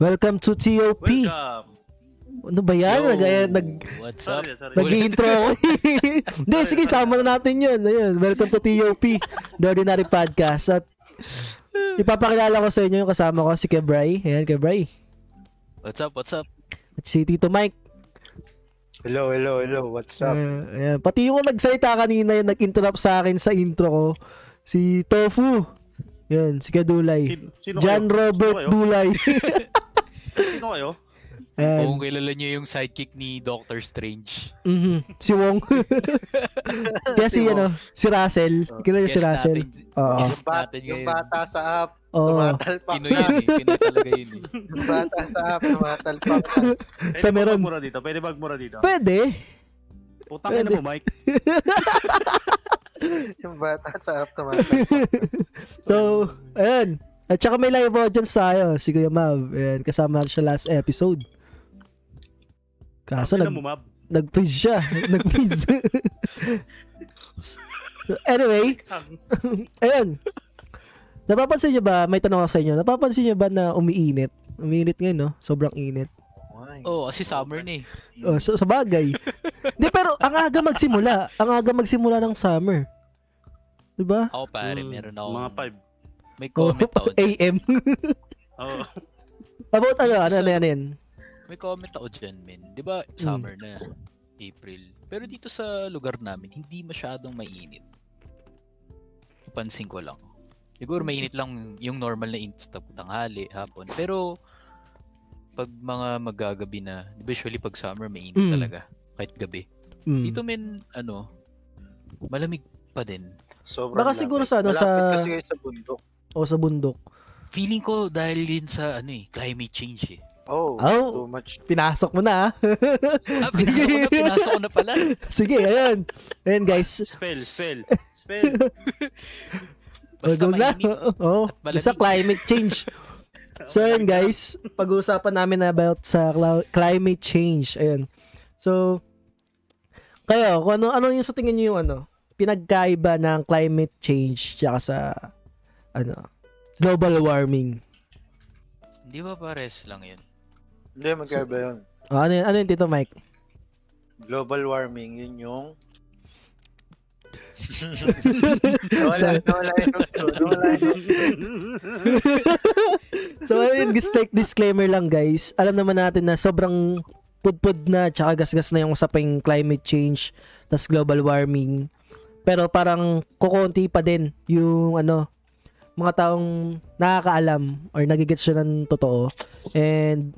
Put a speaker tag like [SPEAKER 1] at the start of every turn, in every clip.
[SPEAKER 1] Welcome to TOP.
[SPEAKER 2] Welcome.
[SPEAKER 1] Ano ba yan? Nag, eh, nag,
[SPEAKER 3] what's up?
[SPEAKER 2] Sorry, sorry.
[SPEAKER 1] nag-intro ako. Hindi,
[SPEAKER 2] Sorry,
[SPEAKER 1] sige,
[SPEAKER 2] sorry.
[SPEAKER 1] sama na natin yun. Ayun, welcome to TOP, The Ordinary Podcast. At ipapakilala ko sa inyo yung kasama ko, si Kebray. Ayan, Kebray.
[SPEAKER 3] What's up? What's up?
[SPEAKER 1] At si Tito Mike.
[SPEAKER 4] Hello, hello, hello. What's up?
[SPEAKER 1] Ayan, ayan. Pati yung nagsalita kanina, yung nag-interrupt sa akin sa intro ko, si Tofu. Yan, si Kadulay.
[SPEAKER 2] Sin- Sino
[SPEAKER 1] John
[SPEAKER 2] kayo?
[SPEAKER 1] Robert
[SPEAKER 2] Sino kayo?
[SPEAKER 1] Dulay.
[SPEAKER 2] Sino kayo?
[SPEAKER 1] Ayan.
[SPEAKER 3] Kung kilala niyo yung sidekick ni Doctor Strange.
[SPEAKER 1] Mhm. Si Wong. Kaya si,
[SPEAKER 4] Si Wong.
[SPEAKER 1] ano, si Russell. Kilala niyo si
[SPEAKER 3] Guess
[SPEAKER 1] Russell.
[SPEAKER 3] natin-
[SPEAKER 1] Oo.
[SPEAKER 3] guess
[SPEAKER 4] Bat,
[SPEAKER 3] Mm. natin
[SPEAKER 4] yung
[SPEAKER 3] ngayon. Oh,
[SPEAKER 4] bata sa app,
[SPEAKER 1] Oo.
[SPEAKER 4] tumatalpak
[SPEAKER 3] Pinoy yun
[SPEAKER 4] na.
[SPEAKER 3] eh. Pinoy talaga yun eh.
[SPEAKER 4] Yung bata sa app, tumatalpak na.
[SPEAKER 2] Pwede
[SPEAKER 1] Sa
[SPEAKER 2] ba
[SPEAKER 1] meron.
[SPEAKER 2] magmura dito. Pwede magmura dito.
[SPEAKER 1] Pwede.
[SPEAKER 2] Putang ina
[SPEAKER 1] pwede.
[SPEAKER 2] mo, Mike.
[SPEAKER 4] Yung bata sa app, tumatalpak
[SPEAKER 1] So, ayan. At saka may live audience tayo, si Kuya Mav. Ayan, kasama natin siya last episode. Kaso
[SPEAKER 2] Putang ina
[SPEAKER 1] nag,
[SPEAKER 2] mo, Mab.
[SPEAKER 1] nag-freeze siya. nag-freeze. So, anyway,
[SPEAKER 2] Tang-
[SPEAKER 1] ayan. Napapansin niyo ba, may tanong ako sa inyo, napapansin niyo ba na umiinit? Umiinit ngayon, no? Sobrang init.
[SPEAKER 4] na.
[SPEAKER 3] Oo, oh, kasi summer na eh.
[SPEAKER 1] Oh, so, sa bagay. Hindi, pero ang aga magsimula. Ang aga magsimula ng summer. Diba?
[SPEAKER 3] Ako pare, meron ako.
[SPEAKER 2] Hmm, Mga five.
[SPEAKER 3] May comment ako. dyan.
[SPEAKER 1] AM.
[SPEAKER 2] Oo.
[SPEAKER 1] About ano, ano, ano, ano yan?
[SPEAKER 3] May comment ako dyan, men. Di ba, summer na. April. Pero dito sa lugar namin, hindi masyadong mainit. Napansin ko lang. Siguro mainit lang yung normal na init sa tanghali, hapon. Pero, pag mga magagabi na, di ba usually pag summer, mainit
[SPEAKER 1] Mm.
[SPEAKER 3] talaga. Kahit gabi.
[SPEAKER 1] Mm.
[SPEAKER 3] Dito men, ano, malamig pa din.
[SPEAKER 4] Sobrang
[SPEAKER 1] Baka
[SPEAKER 4] lamig.
[SPEAKER 1] siguro sa ano, sa-
[SPEAKER 4] Malapit kasi kayo sa bundok.
[SPEAKER 1] O sa bundok.
[SPEAKER 3] Feeling ko dahil din sa ano eh, climate change eh.
[SPEAKER 4] Oh,
[SPEAKER 1] Oh.
[SPEAKER 4] too much.
[SPEAKER 1] Pinasok mo na ah.
[SPEAKER 3] Ah, pinasok ko na, pinasok ko na pala.
[SPEAKER 1] Sige, ayan. Ayan guys.
[SPEAKER 2] Spell, spell. Spell.
[SPEAKER 3] Basta
[SPEAKER 1] Wag na.
[SPEAKER 3] mainit.
[SPEAKER 1] Oo.
[SPEAKER 3] malamig.
[SPEAKER 1] Sa climate change. So ayan guys, pag-uusapan namin about sa cla- climate change. Ayan. So, kayo, kung ano, ano yung sa tingin nyo yung ano, pinagkaiba ng climate change tsaka sa, ano, global warming.
[SPEAKER 3] Hindi ba pares lang yun?
[SPEAKER 4] Hindi, magkaiba yun.
[SPEAKER 1] O, ano, yun, ano yun, Tito Mike?
[SPEAKER 4] Global warming, yun yung... nawala, nawala yung clue, nawala yung
[SPEAKER 1] So, ayun, just like disclaimer lang guys. Alam naman natin na sobrang pudpud na tsaka gasgas na yung usaping climate change tas global warming. Pero parang kukonti pa din yung ano, mga taong nakakaalam or nagigets siya ng totoo. And,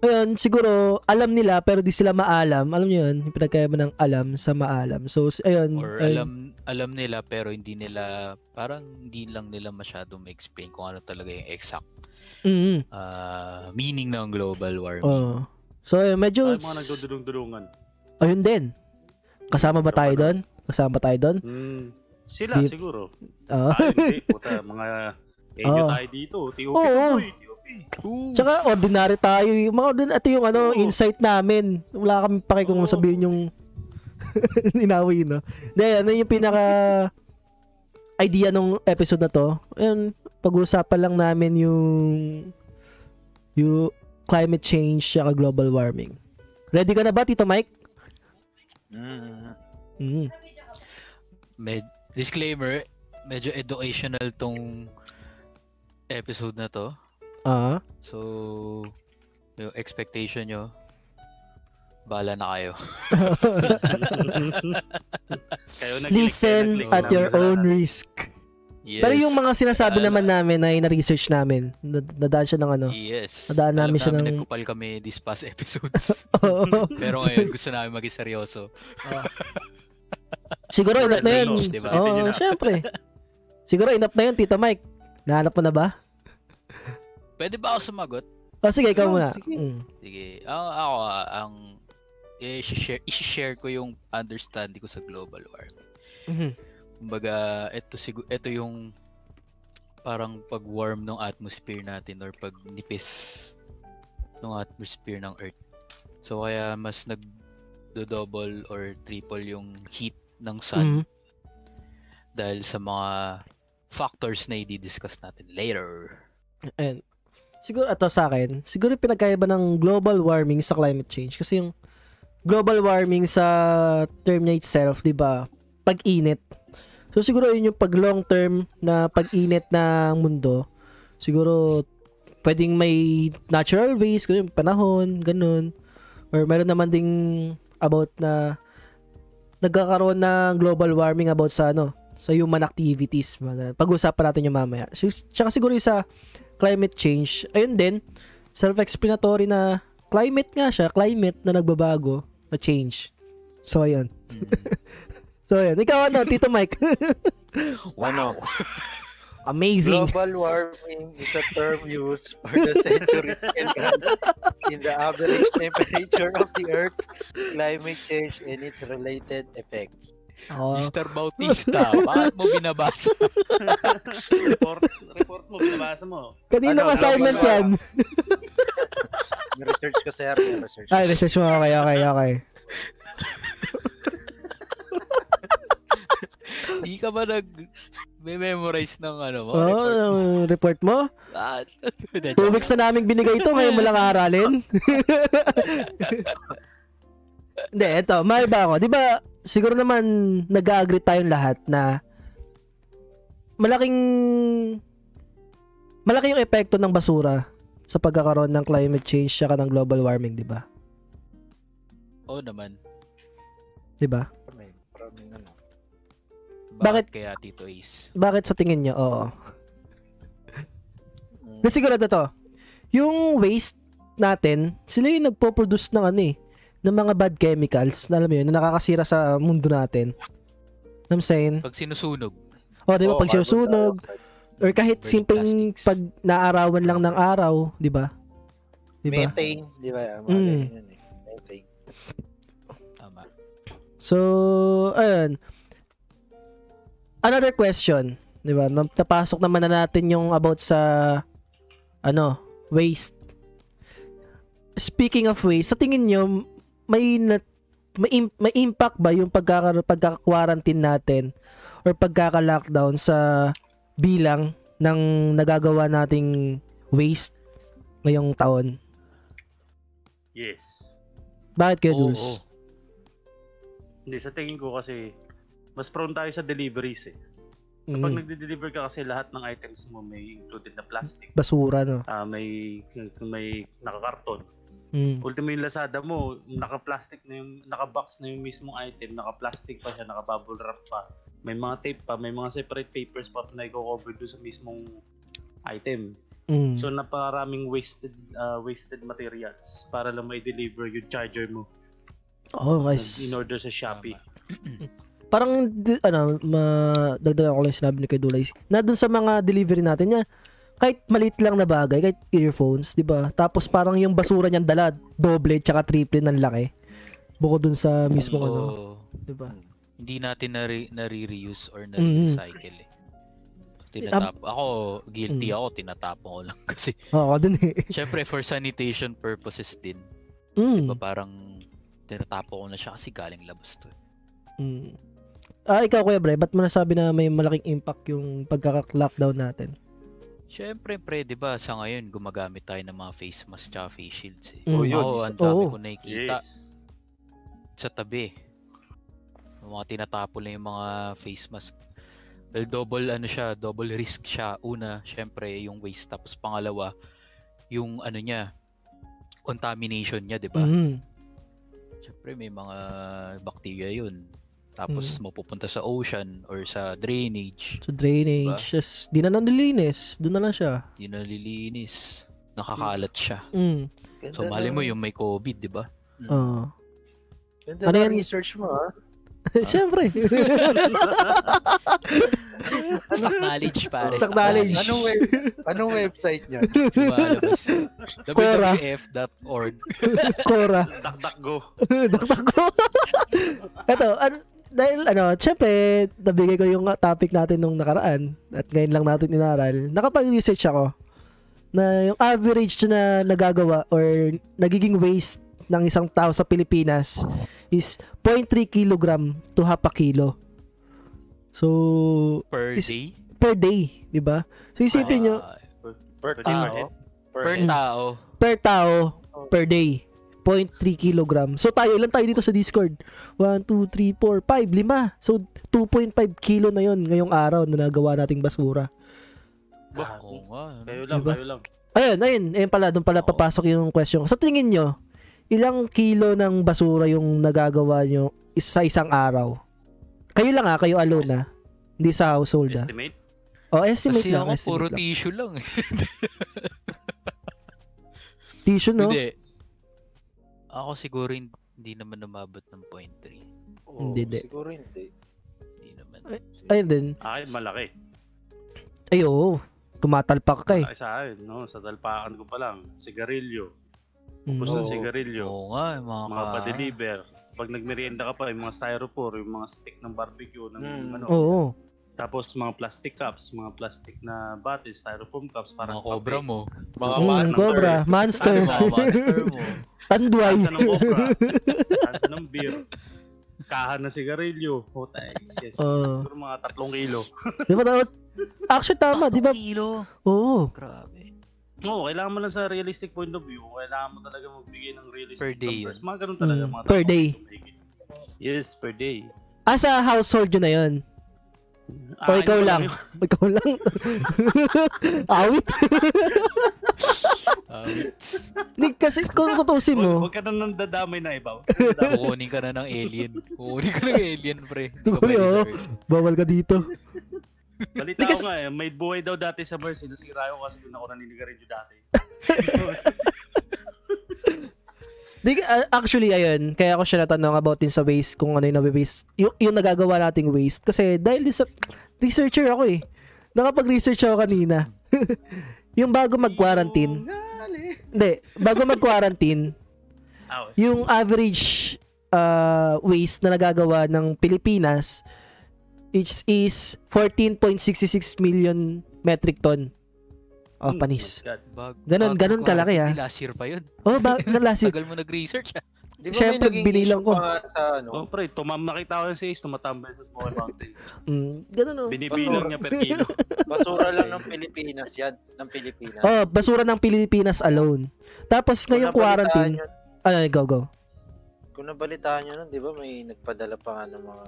[SPEAKER 1] ayun, siguro alam nila pero di sila maalam. Alam nyo yun, yung pinagkaiba ng alam sa maalam. So, s- ayun.
[SPEAKER 3] Or
[SPEAKER 1] ayun.
[SPEAKER 3] alam alam nila pero hindi nila, parang hindi lang nila masyado ma-explain kung ano talaga yung exact
[SPEAKER 1] Mm,
[SPEAKER 3] ah, meaning ng global warming.
[SPEAKER 1] oo. Oh. So, ayun, medyo...
[SPEAKER 2] Ay, mga nagdudulong-dulungan.
[SPEAKER 1] Ayun din. Kasama ba tayo doon? Kasama ba tayo doon?
[SPEAKER 2] Hmm. Sila
[SPEAKER 1] Di-
[SPEAKER 2] siguro.
[SPEAKER 1] Oo.
[SPEAKER 2] Ah, hindi. Puta, mga enyo
[SPEAKER 1] Oo.
[SPEAKER 2] tayo dito. TOP
[SPEAKER 1] Ah. Oo.
[SPEAKER 2] tuloy, TOP.
[SPEAKER 3] Ooh,
[SPEAKER 1] Tsaka ordinary tayo. Yung Mga ordinary, ito yung ano,
[SPEAKER 2] Oo.
[SPEAKER 1] insight namin. Wala kami pake kung
[SPEAKER 2] Oo.
[SPEAKER 1] sabihin yung inawi, no? Hindi, ano yung pinaka idea nung episode na to? Ayun, pag-uusapan lang namin yung yung climate change at global warming. Ready ka na ba, Tito Mike?
[SPEAKER 4] Mm.
[SPEAKER 1] Mm.
[SPEAKER 3] med- disclaimer, medyo educational tong episode na to.
[SPEAKER 1] Ah.
[SPEAKER 3] So, yung expectation nyo, bala na kayo.
[SPEAKER 2] Kayo nag-click,
[SPEAKER 1] Listen
[SPEAKER 2] kayo nag-click
[SPEAKER 1] at
[SPEAKER 2] namin
[SPEAKER 1] your
[SPEAKER 2] sa
[SPEAKER 1] own
[SPEAKER 2] lahat.
[SPEAKER 1] risk.
[SPEAKER 3] Yes.
[SPEAKER 1] Pero yung mga sinasabi
[SPEAKER 3] Alam.
[SPEAKER 1] naman namin na na-research namin, nad- nadaan siya ng ano.
[SPEAKER 3] Yes.
[SPEAKER 1] Nadaan
[SPEAKER 3] Alam
[SPEAKER 1] namin siya ng-
[SPEAKER 3] nagkupal kami these past episodes.
[SPEAKER 1] Oo.
[SPEAKER 3] Pero ngayon gusto namin maging seryoso.
[SPEAKER 1] Siguro enough na yun.
[SPEAKER 3] Change, diba?
[SPEAKER 1] Oo,
[SPEAKER 2] Hindi nyo na.
[SPEAKER 1] syempre. Siguro enough na yun, Tito Mike. Nahanap mo na ba?
[SPEAKER 3] Pwede ba ako sumagot?
[SPEAKER 1] O sige, ikaw
[SPEAKER 4] Oo,
[SPEAKER 1] muna.
[SPEAKER 4] sige.
[SPEAKER 1] Mm.
[SPEAKER 3] Sige. Ang ako ah, ang i-share, i-share ko yung understanding ko sa global warming.
[SPEAKER 1] Mhm.
[SPEAKER 3] Kumbaga, ito sigo ito yung parang pag-warm ng atmosphere natin or pag-nipis ng atmosphere ng Earth. So kaya mas nag-double or triple yung heat ng sun
[SPEAKER 1] Mhm.
[SPEAKER 3] dahil sa mga factors na i-discuss natin later.
[SPEAKER 1] Ayan. siguro ato sa akin, siguro yung pinagkaiba ng global warming sa climate change kasi yung global warming sa term niya itself, 'di ba? Pag-init. So siguro yun yung pag long term na pag-init ng mundo. Siguro pwedeng may natural ways, kasi yung panahon, ganun. Or meron naman ding about na nagkakaroon ng global warming about sa ano, sa human activities. mga ganun. Pag-usapan natin yung mamaya. Sis- Tsaka siguro yung sa climate change, ayun din, self-explanatory na climate nga siya, climate na nagbabago, na change. So, ayun.
[SPEAKER 3] Mm.
[SPEAKER 1] So, ayun. Ikaw ano, Tito Mike?
[SPEAKER 4] Ano?
[SPEAKER 1] Amazing.
[SPEAKER 4] Global warming is a term used for the centuries ago in the average temperature of the Earth, climate change, and its related effects.
[SPEAKER 1] Oo.
[SPEAKER 3] Mr. Bautista, bakit mo binabasa?
[SPEAKER 2] report, report mo, binabasa mo.
[SPEAKER 1] Kaninong
[SPEAKER 4] Ano,
[SPEAKER 1] assignment
[SPEAKER 4] global
[SPEAKER 1] yan?
[SPEAKER 4] Research ko sir, may research.
[SPEAKER 1] Ay, Ah, research mo. Okay, okay, okay.
[SPEAKER 3] Hindi ka ba nag... May memorize ng ano mo?
[SPEAKER 1] Oh,
[SPEAKER 3] Report mo?
[SPEAKER 1] yung report mo?
[SPEAKER 3] Ah, hindi,
[SPEAKER 1] Two
[SPEAKER 3] joke
[SPEAKER 1] weeks
[SPEAKER 3] lang.
[SPEAKER 1] na naming binigay ito, ngayon mo lang aaralin. Hindi, eto, mahal ba ako? Di ba, siguro naman nag-agree tayong lahat na malaking malaki yung epekto ng basura sa pagkakaroon ng climate change saka ng global warming, di ba?
[SPEAKER 3] Oo naman.
[SPEAKER 1] Di ba?
[SPEAKER 4] Maraming- maraming ano.
[SPEAKER 3] Bakit,
[SPEAKER 1] Bakit?
[SPEAKER 3] kaya Tito Ace?
[SPEAKER 1] Bakit sa tingin niyo? Oo.
[SPEAKER 4] Mm.
[SPEAKER 1] Na sigurado to. Yung waste natin, sila yung nagpo-produce ng ano eh, ng mga bad chemicals, na alam mo yun, na nakakasira sa mundo natin. Alam sayin?
[SPEAKER 3] Pag sinusunog.
[SPEAKER 1] O, di ba,
[SPEAKER 4] Oo,
[SPEAKER 1] pag
[SPEAKER 4] carbon
[SPEAKER 1] sinusunog,
[SPEAKER 4] dioxide.
[SPEAKER 1] or kahit
[SPEAKER 3] Burning
[SPEAKER 1] simpleng
[SPEAKER 3] plastics.
[SPEAKER 1] pag naarawan lang ng araw, di ba? Di ba?
[SPEAKER 4] Methane, di ba?
[SPEAKER 1] Mm.
[SPEAKER 4] Mga ganyan yun eh. Methane.
[SPEAKER 3] Tama.
[SPEAKER 1] So, ayun. Another question, 'di ba? Nap- Napasok naman na natin yung about sa ano, waste. Speaking of waste, sa tingin nyo, may na- may, im- may impact ba yung pagkaka pagka-quarantine natin or pagkaka-lockdown sa bilang ng nagagawa nating waste ngayong taon?
[SPEAKER 2] Yes.
[SPEAKER 1] Bakit kayo,
[SPEAKER 3] Oo, oo.
[SPEAKER 1] Jules?
[SPEAKER 2] Hindi, sa tingin ko kasi, mas prone tayo sa deliveries eh. Pag
[SPEAKER 1] Mm,
[SPEAKER 2] nagde-deliver ka kasi lahat ng items mo may included na plastic.
[SPEAKER 1] basura, no?
[SPEAKER 2] Ah, may may nakakarton.
[SPEAKER 1] Mm.
[SPEAKER 2] Ultimo yung Lazada mo, naka-plastic na yung, naka-box na yung mismong item, naka-plastic pa siya, naka-bubble wrap pa. May mga tape pa, may mga separate papers pa na i-cover doon sa mismong item.
[SPEAKER 1] mm.
[SPEAKER 2] So naparaming wasted ah, wasted materials para lang may deliver yung charger mo
[SPEAKER 1] oh,
[SPEAKER 2] sa-
[SPEAKER 1] guys.
[SPEAKER 2] in order sa Shopee.
[SPEAKER 1] parang di- ano madagdagan ko lang yung sinabi ni kay Dulay na dun sa mga delivery natin niya kahit maliit lang na bagay kahit earphones di ba tapos parang yung basura niyang dala doble tsaka triple ng laki bukod dun sa mismo ano
[SPEAKER 3] Oo.
[SPEAKER 1] di ba
[SPEAKER 3] Hindi natin nare- nare-reuse or
[SPEAKER 1] Mm.
[SPEAKER 3] nare-recycle eh. Tinatap. Ako, guilty
[SPEAKER 1] Mm.
[SPEAKER 3] ako. Tinatapon ko lang kasi.
[SPEAKER 1] oo dun eh
[SPEAKER 3] Siyempre, for sanitation purposes din. Diba
[SPEAKER 1] mm.
[SPEAKER 3] parang tinatapo ko na siya kasi galing labas to. eh.
[SPEAKER 1] mm. ah ikaw kuya Bray ba't mo nasabi na may malaking impact yung pagkaka-lockdown natin
[SPEAKER 3] Siyempre, pre, di ba, sa ngayon, gumagamit tayo ng mga face mask tsaka face shields eh.
[SPEAKER 1] Mm.
[SPEAKER 2] Oo, yun.
[SPEAKER 3] Oo,
[SPEAKER 2] isa-
[SPEAKER 3] ang dami
[SPEAKER 1] Oo.
[SPEAKER 3] ko nakikita
[SPEAKER 2] Yes.
[SPEAKER 3] sa tabi. Yung mga tinatapo na yung mga face mask. Well, double ano siya, double risk siya. Una, syempre, yung waste. Tapos pangalawa, yung ano niya, contamination niya, di ba?
[SPEAKER 1] mm.
[SPEAKER 3] Siyempre, may mga bacteria yun.
[SPEAKER 1] Mm-hmm.
[SPEAKER 3] Tapos mapupunta sa ocean or sa drainage.
[SPEAKER 1] so drainage yes, di na nalilinis dun na lang siya
[SPEAKER 3] Di nalilinis. Nakakalat siya.
[SPEAKER 1] mm.
[SPEAKER 4] Ganda
[SPEAKER 3] So, mali mo
[SPEAKER 4] ng-
[SPEAKER 3] yung may COVID, di ba?
[SPEAKER 1] oo
[SPEAKER 4] Ganda
[SPEAKER 1] Ano
[SPEAKER 4] ng
[SPEAKER 1] yan?
[SPEAKER 4] research mo ah.
[SPEAKER 1] syempre
[SPEAKER 3] Stock knowledge, pare.
[SPEAKER 1] Stock knowledge.
[SPEAKER 4] Anong, Ano web, anong website niya?
[SPEAKER 3] Lumalabas.
[SPEAKER 1] Quora.
[SPEAKER 3] www.f.org
[SPEAKER 1] Cora
[SPEAKER 2] Dakdakgo.
[SPEAKER 1] Dakdak ko. Eto, an- dahil ano, syempre, nabigay ko yung topic natin nung nakaraan at ngayon lang natin inaral. Nakapag-research ako na yung average na nagagawa or nagiging waste ng isang tao sa Pilipinas is 0.3 kilogram to half a kilo. So,
[SPEAKER 3] per
[SPEAKER 1] Is-
[SPEAKER 3] day.
[SPEAKER 1] per day, di ba? So, isipin nyo,
[SPEAKER 3] Ah,
[SPEAKER 4] Per
[SPEAKER 2] Per
[SPEAKER 4] tao? Per
[SPEAKER 3] Per
[SPEAKER 4] per head.
[SPEAKER 3] tao.
[SPEAKER 1] per tao per day. 0.3 kilogram. So tayo, ilan tayo dito sa Discord? 1, 2, 3, 4, 5, 5. So 2.5 kilo na yon ngayong araw na nagawa nating basura.
[SPEAKER 2] Bah,
[SPEAKER 3] Oo nga. ano?
[SPEAKER 2] Kayo lang,
[SPEAKER 1] Diba?
[SPEAKER 2] kayo lang.
[SPEAKER 1] Ayun, ayun, ayun pala, doon pala
[SPEAKER 3] Oo.
[SPEAKER 1] papasok yung question ko. Sa tingin nyo, ilang kilo ng basura yung nagagawa nyo is- sa isang araw? Kayo lang ah, kayo alone ah. Hindi sa household ah.
[SPEAKER 2] Estimate?
[SPEAKER 1] O, estimate
[SPEAKER 3] Kasi
[SPEAKER 1] lang,
[SPEAKER 3] ako
[SPEAKER 1] estimate
[SPEAKER 3] puro
[SPEAKER 1] lang.
[SPEAKER 3] tissue lang. eh.
[SPEAKER 1] Tissue, no?
[SPEAKER 3] Hindi. Ako siguro hin- hindi naman umabot ng 0.3.
[SPEAKER 4] Oo,
[SPEAKER 1] Hindi, hindi.
[SPEAKER 4] Oh, Siguro hindi.
[SPEAKER 3] Hindi naman.
[SPEAKER 1] Ayun din.
[SPEAKER 2] Akin, malaki.
[SPEAKER 1] Ay, oo. Tumatalpak ka eh.
[SPEAKER 2] Ay, sa akin, no? Sa talpakan ko pa lang. Sigarilyo.
[SPEAKER 1] Mm.
[SPEAKER 2] Ubus
[SPEAKER 4] Oo.
[SPEAKER 2] ng sigarilyo.
[SPEAKER 3] Oo nga, yung mga,
[SPEAKER 2] mga
[SPEAKER 3] ka-
[SPEAKER 2] pa-deliver. Pag nagmerienda ka pa, yung mga styrofoam, yung mga stick ng barbecue, ng
[SPEAKER 3] Hmm.
[SPEAKER 4] Mm.
[SPEAKER 2] ano.
[SPEAKER 1] Oo.
[SPEAKER 2] Tapos mga plastic cups, mga plastic na bottles, styrofoam cups, parang
[SPEAKER 3] mga cobra mo.
[SPEAKER 2] Mga
[SPEAKER 1] Mm,
[SPEAKER 2] monster.
[SPEAKER 1] cobra, monster.
[SPEAKER 3] Ah, Ano mga monster mo.
[SPEAKER 1] Tanduay.
[SPEAKER 2] Tansa ng cobra. Tansa ng beer. Kahan na sigarilyo. Puta, eh, yes.
[SPEAKER 1] Oo.
[SPEAKER 2] Siguro mga tatlong kilo.
[SPEAKER 1] Di ba dapat? Actually, tama, di ba?
[SPEAKER 3] Kilo.
[SPEAKER 1] Oo.
[SPEAKER 3] Grabe.
[SPEAKER 2] Oo, kailangan mo lang sa realistic point of view. Kailangan mo talaga magbigay ng realistic
[SPEAKER 3] Per day
[SPEAKER 2] numbers. Mga ganun talaga.
[SPEAKER 1] Mm,
[SPEAKER 2] Mga
[SPEAKER 1] per
[SPEAKER 2] tatlong
[SPEAKER 1] day.
[SPEAKER 2] kilo mahigit. Yes, per day.
[SPEAKER 1] Ah, sa household yun na yun. O,
[SPEAKER 2] Ah,
[SPEAKER 1] ikaw
[SPEAKER 2] yun
[SPEAKER 1] lang.
[SPEAKER 2] yun.
[SPEAKER 1] Ikaw lang. Awit.
[SPEAKER 3] Um,
[SPEAKER 1] Hindi, kasi kung tutusin
[SPEAKER 2] Huwag
[SPEAKER 1] mo,
[SPEAKER 2] huwag ka na nandadamay na iba.
[SPEAKER 3] kukunin ka na ng alien. Kukunin ka ng alien, pre. Hindi ka
[SPEAKER 1] Kukunin, oh. oo.
[SPEAKER 3] pwede sa Earth.
[SPEAKER 1] bawal ka dito.
[SPEAKER 2] Balita
[SPEAKER 1] Because-
[SPEAKER 2] ko nga eh, may buhay daw dati sa Mars, sinasira ko kasi kung ako naninigarilyo dati.
[SPEAKER 1] Di, uh, actually, ayun, kaya ako siya natanong about din sa waste, kung ano yung nabe-waste, yung, yung nagagawa nating waste. Kasi dahil sa researcher ako eh. Nakapag-research ako kanina. yung bago mag-quarantine,
[SPEAKER 2] Yung ngali.
[SPEAKER 1] hindi, bago mag-quarantine,
[SPEAKER 2] Aw,
[SPEAKER 1] yung average uh, waste na nagagawa ng Pilipinas which is 14.66 million metric ton. Oh,
[SPEAKER 2] Hmm,
[SPEAKER 1] panis.
[SPEAKER 2] my God.
[SPEAKER 3] Bag-
[SPEAKER 1] Ganon-
[SPEAKER 3] bagong
[SPEAKER 1] ganon kalaki,
[SPEAKER 3] quarantine,
[SPEAKER 1] ah.
[SPEAKER 3] Last year pa yun.
[SPEAKER 1] Oh, ba, last year.
[SPEAKER 3] Tagal mo nag-research, ah.
[SPEAKER 4] Di ba may
[SPEAKER 1] Siyempre,
[SPEAKER 4] naging
[SPEAKER 1] binilang ko.
[SPEAKER 4] issue pa nga Sa, ano,
[SPEAKER 2] Oh, pre, tumam nakita ko yung si Ace, tumatambay sa Smoky Mountain.
[SPEAKER 1] Mm, ganun oh.
[SPEAKER 2] Binibilang niya per kilo.
[SPEAKER 4] basura lang ng Pilipinas yan. Ng Pilipinas.
[SPEAKER 1] Oh, basura ng Pilipinas alone. Tapos
[SPEAKER 4] Kung
[SPEAKER 1] ngayong
[SPEAKER 4] nabalitaan
[SPEAKER 1] quarantine,
[SPEAKER 4] nyo-
[SPEAKER 1] ano, go, go.
[SPEAKER 4] kung nabalitaan nyo nun, di ba may nagpadala pa nga ng mga...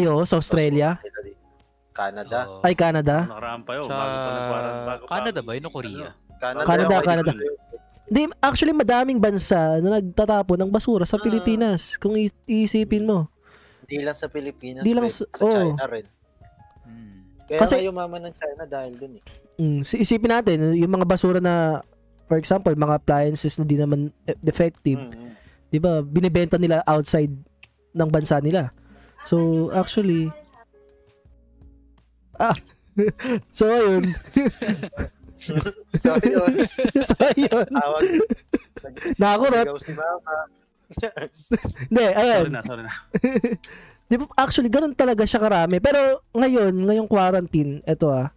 [SPEAKER 1] Ayo, sa Australia.
[SPEAKER 4] basura nila dito. Canada.
[SPEAKER 3] Oo.
[SPEAKER 1] Ay, Canada.
[SPEAKER 2] Nakaraan pa yun.
[SPEAKER 3] Sa
[SPEAKER 2] Bago pa nag-quarantine. Bago pa
[SPEAKER 3] Canada
[SPEAKER 2] ako
[SPEAKER 3] ba yun o
[SPEAKER 2] isip,
[SPEAKER 3] Korea?
[SPEAKER 2] ano.
[SPEAKER 4] Canada.
[SPEAKER 1] Canada,
[SPEAKER 4] yung-
[SPEAKER 1] Canada. Di, actually, madaming bansa na nagtatapon ng basura sa
[SPEAKER 4] Ah.
[SPEAKER 1] Pilipinas. Kung i- iisipin mo.
[SPEAKER 4] Hindi lang sa Pilipinas.
[SPEAKER 1] Di lang
[SPEAKER 4] pre,
[SPEAKER 1] sa-
[SPEAKER 4] sa
[SPEAKER 1] oo.
[SPEAKER 4] China rin.
[SPEAKER 3] Hmm.
[SPEAKER 4] Kaya
[SPEAKER 1] Kasi-
[SPEAKER 4] Kasi, umaman ng China dahil dun eh.
[SPEAKER 1] Mm, si- isipin natin, yung mga basura na, for example, mga appliances na di naman eh, defective.
[SPEAKER 4] Mm-mm.
[SPEAKER 1] 'di ba, binebenta nila outside ng bansa nila. So actually Ah. so ayun.
[SPEAKER 4] So, yun.
[SPEAKER 1] so ayun.
[SPEAKER 4] Tawag.
[SPEAKER 1] Nakakurot.
[SPEAKER 4] Ligaw si Mama.
[SPEAKER 1] Hindi,
[SPEAKER 2] Sorry
[SPEAKER 1] ayun.
[SPEAKER 2] na, sorry na.
[SPEAKER 1] 'Di ba actually ganun talaga siya karami. Pero ngayon, ngayong quarantine, eto ah.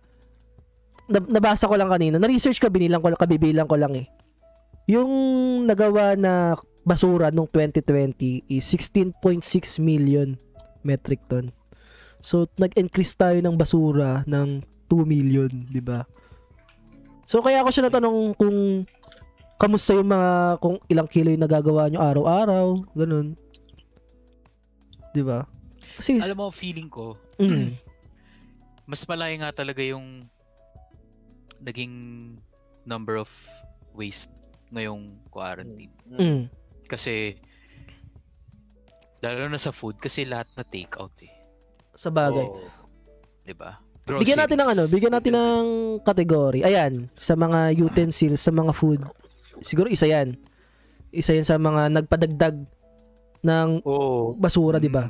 [SPEAKER 1] nab- Nabasa ko lang kanina. Na-research ko binilang ko kabibilang ko lang eh. Yung nagawa na basura nung 2020 is 16.6 million metric ton. So nag-increase tayo ng basura ng 2 million, 'di ba? So kaya ako siya natanong kung kamusta yung mga kung ilang kilo yung nagagawa nyo araw-araw, ganun. 'Di ba? Kasi
[SPEAKER 3] Alam mo, feeling ko,
[SPEAKER 1] mm,
[SPEAKER 3] mas malaki nga talaga yung naging number of waste ngayong quarantine.
[SPEAKER 1] mm,
[SPEAKER 3] Kasi, lalo na sa food, kasi lahat na takeout eh. Diba?
[SPEAKER 1] sa bagay.
[SPEAKER 2] Oo.
[SPEAKER 3] Di ba?
[SPEAKER 1] Bigyan natin ng ano, bigyan natin
[SPEAKER 2] Utensils.
[SPEAKER 1] ng kategory. Ayan, sa mga utensils, sa mga food. Siguro isa 'yan. Isa 'yan sa mga nagpadagdag ng
[SPEAKER 4] Oo.
[SPEAKER 1] basura, 'di
[SPEAKER 3] Mm,
[SPEAKER 1] ba?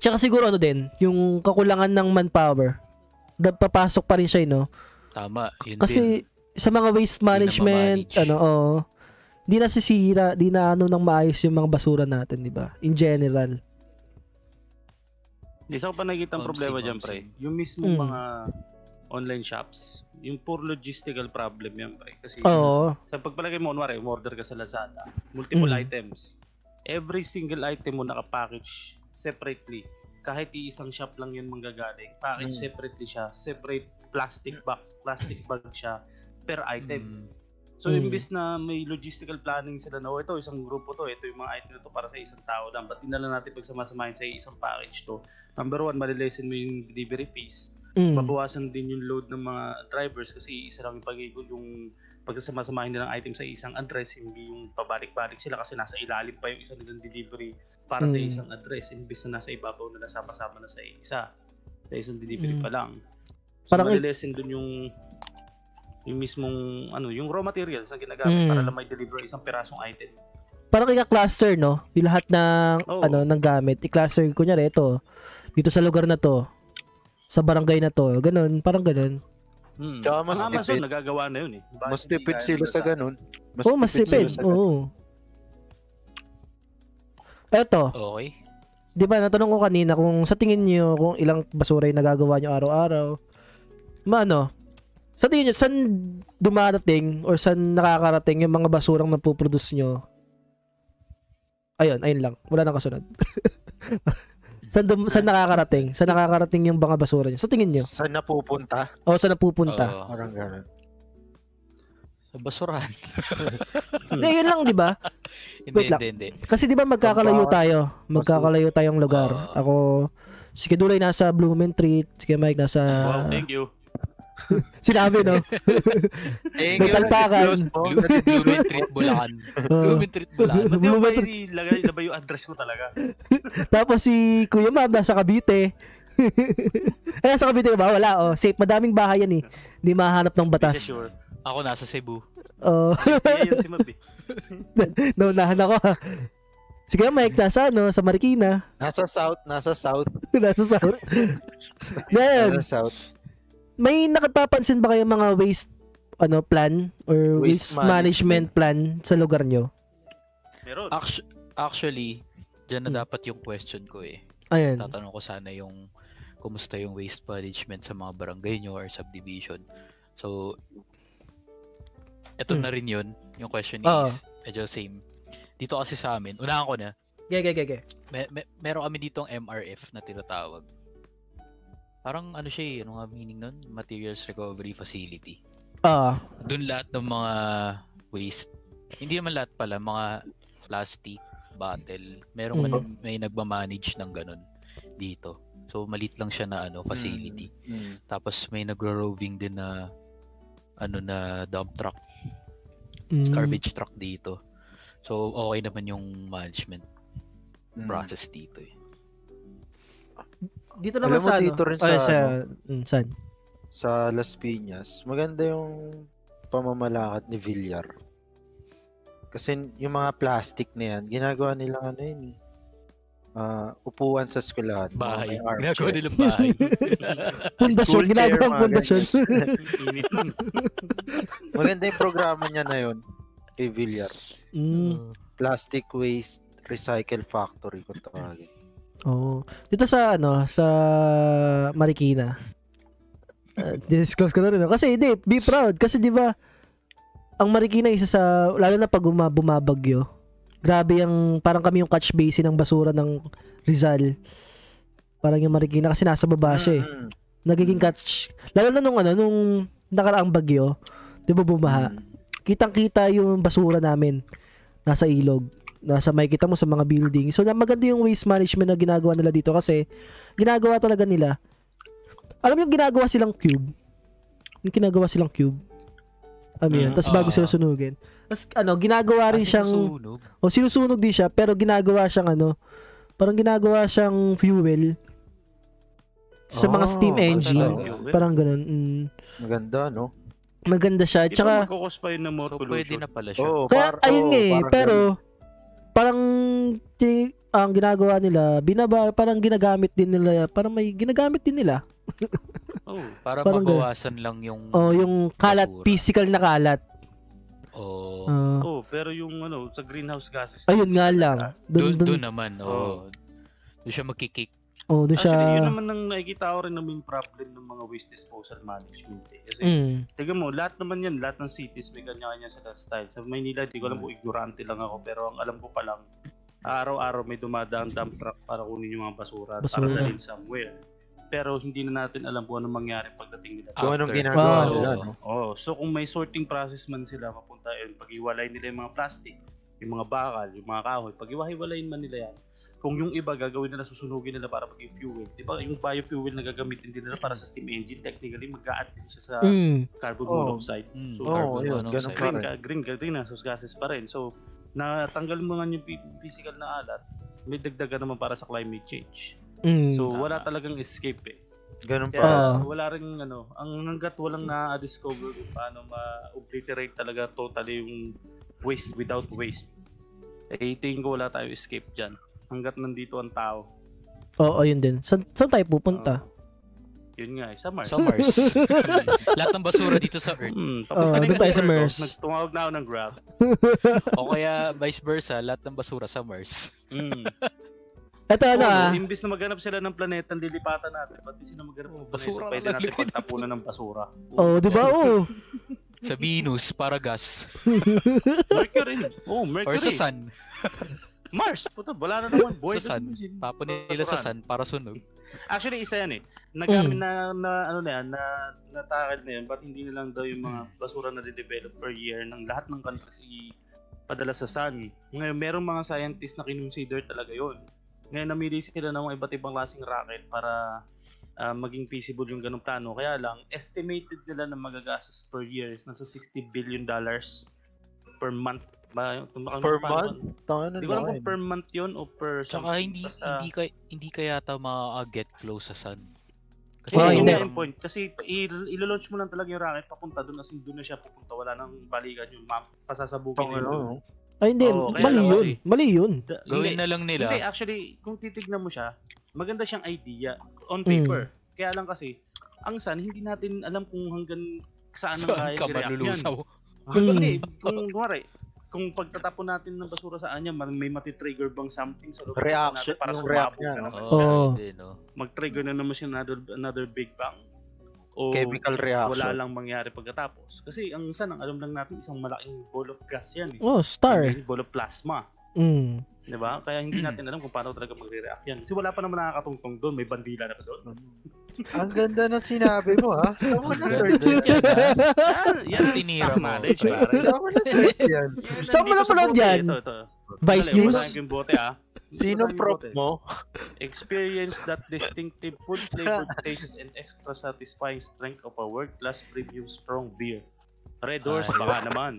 [SPEAKER 1] Tsaka siguro ano din, yung kakulangan ng manpower. Napapasok pa rin siya, eh, no?
[SPEAKER 3] Tama, yun din.
[SPEAKER 1] Kasi sa mga waste management,
[SPEAKER 3] na mamanage.
[SPEAKER 1] ano, oh, di nasisira, di na ano nang maayos yung mga basura natin, 'di ba? In general.
[SPEAKER 2] Hindi sa ko pa nakikita ang
[SPEAKER 3] Mamsi,
[SPEAKER 2] problema dyan,
[SPEAKER 3] mamsi.
[SPEAKER 2] pre. Yung mismo
[SPEAKER 1] Mm.
[SPEAKER 2] mga online shops, yung poor logistical problem yan, pre. Kasi
[SPEAKER 1] Oo.
[SPEAKER 2] sa pagpalagay mo, kunwari, umorder ka sa Lazada, multiple
[SPEAKER 1] Mm.
[SPEAKER 2] items. Every single item mo nakapackage separately. Kahit iisang shop lang yun manggagaling. Package
[SPEAKER 4] Mm.
[SPEAKER 2] separately siya. Separate plastic box, plastic bag siya per item.
[SPEAKER 3] Mm,
[SPEAKER 2] So
[SPEAKER 1] Mm.
[SPEAKER 2] imbis na may logistical planning sila na, oh, ito isang grupo to, ito yung mga item na to para sa isang tao lang. Ba't dinala natin pagsamasamahin sa isang package to? Number one, malilesen mo yung delivery fees.
[SPEAKER 1] Mm.
[SPEAKER 2] Mabawasan din yung load ng mga drivers kasi isa lang yung pag yung pagsasamasamahin nila ng item sa isang address, hindi yung pabalik-balik sila kasi nasa ilalim pa yung isa nilang delivery para sa
[SPEAKER 1] Mm.
[SPEAKER 2] isang address, imbis na nasa ibabaw na sama-sama na sa isa. Sa isang delivery
[SPEAKER 1] Mm.
[SPEAKER 2] pa lang. So,
[SPEAKER 1] Parang-
[SPEAKER 2] Parang malilesen dun yung yung mismong ano, yung raw materials na ginagamit
[SPEAKER 1] Mm.
[SPEAKER 2] para lang may deliver isang pirasong item.
[SPEAKER 1] Parang ika-cluster, no? Yung lahat ng,
[SPEAKER 2] Oo.
[SPEAKER 1] ano, ng gamit. I-cluster, kunyari, ito. Dito sa lugar na to. Sa barangay na to. Ganun, parang ganun.
[SPEAKER 2] Hmm.
[SPEAKER 4] Tsaka mas
[SPEAKER 2] Ang Amazon
[SPEAKER 4] tipid.
[SPEAKER 2] nagagawa na yun eh. Bakit
[SPEAKER 4] Mas
[SPEAKER 2] hindi
[SPEAKER 4] tipid
[SPEAKER 2] kaya
[SPEAKER 4] sila
[SPEAKER 2] nila
[SPEAKER 4] sa ganun. Mas
[SPEAKER 1] Oo, mas tipid.
[SPEAKER 4] sila sa ganun.
[SPEAKER 1] Oo. Eto,
[SPEAKER 3] Okay.
[SPEAKER 1] di ba natanong ko kanina kung sa tingin niyo kung ilang basura yung nagagawa niyo araw-araw. Maano, sa tingin niyo, saan dumarating or saan nakakarating yung mga basurang napoproduce niyo? Ayun, ayun lang. Wala nang kasunod. saan, dum- saan nakakarating? Saan nakakarating yung mga basura niyo? Sa tingin niyo?
[SPEAKER 4] Saan napupunta?
[SPEAKER 1] O saan napupunta?
[SPEAKER 3] Oo.
[SPEAKER 4] Parang ganun.
[SPEAKER 3] Sa basurahan.
[SPEAKER 1] Hindi, Eh, yun lang, di ba?
[SPEAKER 3] hindi,
[SPEAKER 1] Wait lang.
[SPEAKER 3] hindi, hindi.
[SPEAKER 1] Kasi di ba magkakalayo
[SPEAKER 4] Pambawa.
[SPEAKER 1] tayo? Magkakalayo tayong lugar.
[SPEAKER 3] Oo.
[SPEAKER 1] Ako, si Kidulay nasa Blooming Treat, si Kuya Mike nasa...
[SPEAKER 2] Wow, thank you.
[SPEAKER 1] Sinabi, no?
[SPEAKER 4] Thank
[SPEAKER 1] May palpakan.
[SPEAKER 4] Close mo.
[SPEAKER 3] Blue, Blooming Treat Bulacan.
[SPEAKER 1] Oo.
[SPEAKER 3] Blooming Treat Bulacan.
[SPEAKER 2] Ba't yung
[SPEAKER 1] Lumabas-
[SPEAKER 2] may lagay na ba yung address ko talaga?
[SPEAKER 1] Tapos si Kuya Mab nasa Cavite. eh, nasa Cavite ka ba? Wala, oh. Safe. Madaming bahay yan, eh. Hindi mahanap ng
[SPEAKER 2] Hindi
[SPEAKER 1] batas.
[SPEAKER 2] siya sure.
[SPEAKER 3] Ako nasa Cebu.
[SPEAKER 1] Oh,
[SPEAKER 2] Kaya yun si eh. Mabi.
[SPEAKER 1] naunahan ako. ha. Si Kuya Mike nasa, ano, sa Marikina.
[SPEAKER 4] Nasa south, nasa south,
[SPEAKER 1] nasa South. Yan.
[SPEAKER 4] nasa south.
[SPEAKER 1] May nakapapansin ba kayo mga waste ano plan or waste,
[SPEAKER 4] Waste
[SPEAKER 1] management plan sa lugar nyo?
[SPEAKER 2] Meron.
[SPEAKER 3] Actu- Actually, dyan
[SPEAKER 1] Hmm.
[SPEAKER 3] na dapat yung question ko eh.
[SPEAKER 1] Ayan.
[SPEAKER 3] Tatanong ko sana yung kumusta yung waste management sa mga barangay nyo or subdivision. So, eto
[SPEAKER 1] Hmm.
[SPEAKER 3] na rin yun. Yung question
[SPEAKER 1] Oo.
[SPEAKER 3] is, medyo same. Dito kasi sa amin, unahan ko na,
[SPEAKER 1] Gege, gege.
[SPEAKER 3] may, may, meron kami ditong MRF na tinatawag. Parang ano siya eh, ano nga meaning nun? Materials Recovery Facility.
[SPEAKER 1] Ah.
[SPEAKER 3] Doon lahat ng mga waste. Hindi naman lahat pala, mga plastic, bottle. Meron
[SPEAKER 1] Mm.
[SPEAKER 3] man- may nagmamanage ng ganun dito. So malit lang siya na ano
[SPEAKER 4] Mm.
[SPEAKER 3] facility. Tapos may nagro-roving din na ano na dump truck
[SPEAKER 1] mm,
[SPEAKER 3] garbage truck dito. So, okay naman yung management
[SPEAKER 4] Mm.
[SPEAKER 3] process dito eh.
[SPEAKER 1] Dito naman
[SPEAKER 4] Alam mo,
[SPEAKER 1] sa ano?
[SPEAKER 4] dito rin sa ano?
[SPEAKER 1] Ay, sa, mm, saan?
[SPEAKER 4] Sa Las Piñas, maganda yung pamamalakad ni Villar. Kasi yung mga plastic na yan, ginagawa nila ano yun eh. Ah, upuan sa eskwelahan. mga
[SPEAKER 3] Bahay.
[SPEAKER 4] may armchair.
[SPEAKER 3] Ginagawa nilang bahay.
[SPEAKER 1] Pundasyon.
[SPEAKER 4] School chair,
[SPEAKER 1] Ginagawang
[SPEAKER 4] mga
[SPEAKER 1] pundasyon.
[SPEAKER 4] ganyan.
[SPEAKER 2] Init lang.
[SPEAKER 4] maganda yung programa niya na yun kay Villar.
[SPEAKER 1] mm.
[SPEAKER 4] Plastic Waste Recycle Factory kung tawagin.
[SPEAKER 1] Oo. Dito sa ano, sa Marikina. Uh, disclose ko na rin. no? Kasi hindi, be proud. Kasi di ba, ang Marikina isa sa, lalo na pag uma- bumabagyo, grabe yung, parang kami yung catch basin ng basura ng Rizal. Parang yung Marikina kasi nasa baba siya eh.
[SPEAKER 4] Mm.
[SPEAKER 1] Nagiging catch. Lalo na nung ano, nung nakaraang bagyo, di ba bumaha?
[SPEAKER 4] Mm.
[SPEAKER 1] Kitang-kita yung basura namin nasa ilog nasa makikita mo sa mga building. So, na maganda yung waste management na ginagawa nila dito kasi ginagawa talaga nila. Alam mo yung ginagawa silang cube? Yung ginagawa silang cube. Alam mo yun?
[SPEAKER 4] Mm, Ah,
[SPEAKER 1] Tapos bago
[SPEAKER 3] ah.
[SPEAKER 1] sila sunugin. Tapos ano, ginagawa rin siyang...
[SPEAKER 3] Sunog.
[SPEAKER 1] O sinusunog din siya pero ginagawa siyang ano, parang ginagawa siyang fuel sa mga
[SPEAKER 4] Oh,
[SPEAKER 1] steam
[SPEAKER 4] ang
[SPEAKER 1] engine.
[SPEAKER 4] talaga.
[SPEAKER 1] Parang ganun. Mm.
[SPEAKER 4] Maganda, no?
[SPEAKER 1] Maganda siya.
[SPEAKER 2] Di ba
[SPEAKER 1] Tsaka,
[SPEAKER 2] magkukos pa yun ng more
[SPEAKER 3] So, pwede
[SPEAKER 2] pollution?
[SPEAKER 3] na pala siya.
[SPEAKER 4] Oo,
[SPEAKER 1] kaya
[SPEAKER 4] par-
[SPEAKER 1] ayun
[SPEAKER 4] oo,
[SPEAKER 1] nga eh,
[SPEAKER 4] parang
[SPEAKER 1] pero parang ti- ang ginagawa nila, binaba, parang ginagamit din nila, parang may ginagamit din nila. Ah.
[SPEAKER 2] Oh.
[SPEAKER 3] Para
[SPEAKER 1] parang ganun.
[SPEAKER 3] mabawasan lang yung...
[SPEAKER 1] O
[SPEAKER 2] Mm.
[SPEAKER 1] yung kalat,
[SPEAKER 3] Basura.
[SPEAKER 1] physical na kalat.
[SPEAKER 3] Oh,
[SPEAKER 1] Ah,
[SPEAKER 2] Oh, pero yung ano, sa greenhouse gases.
[SPEAKER 1] ayun nga lang. Doon,
[SPEAKER 3] doon,
[SPEAKER 1] doon,
[SPEAKER 3] doon naman. Oh. Doon siya magkikik.
[SPEAKER 1] oh, doon siya.
[SPEAKER 2] Actually, yun naman ang nakikita ko rin na main problem ng mga waste disposal management. Eh. Kasi,
[SPEAKER 1] Mm.
[SPEAKER 2] tignan mo, lahat naman yan, lahat ng cities may kanya-kanya sila style. Sa Maynila, di
[SPEAKER 1] Mm.
[SPEAKER 2] ko alam kung ignorante lang ako, pero ang alam ko pa lang, araw-araw may dumadaang dump truck para kunin yung mga basura,
[SPEAKER 1] Basura.
[SPEAKER 2] para dalhin somewhere. pero hindi na natin alam kung anong mangyari pagdating nila.
[SPEAKER 4] Kung anong
[SPEAKER 3] After.
[SPEAKER 4] ginagawa
[SPEAKER 1] Wow.
[SPEAKER 4] nila, no?
[SPEAKER 2] Oh, so kung may sorting process man sila mapunta yun, pag-iwalay nila yung mga plastic, yung mga bakal, yung mga kahoy, pag-iwahiwalayin man nila yan. Kung yung iba gagawin nila, susunugin nila para maging fuel. Di ba yung biofuel na gagamitin din nila para sa steam engine, technically mag-a-add din siya sa
[SPEAKER 1] Mm.
[SPEAKER 2] carbon
[SPEAKER 4] Oh.
[SPEAKER 2] monoxide.
[SPEAKER 3] Mm,
[SPEAKER 2] So,
[SPEAKER 4] Oo,
[SPEAKER 3] carbon
[SPEAKER 4] yun,
[SPEAKER 3] monoxide.
[SPEAKER 2] green,
[SPEAKER 4] ganun pa
[SPEAKER 2] ka, green, ka- green, green, gases pa rin. So, natanggal mo nga yung phy- physical na alat, may dagdagan naman para sa climate change.
[SPEAKER 1] Mm.
[SPEAKER 2] So,
[SPEAKER 3] Tama.
[SPEAKER 2] wala talagang escape eh.
[SPEAKER 4] Ganun pa.
[SPEAKER 1] Ah.
[SPEAKER 2] Kaya wala rin ano, ang hanggat walang na-discover kung paano ma-obliterate talaga totally yung waste without waste. Eh, tingin ko wala tayo escape dyan. Hanggat nandito ang tao.
[SPEAKER 1] Oo, yun din. San, saan tayo pupunta?
[SPEAKER 2] Yun nga, eh, sa Mars.
[SPEAKER 3] Sa Mars. Mm. Lahat ng basura dito sa Earth.
[SPEAKER 2] Hmm,
[SPEAKER 1] Oo,
[SPEAKER 2] na
[SPEAKER 1] doon tayo sa
[SPEAKER 2] yung Earth,
[SPEAKER 1] Mars.
[SPEAKER 2] oh. Nagtumawag na ako ng Grab. Ah.
[SPEAKER 3] O kaya vice versa, lahat ng basura sa Mars.
[SPEAKER 2] Mm.
[SPEAKER 1] Ito ano ah.
[SPEAKER 2] imbis na maghanap sila ng planeta, ang lilipatan natin. Pati sila maghanap ng
[SPEAKER 3] Oh, basura
[SPEAKER 2] planeta, pwede
[SPEAKER 3] lang
[SPEAKER 2] natin
[SPEAKER 3] lagay natin.
[SPEAKER 2] pagtapunan ng basura.
[SPEAKER 1] Oo, di ba? Oo.
[SPEAKER 3] Sa Venus, para gas.
[SPEAKER 2] Mercury. Oh,
[SPEAKER 3] Or
[SPEAKER 2] Mercury.
[SPEAKER 3] sa Sun.
[SPEAKER 2] Mars. Puta, wala na naman. Boy,
[SPEAKER 3] Sa sun. Tapon nila sa Sun para sunog.
[SPEAKER 2] Actually, isa yan eh.
[SPEAKER 3] Mm.
[SPEAKER 2] Nagamit na, na, ano na yan, na, natakal na yan, ba't hindi na lang daw yung mga
[SPEAKER 3] Mm.
[SPEAKER 2] basura na de-develop per year ng lahat ng countries ipadala sa sun. Ngayon, merong mga scientists na kinonsider talaga yon. Ngayon, namili sila ng mga iba't ibang klaseng rocket para ah, maging feasible yung ganung plano. Kaya lang, estimated nila na magagastos per year is nasa 60 billion dollars per month. Ba, tumakal-
[SPEAKER 4] Per
[SPEAKER 2] paano
[SPEAKER 4] month?
[SPEAKER 2] ba?
[SPEAKER 4] Tangan na
[SPEAKER 2] Hindi ko alam
[SPEAKER 4] lang.
[SPEAKER 2] kung per month yun o per
[SPEAKER 3] Ano Tsaka hindi
[SPEAKER 2] Basta-
[SPEAKER 3] hindi kay hindi kaya yata ma-get close sa Sun. Kasi
[SPEAKER 1] Oh,
[SPEAKER 2] Kasi yun
[SPEAKER 1] hindi.
[SPEAKER 2] nga yung point. Kasi i- ilo-launch mo lang talaga yung rocket papunta doon as in doon na siya pupunta. Wala nang balikan yung map. Pasasabugin na yun.
[SPEAKER 4] Tangan
[SPEAKER 1] Ay, hindi.
[SPEAKER 2] Oo, kaya eh.
[SPEAKER 1] mali
[SPEAKER 2] lang
[SPEAKER 1] yun.
[SPEAKER 2] kasi-
[SPEAKER 1] Mali yun.
[SPEAKER 2] Da-
[SPEAKER 3] Gawin
[SPEAKER 2] hindi.
[SPEAKER 3] na lang nila.
[SPEAKER 2] Hindi, actually, kung titignan mo siya, maganda siyang idea on
[SPEAKER 1] Mm.
[SPEAKER 2] paper. Kaya lang kasi, ang sun, hindi natin alam kung hanggang
[SPEAKER 4] ano
[SPEAKER 2] saan ang
[SPEAKER 3] Saan
[SPEAKER 2] kaya
[SPEAKER 3] ka
[SPEAKER 2] i-react yan.
[SPEAKER 3] malulusaw?
[SPEAKER 1] Mm.
[SPEAKER 2] Hindi, kung kumari, kung pagtatapon natin ng basura sa anya, may matitrigger bang something sa loob ng
[SPEAKER 4] Reaction,
[SPEAKER 2] natin para
[SPEAKER 4] yung
[SPEAKER 2] sumabog
[SPEAKER 4] react niya,
[SPEAKER 2] na
[SPEAKER 4] no?
[SPEAKER 2] naman.
[SPEAKER 3] Oo.
[SPEAKER 1] Oo.
[SPEAKER 3] dahil din, oh.
[SPEAKER 2] Mag-trigger na naman siya another, another big bang. O,
[SPEAKER 4] Chemical reaction.
[SPEAKER 2] wala lang mangyari pagkatapos. Kasi ang isa ang alam lang natin isang malaking ball of gas yan eh.
[SPEAKER 1] Oh, star.
[SPEAKER 2] Hindi, ball of plasma.
[SPEAKER 1] Mm.
[SPEAKER 2] 'Di ba? Kaya hindi
[SPEAKER 1] Hmm.
[SPEAKER 2] natin alam kung paano talaga magre-react yan. Kasi wala pa naman nakakatungtong doon. May bandila na pa doon.
[SPEAKER 3] Hmm.
[SPEAKER 4] Ang ganda ng sinabi mo, ha? Saan mo
[SPEAKER 3] Ang
[SPEAKER 4] na
[SPEAKER 3] ganda
[SPEAKER 4] search
[SPEAKER 3] yan,
[SPEAKER 4] yan?
[SPEAKER 3] ah.
[SPEAKER 2] Yan, yan ang
[SPEAKER 3] Tinira
[SPEAKER 2] stock
[SPEAKER 3] mo.
[SPEAKER 2] knowledge.
[SPEAKER 3] Pre.
[SPEAKER 2] pare.
[SPEAKER 4] Saan mo na search yan?
[SPEAKER 2] Yan,
[SPEAKER 1] Saan mo
[SPEAKER 2] nandito sa
[SPEAKER 1] napanood
[SPEAKER 2] bote.
[SPEAKER 1] yan?
[SPEAKER 2] Ito, ito.
[SPEAKER 1] Vice
[SPEAKER 2] Dali,
[SPEAKER 1] News?
[SPEAKER 2] basahin ko yung bote, ah.
[SPEAKER 4] Sino
[SPEAKER 2] Basahin ko yung
[SPEAKER 4] prop
[SPEAKER 2] bote.
[SPEAKER 4] mo?
[SPEAKER 2] Experience that distinctive food flavored taste and extra satisfying strength of a world-class premium strong beer. Red Horse,
[SPEAKER 3] Ay.
[SPEAKER 2] baka naman.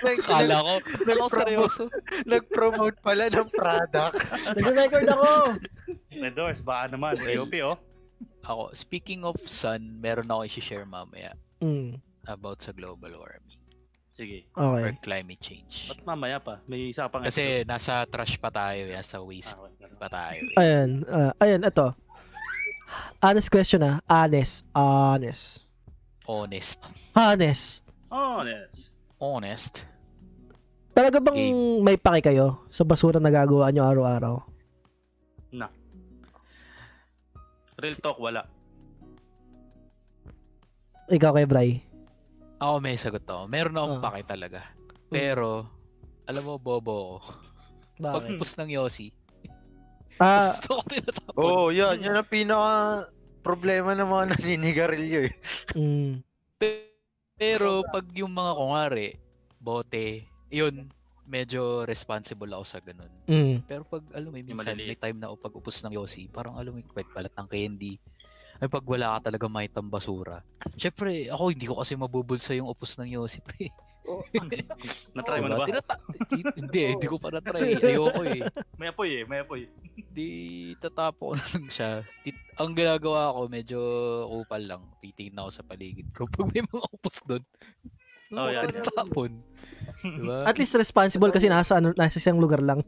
[SPEAKER 3] Akala ko, akala ko
[SPEAKER 4] nag-promote.
[SPEAKER 3] seryoso.
[SPEAKER 4] Nag-promote pala ng product.
[SPEAKER 1] Nag-record ako.
[SPEAKER 2] Red Horse, baka naman. AOP, oh.
[SPEAKER 3] Ako, speaking of sun, meron ako i-share mamaya
[SPEAKER 1] Mm.
[SPEAKER 3] about sa global warming
[SPEAKER 2] Sige.
[SPEAKER 1] Okay.
[SPEAKER 3] or climate change.
[SPEAKER 2] At mamaya pa, may isa pang
[SPEAKER 3] Kasi nasa trash pa tayo, yeah, sa waste
[SPEAKER 2] Ah, okay.
[SPEAKER 3] pa tayo. eh.
[SPEAKER 1] Ayan. ah, ayan, ito. Honest question ah. Honest. Honest.
[SPEAKER 3] Honest.
[SPEAKER 1] Honest.
[SPEAKER 2] Oh, Honest.
[SPEAKER 3] Honest.
[SPEAKER 1] Talaga bang may pake kayo sa basura na gagawa nyo araw-araw?
[SPEAKER 2] Real talk, wala.
[SPEAKER 1] Ikaw kay Bray.
[SPEAKER 3] Ako may sagot ako. Meron
[SPEAKER 1] Ah.
[SPEAKER 3] akong
[SPEAKER 1] Hmm.
[SPEAKER 3] pake talaga. Pero, alam mo, bobo ako.
[SPEAKER 1] Bakit?
[SPEAKER 3] Pagpus ng Yossi,
[SPEAKER 1] Ah,
[SPEAKER 3] gusto ko tinatapon.
[SPEAKER 4] Oo, oh, yan. Yan ang pinaka problema ng mga naninigarilyo eh.
[SPEAKER 1] mm,
[SPEAKER 3] Pe- Pero pag yung mga kungari, bote, yun, medyo responsible ako sa ganun.
[SPEAKER 1] mm,
[SPEAKER 3] Pero pag, alam mo, yun,
[SPEAKER 2] Yung
[SPEAKER 3] minsan
[SPEAKER 2] maliliit.
[SPEAKER 3] may time na pag upos ng Yossi, parang alam mo, yung kahit balat ng candy, ay pag wala ka talaga may tambasura. Siyempre, ako hindi ko kasi mabubulsa yung upos ng Yossi. pre.
[SPEAKER 2] Natry mo na ba? Oh.
[SPEAKER 3] Diba? Tinata- Hi- hindi, hindi ko pa na-try. Ayoko eh.
[SPEAKER 2] May apoy eh, may apoy.
[SPEAKER 3] Di tatapo ko na lang siya. Tit- ang ginagawa ko, medyo kupal lang. Titingin ako sa paligid ko. Pag may mga upos doon,
[SPEAKER 2] Oh, yan.
[SPEAKER 3] tapon. Diba?
[SPEAKER 1] At least responsible kasi nasa, ano, nasa isang lugar lang.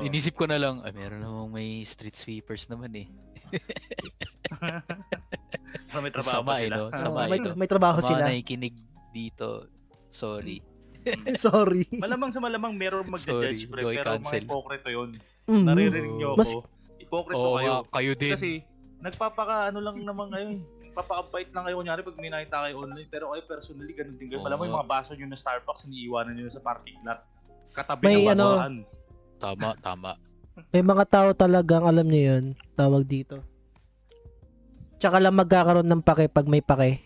[SPEAKER 2] Oo.
[SPEAKER 3] Inisip ko na lang, ay meron namang may street sweepers naman eh.
[SPEAKER 2] Para may trabaho
[SPEAKER 3] Sama
[SPEAKER 2] pa
[SPEAKER 3] eh,
[SPEAKER 2] sila.
[SPEAKER 3] no?
[SPEAKER 1] Oo,
[SPEAKER 3] Sama
[SPEAKER 1] may,
[SPEAKER 3] ito.
[SPEAKER 1] may trabaho
[SPEAKER 3] Mga
[SPEAKER 1] sila.
[SPEAKER 3] nakikinig dito, sorry.
[SPEAKER 2] Mm,
[SPEAKER 1] Sorry.
[SPEAKER 2] Malamang sa malamang merong magja-judge
[SPEAKER 3] Sorry,
[SPEAKER 2] pre,
[SPEAKER 3] Joy
[SPEAKER 2] pero mga
[SPEAKER 3] cancel.
[SPEAKER 2] hipokrito yun.
[SPEAKER 1] Mm.
[SPEAKER 2] Naririnig niyo
[SPEAKER 1] Mas-
[SPEAKER 2] ako. Hipokrito
[SPEAKER 3] Oo,
[SPEAKER 2] kayo.
[SPEAKER 3] nga, kayo din.
[SPEAKER 2] Kasi nagpapaka ano lang naman kayo eh. Papakabait lang kayo kunyari pag may nakita kayo online pero kayo personally ganun din kayo.
[SPEAKER 3] Oo.
[SPEAKER 2] Alam mo yung mga baso nyo na Starbucks iniiwanan nyo sa parking lot. Katabi
[SPEAKER 1] May
[SPEAKER 2] ng
[SPEAKER 1] ano-
[SPEAKER 2] basurahan.
[SPEAKER 3] Tama, tama.
[SPEAKER 1] May mga tao talagang alam niyo yun, tawag dito. Tsaka lang magkakaroon ng pake pag may pake.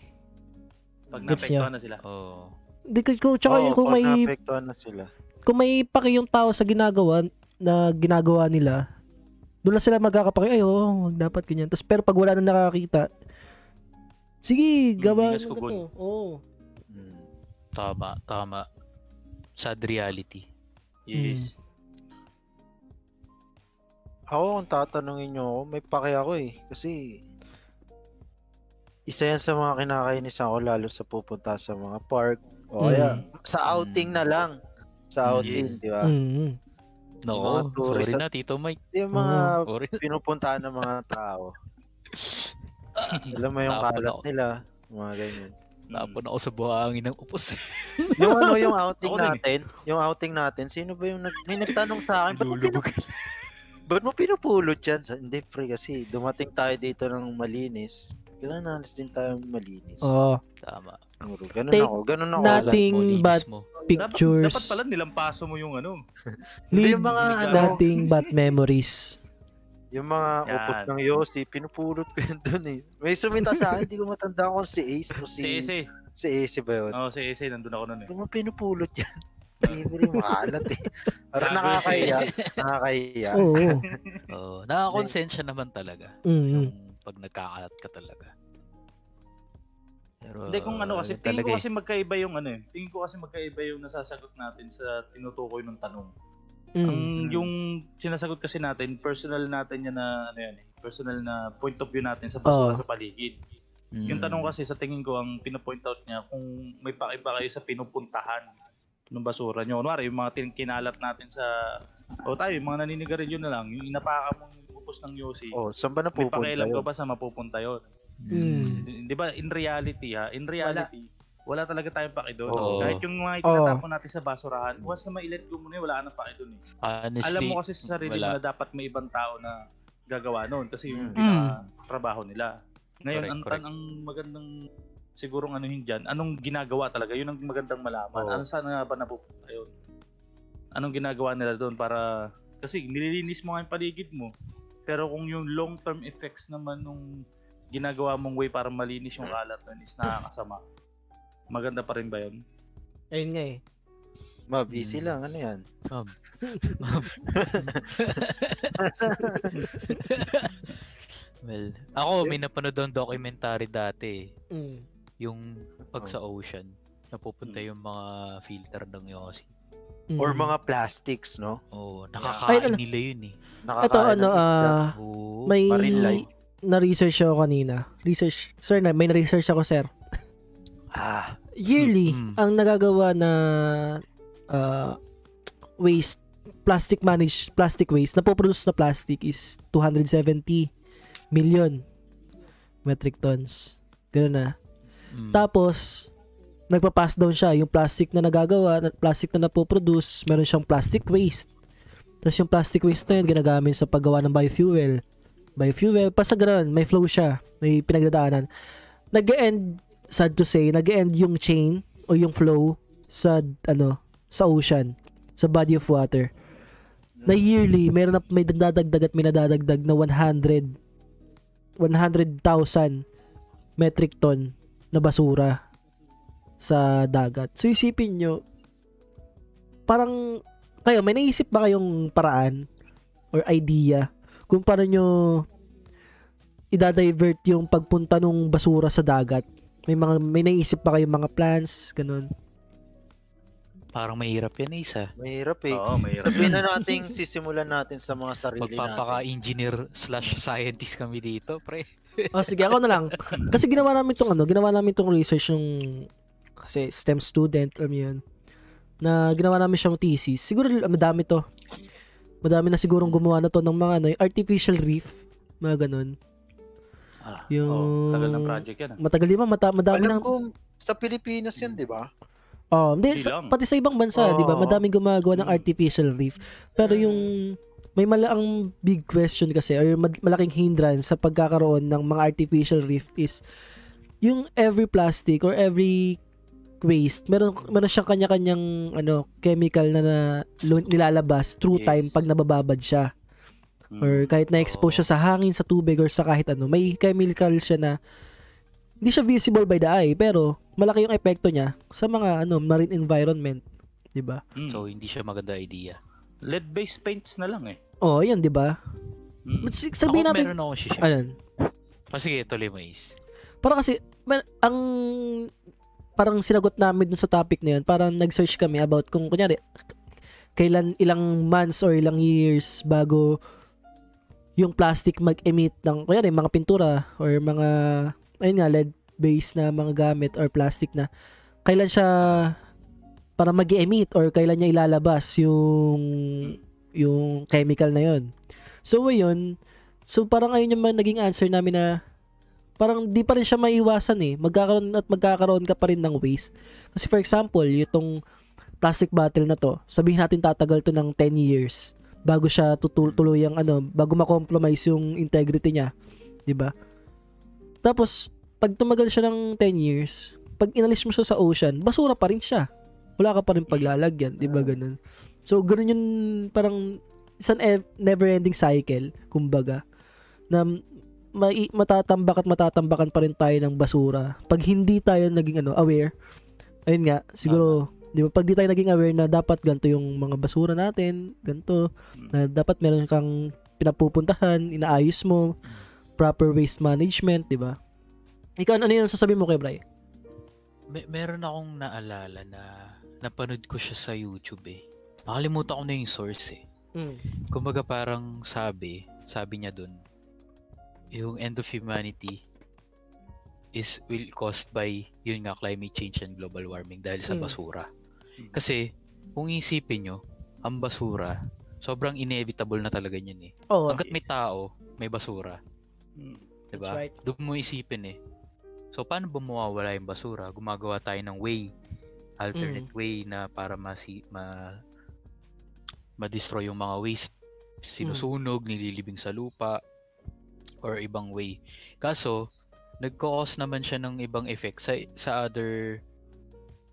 [SPEAKER 2] Pag
[SPEAKER 1] Gets
[SPEAKER 2] naapektuhan na sila.
[SPEAKER 3] Oo.
[SPEAKER 1] Hindi ko, ko- tsaka
[SPEAKER 4] Oo,
[SPEAKER 1] yung kung
[SPEAKER 4] pag
[SPEAKER 1] may,
[SPEAKER 4] naapektuhan na sila.
[SPEAKER 1] kung may pake yung tao sa ginagawa, na ginagawa nila, doon lang sila magkakapake, ay oo, wag dapat ganyan. Tapos, pero pag wala na nakakita, sige,
[SPEAKER 2] Hmm,
[SPEAKER 1] gawa
[SPEAKER 2] bigas
[SPEAKER 1] nyo na
[SPEAKER 2] kugon.
[SPEAKER 1] to. Oo.
[SPEAKER 4] Mm.
[SPEAKER 3] Tama, tama. Sad reality.
[SPEAKER 2] Yes. Hmm.
[SPEAKER 3] Hmm.
[SPEAKER 4] Ako, kung tatanungin nyo ako, may pake ako eh. Kasi, isa yan sa mga kinakainis ako, lalo sa pupunta sa mga park.
[SPEAKER 1] Mm.
[SPEAKER 4] O kaya, sa outing na lang.
[SPEAKER 3] Mm,
[SPEAKER 4] Sa outing,
[SPEAKER 2] yes.
[SPEAKER 4] di ba?
[SPEAKER 1] Mm.
[SPEAKER 3] No,
[SPEAKER 4] Mga tourist
[SPEAKER 3] sorry
[SPEAKER 4] at-
[SPEAKER 3] na Tito Mike.
[SPEAKER 4] Yung mga
[SPEAKER 3] Sorry.
[SPEAKER 4] pinupuntahan ng mga tao. Alam mo yung
[SPEAKER 3] Tapon
[SPEAKER 4] kalat
[SPEAKER 3] ako.
[SPEAKER 4] nila. Mga ganyan.
[SPEAKER 3] Napon ako sa buhangin ng upos.
[SPEAKER 4] Yung ano, yung outing
[SPEAKER 2] Ako din eh.
[SPEAKER 4] natin, yung outing natin, sino ba yung nag, may nagtanong
[SPEAKER 2] Ano?
[SPEAKER 4] sa akin, ba't mo, pinup-
[SPEAKER 3] Nilulubog.
[SPEAKER 4] ba't mo pinupulot yan? Sa- Hindi pre, kasi dumating tayo dito ng malinis. Kailangan naalis din tayo ng malinis.
[SPEAKER 1] Oo.
[SPEAKER 3] Tama.
[SPEAKER 4] Siguro. Ganun
[SPEAKER 1] Take
[SPEAKER 4] ako, ganun ako.
[SPEAKER 1] na-
[SPEAKER 4] Na-
[SPEAKER 1] Nothing
[SPEAKER 3] Wala,
[SPEAKER 1] but
[SPEAKER 3] mo.
[SPEAKER 2] Dapat,
[SPEAKER 1] Pictures.
[SPEAKER 2] dapat pala nilampaso mo yung ano.
[SPEAKER 4] Hindi,
[SPEAKER 1] Leave
[SPEAKER 4] yung mga ano,
[SPEAKER 1] nothing but memories.
[SPEAKER 4] yung mga
[SPEAKER 2] Yan.
[SPEAKER 4] upos ng Yossi, pinupulot ko yun dun eh. May sumita sa akin, hindi ko matanda kung si Ace o si,
[SPEAKER 2] Si Ese.
[SPEAKER 4] si Ace ba yun.
[SPEAKER 2] Oo, si Ese. Nandun ako nun eh.
[SPEAKER 4] Ano mo pinupulot yan? Libre, makalat eh. Parang
[SPEAKER 2] Gago si
[SPEAKER 4] nakakahiya. Nakakahiya.
[SPEAKER 1] Oo.
[SPEAKER 3] Oo, nakakonsensya naman talaga.
[SPEAKER 1] Mm.
[SPEAKER 4] Hmm.
[SPEAKER 3] Yung pag nagkakalat ka talaga. Pero,
[SPEAKER 2] Hindi kung ano kasi,
[SPEAKER 3] yun
[SPEAKER 2] tingin
[SPEAKER 3] talaga
[SPEAKER 2] ko
[SPEAKER 3] eh.
[SPEAKER 2] kasi magkaiba yung ano eh. Tingin ko kasi magkaiba yung nasasagot natin sa tinutukoy ng tanong.
[SPEAKER 3] Hmm.
[SPEAKER 2] Ang
[SPEAKER 1] Mm.
[SPEAKER 2] yung sinasagot kasi natin, personal natin yan na ano yan eh, personal na point of view natin sa
[SPEAKER 1] Oo.
[SPEAKER 2] basura sa paligid.
[SPEAKER 3] Mm.
[SPEAKER 2] Yung tanong kasi sa tingin ko ang pinapoint out niya kung may pakiba kayo sa pinupuntahan ng basura nyo. Kunwari, yung mga tin- kinalat natin sa... O tayo, yung mga naninigarin yun na lang. Yung inapaka mong upos ng Yossi.
[SPEAKER 4] Oh, saan ba
[SPEAKER 2] may
[SPEAKER 4] napupunta
[SPEAKER 2] pakialam ka
[SPEAKER 4] yun?
[SPEAKER 2] ba sa mapupunta yun?
[SPEAKER 4] Hmm.
[SPEAKER 1] Mm.
[SPEAKER 2] Di ba, in reality ha, in reality, wala, talaga tayong paki doon.
[SPEAKER 3] Oo.
[SPEAKER 2] Kahit yung
[SPEAKER 1] Oo.
[SPEAKER 2] mga itinatapon natin sa basurahan, once na mailet ko muna yun, wala ka ng paki doon eh.
[SPEAKER 3] Honestly,
[SPEAKER 2] Alam mo kasi sa sarili mo
[SPEAKER 3] wala.
[SPEAKER 2] na dapat may ibang tao na gagawa noon kasi yun yung
[SPEAKER 4] Mm.
[SPEAKER 2] pinaka- trabaho nila. Ngayon,
[SPEAKER 3] Correct,
[SPEAKER 2] ang,
[SPEAKER 3] correct.
[SPEAKER 2] ang magandang siguro ano yun dyan, anong ginagawa talaga, yun ang magandang malaman.
[SPEAKER 4] Oo.
[SPEAKER 2] Ano saan nga ba napupunta yun? Anong ginagawa nila doon para, kasi nililinis mo nga yung paligid mo. Pero kung yung long-term effects naman nung ginagawa mong way para malinis yung kalat nun is nakakasama. Maganda pa rin ba yun?
[SPEAKER 1] Ayun nga eh.
[SPEAKER 4] Ma, busy
[SPEAKER 1] Hmm.
[SPEAKER 4] lang. Ano yan?
[SPEAKER 3] well, ako may napanood akong documentary dati eh.
[SPEAKER 1] Mm.
[SPEAKER 3] Yung pag sa ocean, napupunta
[SPEAKER 2] Mm.
[SPEAKER 3] yung mga filter ng Yossi.
[SPEAKER 1] Mm.
[SPEAKER 4] Oh. Or mga plastics, no?
[SPEAKER 3] Oo, oh,
[SPEAKER 1] Ay,
[SPEAKER 3] nakakain
[SPEAKER 1] ala-
[SPEAKER 3] nila yun eh.
[SPEAKER 1] Ito
[SPEAKER 4] Nakakain
[SPEAKER 1] ano,
[SPEAKER 4] ng isda.
[SPEAKER 1] ah,
[SPEAKER 3] Oo.
[SPEAKER 1] may
[SPEAKER 4] Marine life.
[SPEAKER 1] na-research ako kanina. Research, sir, na, may na-research ako, sir.
[SPEAKER 4] Ah,
[SPEAKER 1] Yearly,
[SPEAKER 3] Mm, mm.
[SPEAKER 1] ang nagagawa na ah, waste, plastic manage, plastic waste, napoproduce na plastic is 270 million metric tons. Ganun na.
[SPEAKER 3] Mm.
[SPEAKER 1] Tapos, nagpa-pass down siya. Yung plastic na nagagawa, na- plastic na napoproduce, meron siyang plastic waste. Tapos yung plastic waste na yun, ginagamit sa paggawa ng biofuel. Biofuel, pa sa ganun, may flow siya. May pinagdadaanan. Nag-end, sad to say, nag-end yung chain o yung flow sa, ano, sa ocean, sa body of water. Na yearly, meron na, may dadagdag at may nadadagdag na 100 100,000 metric ton na basura sa dagat. So isipin nyo, parang kayo, may naisip ba kayong paraan or idea kung paano nyo idadivert yung pagpunta ng basura sa dagat? May mga may naisip ba kayong mga plans, ganun?
[SPEAKER 3] Parang mahirap yan isa.
[SPEAKER 4] mahirap eh.
[SPEAKER 2] Oo, mahirap
[SPEAKER 4] Sabihin na natin, sisimulan natin sa mga sarili natin.
[SPEAKER 3] Magpapaka-engineer slash scientist kami dito, pre.
[SPEAKER 1] Oh, sige, ako na lang. Kasi ginawa namin tong ano, ginawa namin tong research yung kasi STEM student, alam niyo yun, na ginawa namin siyang thesis. Siguro ah, madami to. Madami na sigurong gumawa na to ng mga ano, yung artificial reef, mga ganun.
[SPEAKER 4] Ah,
[SPEAKER 1] yung
[SPEAKER 2] Oo, tagal ng project yan. ah.
[SPEAKER 1] Matagal din ba? Mata, madami
[SPEAKER 4] Alam
[SPEAKER 1] ng...
[SPEAKER 4] ko, sa Pilipinas yan, di ba?
[SPEAKER 1] Oh, hindi,
[SPEAKER 2] Hindi
[SPEAKER 1] sa,
[SPEAKER 2] lang.
[SPEAKER 1] pati sa ibang bansa,
[SPEAKER 4] Oo.
[SPEAKER 1] 'di ba? Madaming gumagawa ng
[SPEAKER 4] Mm.
[SPEAKER 1] artificial reef. Pero yung may mala ang big question kasi or mad- malaking hindrance sa pagkakaroon ng mga artificial reef is yung every plastic or every waste, meron meron siyang kanya-kanyang ano, chemical na, na lu- nilalabas through
[SPEAKER 2] Yes.
[SPEAKER 1] time pag nabababad siya.
[SPEAKER 3] Mm.
[SPEAKER 1] or kahit na-expose siya sa hangin, sa tubig, or sa kahit ano, may chemical siya na hindi siya visible by the eye, pero malaki yung epekto niya sa mga ano marine environment, 'di ba?
[SPEAKER 2] So,
[SPEAKER 3] So, hindi siya maganda idea.
[SPEAKER 2] Hmm. lead-based paints na lang eh.
[SPEAKER 1] Oh, 'yun 'di ba?
[SPEAKER 2] Mm.
[SPEAKER 1] But si- sabihin
[SPEAKER 3] ako,
[SPEAKER 1] natin,
[SPEAKER 3] meron akong share.
[SPEAKER 1] ano,
[SPEAKER 3] Oh, sige, tuloy mo is.
[SPEAKER 1] Parang kasi, man, ang parang sinagot namin dun sa topic na yun, parang nag-search kami about kung kunyari, k- kailan ilang months or ilang years bago yung plastic mag-emit ng, kunyari, mga pintura or mga, ayun nga, lead based na mga gamit or plastic na, kailan siya para mag emit or kailan niya ilalabas yung yung chemical na yun. So, yun, so parang ayun yung mga naging answer namin na parang di pa rin siya maiwasan eh. Magkakaroon at magkakaroon ka pa rin ng waste. Kasi for example, itong plastic bottle na to, sabihin natin tatagal to ng 10 years bago siya tutuloy ang ano, bago makompromise yung integrity niya, 'di ba? Tapos pag tumagal siya ng 10 years, pag inalis mo siya sa ocean, basura pa rin siya. Wala ka pa rin paglalagyan, 'di ba ganun? So ganun yung parang isang never-ending cycle, kumbaga, na mai- matatambak at matatambakan pa rin tayo ng basura pag hindi tayo naging ano aware ayun nga siguro di ba pag di tayo naging aware na dapat ganito yung mga basura natin ganito na dapat meron kang pinapupuntahan inaayos mo proper waste management di ba ikaw ano yung sasabihin mo kay Bray
[SPEAKER 3] May, meron akong naalala na napanood ko siya sa YouTube eh. Nakalimutan ko na yung source eh. Kumbaga parang sabi, sabi niya dun, yung end of humanity is will caused by yun nga climate change and global warming dahil sa
[SPEAKER 1] Mm.
[SPEAKER 3] basura. Kasi kung isipin nyo, ang basura, sobrang inevitable na talaga yun eh.
[SPEAKER 1] oh
[SPEAKER 3] Hanggat may tao, may basura.
[SPEAKER 2] Mm.
[SPEAKER 3] Diba?
[SPEAKER 1] That's right.
[SPEAKER 3] Doon mo isipin eh. So, paano ba mawawala yung basura? Gumagawa tayo ng way, alternate way na para masi, ma, ma-destroy yung mga waste. Sinusunog, nililibing sa lupa, or ibang way. Kaso, nagko-cause naman siya ng ibang effect sa, sa other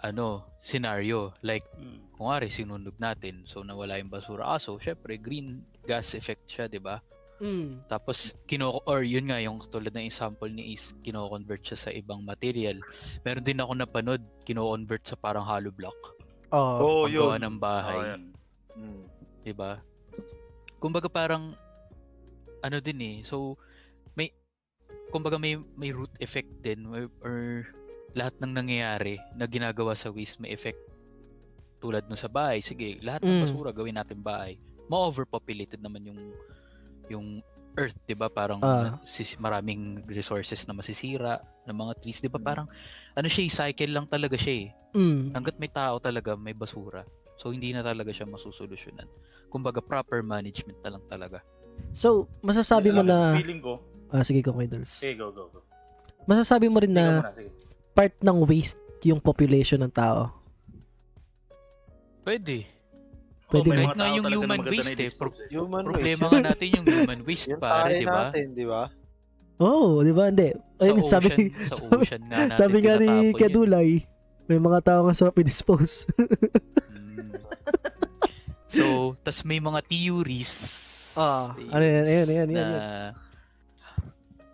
[SPEAKER 3] ano, scenario. Like,
[SPEAKER 2] Mm.
[SPEAKER 3] kung nga sinunog natin, so nawala yung basura. Kaso, syempre, green gas effect siya, di ba?
[SPEAKER 1] mm.
[SPEAKER 3] Tapos kino or yun nga yung tulad ng example ni Is kino-convert siya sa ibang material. Meron din ako napanood kino-convert sa parang hollow block.
[SPEAKER 1] oh
[SPEAKER 5] Oo,
[SPEAKER 3] Paggawa
[SPEAKER 5] yun.
[SPEAKER 3] ng bahay,
[SPEAKER 2] Oh,
[SPEAKER 5] Oo, yun.
[SPEAKER 4] Mm.
[SPEAKER 3] 'di ba? Kumbaga parang ano din eh. So may kumbaga may may root effect din may- or lahat ng nangyayari na ginagawa sa waste may effect tulad nung sa bahay. Sige, lahat
[SPEAKER 1] Mm.
[SPEAKER 3] ng basura gawin natin bahay. Ma-overpopulated naman yung yung earth, 'di ba? Parang
[SPEAKER 1] Ah.
[SPEAKER 3] sis- maraming resources na masisira ng mga trees, 'di ba? Parang ano siya, eh, cycle lang talaga siya eh.
[SPEAKER 2] Oh.
[SPEAKER 1] mm.
[SPEAKER 3] Hanggat may tao talaga, may basura. So hindi na talaga siya masusolusyonan. Kumbaga proper management na lang talaga.
[SPEAKER 1] so masasabi mo na
[SPEAKER 2] Feeling ko.
[SPEAKER 1] ah, sige ko Kiddles
[SPEAKER 2] Sige, go, go, go.
[SPEAKER 1] masasabi mo rin
[SPEAKER 2] Ikaw
[SPEAKER 1] na
[SPEAKER 2] muna, sige.
[SPEAKER 1] part ng waste yung population ng tao
[SPEAKER 3] Pwede.
[SPEAKER 1] Pwede
[SPEAKER 2] may
[SPEAKER 1] ba?
[SPEAKER 2] mga
[SPEAKER 3] Kahit nga
[SPEAKER 2] tao
[SPEAKER 3] yung
[SPEAKER 2] talaga na
[SPEAKER 3] human
[SPEAKER 2] maganda na
[SPEAKER 3] waste eh,
[SPEAKER 2] i-dispose eh.
[SPEAKER 4] Human
[SPEAKER 3] Problema
[SPEAKER 4] waste.
[SPEAKER 3] nga natin yung human waste
[SPEAKER 4] Ano Yung
[SPEAKER 3] pare,
[SPEAKER 4] pare
[SPEAKER 3] di ba?
[SPEAKER 4] natin, di ba?
[SPEAKER 1] Oh, di ba? Hindi.
[SPEAKER 3] Sa
[SPEAKER 1] Ayun,
[SPEAKER 3] ocean,
[SPEAKER 1] sabi,
[SPEAKER 3] sa
[SPEAKER 1] sabi-
[SPEAKER 3] ocean nga natin
[SPEAKER 1] sabi nga ni
[SPEAKER 3] tinatapon yun.
[SPEAKER 1] Kadulay, may mga tao nga sarap i-dispose.
[SPEAKER 3] Mm. so, tas may mga theories.
[SPEAKER 1] ano yan, ayun, ayun,
[SPEAKER 3] na
[SPEAKER 1] ayun, ayun.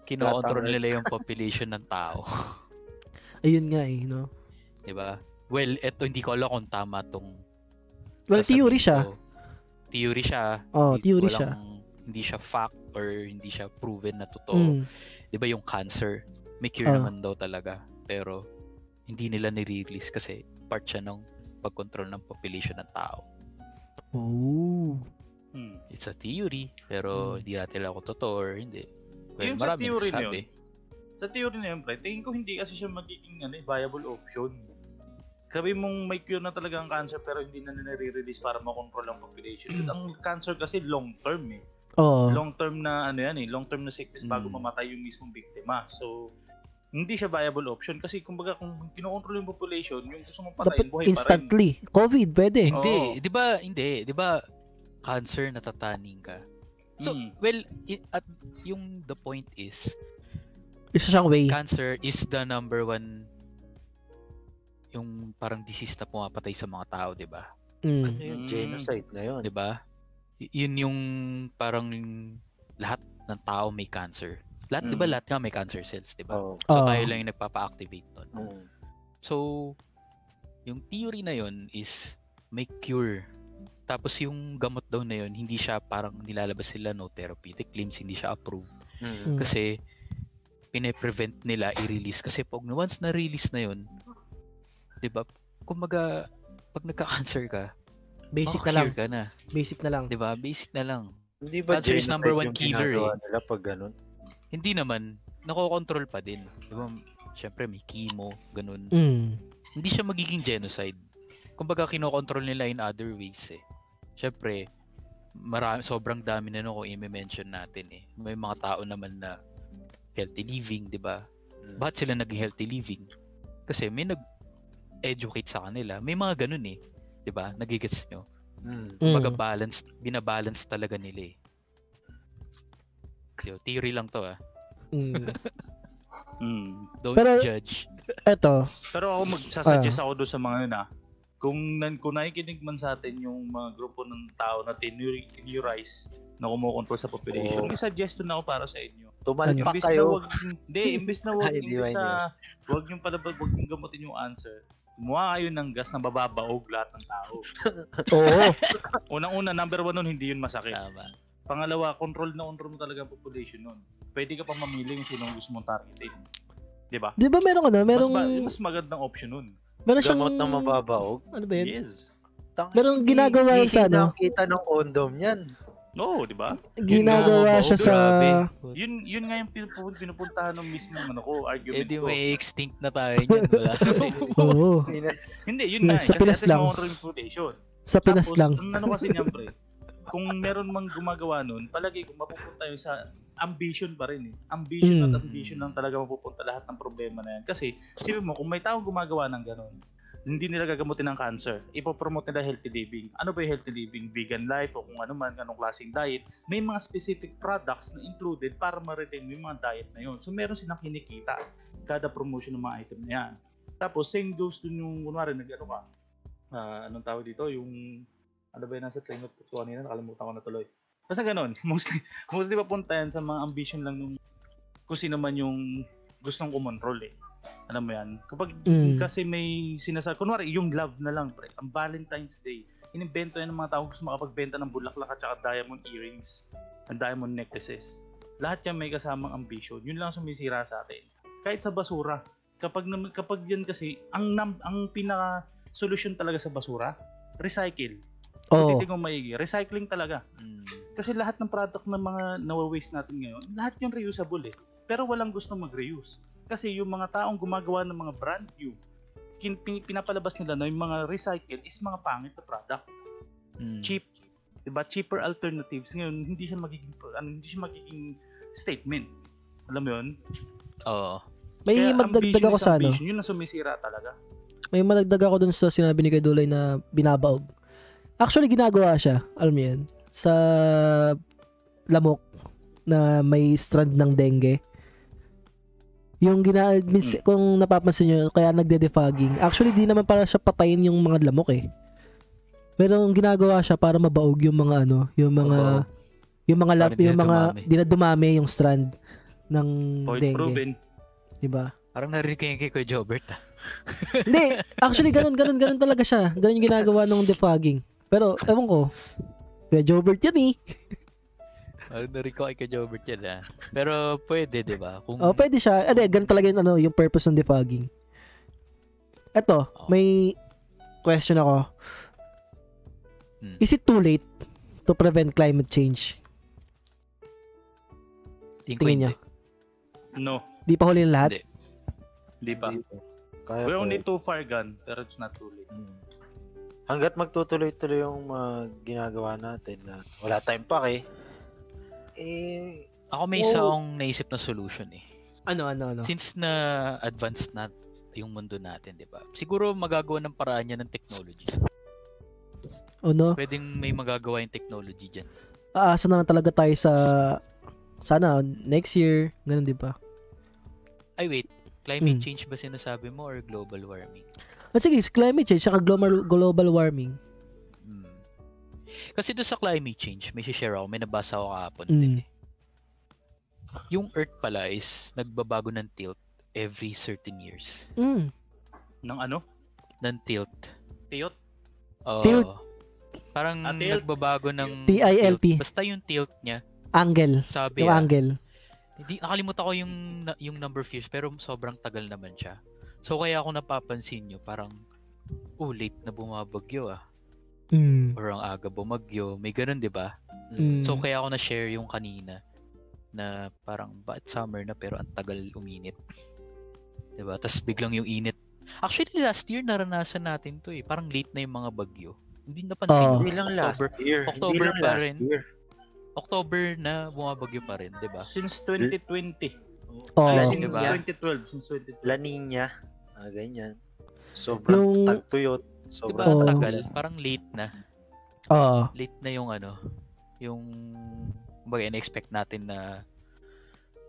[SPEAKER 3] kinokontrol nila yung population ng tao.
[SPEAKER 1] Ayun nga eh, no?
[SPEAKER 3] Di ba? Well, eto hindi ko alam kung tama tong
[SPEAKER 1] Well,
[SPEAKER 3] sasabihin
[SPEAKER 1] theory siya.
[SPEAKER 3] ko. Theory siya.
[SPEAKER 1] Oh,
[SPEAKER 3] Hindi-
[SPEAKER 1] theory siya.
[SPEAKER 3] walang- Hindi siya fact or hindi siya proven na totoo.
[SPEAKER 1] Mm.
[SPEAKER 3] 'Di ba yung cancer, may cure
[SPEAKER 1] Ah.
[SPEAKER 3] naman daw talaga, pero hindi nila nire-release kasi part siya ng pag-control ng population ng tao.
[SPEAKER 1] Oh.
[SPEAKER 2] Mm.
[SPEAKER 3] It's a theory,
[SPEAKER 1] Mm.
[SPEAKER 3] pero hindi natin alam kung totoo or hindi. Well,
[SPEAKER 2] Yung sa
[SPEAKER 3] marami
[SPEAKER 2] theory na
[SPEAKER 3] nagsasabi.
[SPEAKER 2] Sa theory na yun, pre, tingin ko hindi kasi siya magiging ano, eh, viable option. Sabi mong may cure na talaga ang cancer pero hindi na nire-release para makontrol ang population. At ang cancer kasi long term eh.
[SPEAKER 1] Mm. Oh.
[SPEAKER 2] Long term na ano yan eh, long term na sickness bago
[SPEAKER 3] Mm.
[SPEAKER 2] mamatay yung mismong biktima. So hindi siya viable option kasi kumbaga kung kinokontrol yung population, yung gusto mong patayin,
[SPEAKER 1] Dapat
[SPEAKER 2] buhay pa rin.
[SPEAKER 1] instantly. COVID, pwede.
[SPEAKER 2] Oo.
[SPEAKER 3] Hindi, Eh, oh. 'di ba? Hindi, 'di ba? Cancer natataning ka. So,
[SPEAKER 2] Mm.
[SPEAKER 3] well, i- at yung the point is, Oh.
[SPEAKER 1] Isa siyang way.
[SPEAKER 3] cancer is the number one yung parang disease na pumapatay sa mga tao, 'di ba?
[SPEAKER 1] Mm.
[SPEAKER 4] Yung
[SPEAKER 2] Mm.
[SPEAKER 4] genocide na yun.
[SPEAKER 3] 'Di ba? Y- yun yung parang lahat ng tao may cancer. Lahat, di ba
[SPEAKER 2] Mm.
[SPEAKER 3] lahat nga may cancer cells, di ba?
[SPEAKER 4] Oo.
[SPEAKER 3] So
[SPEAKER 1] Oo.
[SPEAKER 3] tayo lang yung nagpapa-activate nun.
[SPEAKER 4] Oh. Mm.
[SPEAKER 3] So, yung theory na yun is may cure. Tapos yung gamot daw na yun, hindi siya parang nilalabas sila no therapeutic claims, hindi siya approved.
[SPEAKER 4] Mm.
[SPEAKER 1] Mm.
[SPEAKER 3] Kasi pine-prevent nila i-release. Kasi pag once na-release na yun, di ba, kumaga, pag nagka-cancer ka,
[SPEAKER 1] Basic na lang.
[SPEAKER 3] makaka-cure ka na.
[SPEAKER 1] Basic na lang.
[SPEAKER 3] Di ba? Basic na lang.
[SPEAKER 4] Hindi ba
[SPEAKER 3] Cancer is
[SPEAKER 4] genotype
[SPEAKER 3] number one
[SPEAKER 4] yung
[SPEAKER 3] killer, eh.
[SPEAKER 4] ginagawa nila pag ganun?
[SPEAKER 3] Hindi naman, nakokontrol pa din. Di ba? Siyempre, may chemo, ganun.
[SPEAKER 1] Mm.
[SPEAKER 3] hindi siya magiging genocide. Kumbaga, kinokontrol nila in other ways eh. Siyempre, marami, sobrang dami na no kung i-mention natin eh. May mga tao naman na healthy living, di ba?
[SPEAKER 4] Mm.
[SPEAKER 3] Bakit sila naging healthy living? Kasi may nag-educate sa kanila. May mga ganun eh. Di ba? Nagigets nyo?
[SPEAKER 4] Mm.
[SPEAKER 1] Mm.
[SPEAKER 3] Kumbaga, balance, binabalance talaga nila eh. Yo, theory lang to ah.
[SPEAKER 1] Mm.
[SPEAKER 2] Mm.
[SPEAKER 3] Don't
[SPEAKER 1] Pero-
[SPEAKER 3] judge.
[SPEAKER 1] Eto.
[SPEAKER 2] Pero ako magsasuggest ako doon sa mga yun ah. Kung, nan, kung nakikinig man sa atin yung mga grupo ng tao na tinuri- tinurize na kumukontrol sa population,
[SPEAKER 4] Oo.
[SPEAKER 2] may suggestion ako para sa inyo.
[SPEAKER 4] Tumalpak
[SPEAKER 2] Imbis na
[SPEAKER 4] kayo.
[SPEAKER 2] wag, hindi, imbis na wag,
[SPEAKER 4] Ay, di
[SPEAKER 2] imbis
[SPEAKER 4] ba, hindi ba?
[SPEAKER 2] na wag yung palabag, wag yung gamutin yung answer. Gumawa kayo ng gas na bababaog lahat ng tao.
[SPEAKER 1] Oo.
[SPEAKER 2] Unang-una, number one nun, hindi yun masakit.
[SPEAKER 3] Tama.
[SPEAKER 2] Pangalawa, control na control mo talaga ang population nun. Pwede ka pa mamili kung sino ang gusto mong targetin. Di ba?
[SPEAKER 1] Di ba merong ano? Merong...
[SPEAKER 2] Mas, ba- mas magandang option nun.
[SPEAKER 1] meron siyang...
[SPEAKER 4] Gamot na mababaog.
[SPEAKER 1] Ano ba yun?
[SPEAKER 2] Yes.
[SPEAKER 4] Tang-
[SPEAKER 1] Merong ginagawa
[SPEAKER 4] Hindi-
[SPEAKER 1] yan sa
[SPEAKER 4] hindi
[SPEAKER 1] ano?
[SPEAKER 4] nakita ng condom yan.
[SPEAKER 2] Oo, di ba?
[SPEAKER 1] Ginagawa
[SPEAKER 3] Yung
[SPEAKER 1] siya sa...
[SPEAKER 3] grabe.
[SPEAKER 2] Yun yun nga yung pinupun- pinupuntahan ng mismo ano ko,
[SPEAKER 3] Eh
[SPEAKER 2] argument
[SPEAKER 3] di
[SPEAKER 2] ko.
[SPEAKER 3] may extinct na tayo niyan. Wala na sa inyo.
[SPEAKER 1] Oo.
[SPEAKER 4] Hindi na-
[SPEAKER 2] Hindi, yun nga.
[SPEAKER 1] Nasa
[SPEAKER 2] eh,
[SPEAKER 1] Pinas
[SPEAKER 2] kasi
[SPEAKER 1] lang.
[SPEAKER 2] Kasi reputation.
[SPEAKER 1] Sa Pinas
[SPEAKER 2] Tapos,
[SPEAKER 1] lang.
[SPEAKER 2] ang ano kasi niyan, pre, kung meron mang gumagawa nun, palagi kung mapupunta yun sa ambition pa rin eh.
[SPEAKER 1] Mm.
[SPEAKER 2] Ambition at ambition lang talaga mapupunta lahat ng problema na yan. Kasi, isipin mo, kung may taong gumagawa ng ganun, hindi nila gagamutin ng cancer. Ipopromote nila healthy living. Ano ba yung healthy living? Vegan life o kung ano man, anong klaseng diet. May mga specific products na included para ma-retain mo yung mga diet na yun. So, meron silang kinikita kada promotion ng mga item na yan. Tapos, same goes dun yung, kunwari, nag-ano ka, ah, anong tawag dito, yung ano ba yun, nasa train of thought ko kanina, nakalimutan ko na tuloy. Basta ganun, mostly, mostly papunta yan sa mga ambition lang nung kung sino man yung gustong kumontrol eh. Alam mo yan? Kapag
[SPEAKER 1] Mm.
[SPEAKER 2] kasi may sinasabi, kunwari yung love na lang, pre, ang Valentine's Day, inimbento yan ng mga tao gusto makapagbenta ng bulaklak at saka diamond earrings and diamond necklaces. Lahat yan may kasamang ambition. Yun lang sumisira sa atin. Kahit sa basura. Kapag, nam- kapag yan kasi, ang, nam- ang pinaka solusyon talaga sa basura, recycle.
[SPEAKER 1] Oo.
[SPEAKER 2] Kung titingnan mo maigi, recycling talaga.
[SPEAKER 3] Mm.
[SPEAKER 2] Kasi lahat ng product ng mga nawa-waste natin ngayon, lahat yung reusable eh. Pero walang gusto mag-reuse. Kasi yung mga taong gumagawa ng mga brand new, kin- pin- pinapalabas nila na yung mga recycle is mga pangit na product.
[SPEAKER 1] Hmm.
[SPEAKER 3] Mm.
[SPEAKER 2] Cheap. Diba? Cheaper alternatives. Ngayon, hindi siya magiging, pro- ano, hindi siya magiging statement. Alam mo yun?
[SPEAKER 3] Oo.
[SPEAKER 1] May
[SPEAKER 2] Kaya
[SPEAKER 1] magdagdag
[SPEAKER 2] ambition
[SPEAKER 1] ako
[SPEAKER 2] is
[SPEAKER 1] sa ano.
[SPEAKER 2] ambition. Yun ang sumisira talaga.
[SPEAKER 1] May madagdag ako dun sa sinabi ni Kadulay na binabaog. Actually, ginagawa siya. Alam mo yan? Sa lamok na may strand ng dengue. Yung gina... mins-
[SPEAKER 3] Hmm.
[SPEAKER 1] Kung napapansin nyo, kaya nagde-defogging. Actually, di naman para siya patayin yung mga lamok eh. Pero ang ginagawa siya para mabaog yung mga ano, yung mga...
[SPEAKER 3] Mabaog.
[SPEAKER 1] Yung mga lap,
[SPEAKER 3] Parang di
[SPEAKER 1] yung
[SPEAKER 3] na
[SPEAKER 1] mga
[SPEAKER 3] dumami.
[SPEAKER 1] di na dumami yung strand ng
[SPEAKER 2] Point
[SPEAKER 1] dengue,
[SPEAKER 2] proven.
[SPEAKER 1] 'di ba?
[SPEAKER 3] Parang narinig ko yung kay Kuya Jobert ah.
[SPEAKER 1] Hindi, actually ganun, ganun, ganun talaga siya. Ganun yung ginagawa nung defogging. Pero, ewan ko, kaya Jobert yan eh.
[SPEAKER 3] Parang narinig ko kay Kuya Jobert yan ah. Pero pwede, di ba? Kung
[SPEAKER 1] O, Oh, pwede siya. Ade, ganun talaga yung, ano, yung purpose ng defogging. Eto,
[SPEAKER 3] Oh.
[SPEAKER 1] may question ako.
[SPEAKER 3] Hmm.
[SPEAKER 1] Is it too late to prevent climate change?
[SPEAKER 3] tingin ko
[SPEAKER 1] tingin
[SPEAKER 3] hindi.
[SPEAKER 1] niya.
[SPEAKER 2] No,
[SPEAKER 1] Di pa huli ng lahat?
[SPEAKER 3] Hindi.
[SPEAKER 2] di ba?
[SPEAKER 4] Hindi. Kaya
[SPEAKER 2] We're
[SPEAKER 4] pa
[SPEAKER 2] only
[SPEAKER 4] yun.
[SPEAKER 2] too far gone, pero it's not too late.
[SPEAKER 4] Mm. Hanggat magtutuloy-tuloy yung mga ginagawa natin na wala tayong pake, eh,
[SPEAKER 3] Ako may
[SPEAKER 4] Oo.
[SPEAKER 3] isa akong naisip na solution eh.
[SPEAKER 1] Ano, ano, ano?
[SPEAKER 3] Since na advanced na yung mundo natin, di ba? Siguro magagawa ng paraan niya ng technology.
[SPEAKER 1] O Oh, no?
[SPEAKER 3] Pwedeng may magagawa yung technology dyan.
[SPEAKER 1] Aasa na lang talaga tayo sa... Sana, next year. Ganun, di ba?
[SPEAKER 3] Ay wait, climate
[SPEAKER 1] Mm.
[SPEAKER 3] change ba sinasabi mo or global warming?
[SPEAKER 1] At sige, climate change, saka global, global warming.
[SPEAKER 3] Mm. Kasi doon sa climate change, may share ako, may nabasa ako kahapon
[SPEAKER 1] Mm.
[SPEAKER 3] din eh. Yung Earth pala is nagbabago ng tilt every certain years.
[SPEAKER 1] Mm.
[SPEAKER 2] Ng ano?
[SPEAKER 3] Ng tilt.
[SPEAKER 2] Tiyot?
[SPEAKER 3] Oo.
[SPEAKER 1] Tilt?
[SPEAKER 3] Parang
[SPEAKER 2] Ah, tilt.
[SPEAKER 3] nagbabago ng
[SPEAKER 1] T-I-L-T.
[SPEAKER 3] tilt. Basta yung tilt niya,
[SPEAKER 1] Angle.
[SPEAKER 3] sabi
[SPEAKER 1] Yung
[SPEAKER 3] ah,
[SPEAKER 1] angle.
[SPEAKER 3] Hindi nakalimutan ko yung na- yung number of years pero sobrang tagal naman siya. So kaya ako napapansin nyo parang oh late na bumabagyo ah
[SPEAKER 1] Mm.
[SPEAKER 3] or ang aga bumagyo, may ganun 'di ba?
[SPEAKER 1] Mm.
[SPEAKER 3] So kaya ako na share yung kanina na parang ba't summer na pero ang tagal uminit. 'Di ba? Tapos biglang yung init. Actually last year naranasan natin 'to eh. Parang late na yung mga bagyo. Hindi
[SPEAKER 1] Oo.
[SPEAKER 3] napansin.
[SPEAKER 4] Hindi lang last
[SPEAKER 3] October-
[SPEAKER 4] year. Hindi
[SPEAKER 3] October
[SPEAKER 4] lang
[SPEAKER 3] pa
[SPEAKER 4] last
[SPEAKER 3] rin.
[SPEAKER 4] year.
[SPEAKER 3] October na bumabagyo pa rin, diba? 'di ba?
[SPEAKER 2] Since 2020.
[SPEAKER 1] Oo.
[SPEAKER 2] Ay,
[SPEAKER 3] Oh.
[SPEAKER 2] since
[SPEAKER 3] Diba?
[SPEAKER 2] 2012. Since 2012.
[SPEAKER 4] La Nina. Ah, ganyan. Sobrang
[SPEAKER 1] Yung- Oh.
[SPEAKER 4] tagtuyot.
[SPEAKER 3] 'Di
[SPEAKER 4] Sobrang
[SPEAKER 3] ba?
[SPEAKER 1] Oo.
[SPEAKER 3] Ang
[SPEAKER 4] tagtuyot.
[SPEAKER 3] Diba? tagal, parang late na.
[SPEAKER 1] Oo.
[SPEAKER 3] late na yung ano, yung kumbaga in-expect natin na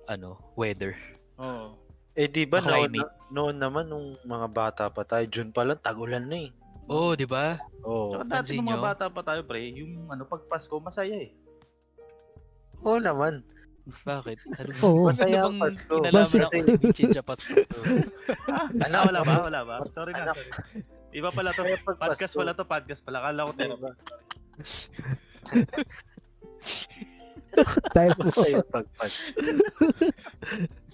[SPEAKER 3] ano, weather.
[SPEAKER 2] Oo.
[SPEAKER 3] Oh.
[SPEAKER 4] Eh di ba
[SPEAKER 3] Baka
[SPEAKER 4] noon,
[SPEAKER 3] may-
[SPEAKER 4] na- noon naman nung mga bata pa tayo, June pa lang, tagulan na eh.
[SPEAKER 3] Oo, oh, 'di ba?
[SPEAKER 4] Oo.
[SPEAKER 2] Tsaka dati nung
[SPEAKER 3] Oh, Pansin nyo?
[SPEAKER 2] mga bata pa tayo, pre, yung ano, pag Pasko, masaya eh.
[SPEAKER 4] Oo naman.
[SPEAKER 3] Bakit? Ano ba?
[SPEAKER 1] Oo.
[SPEAKER 4] Masaya
[SPEAKER 3] ano bang
[SPEAKER 4] ang Pasko.
[SPEAKER 3] kinalaman
[SPEAKER 1] Oh. Masaya.
[SPEAKER 3] ako ng bitchin sa Pasko?
[SPEAKER 2] Ah, wala ba?
[SPEAKER 4] naman.
[SPEAKER 2] Wala ba? Sorry na.
[SPEAKER 4] Anak.
[SPEAKER 2] Sorry. Iba pala to.
[SPEAKER 4] Kaya pag
[SPEAKER 2] Podcast
[SPEAKER 4] Pasko-
[SPEAKER 2] pala to. Podcast pala. Kala ko tayo.
[SPEAKER 1] Tayo po.
[SPEAKER 4] Masaya pag Pasko.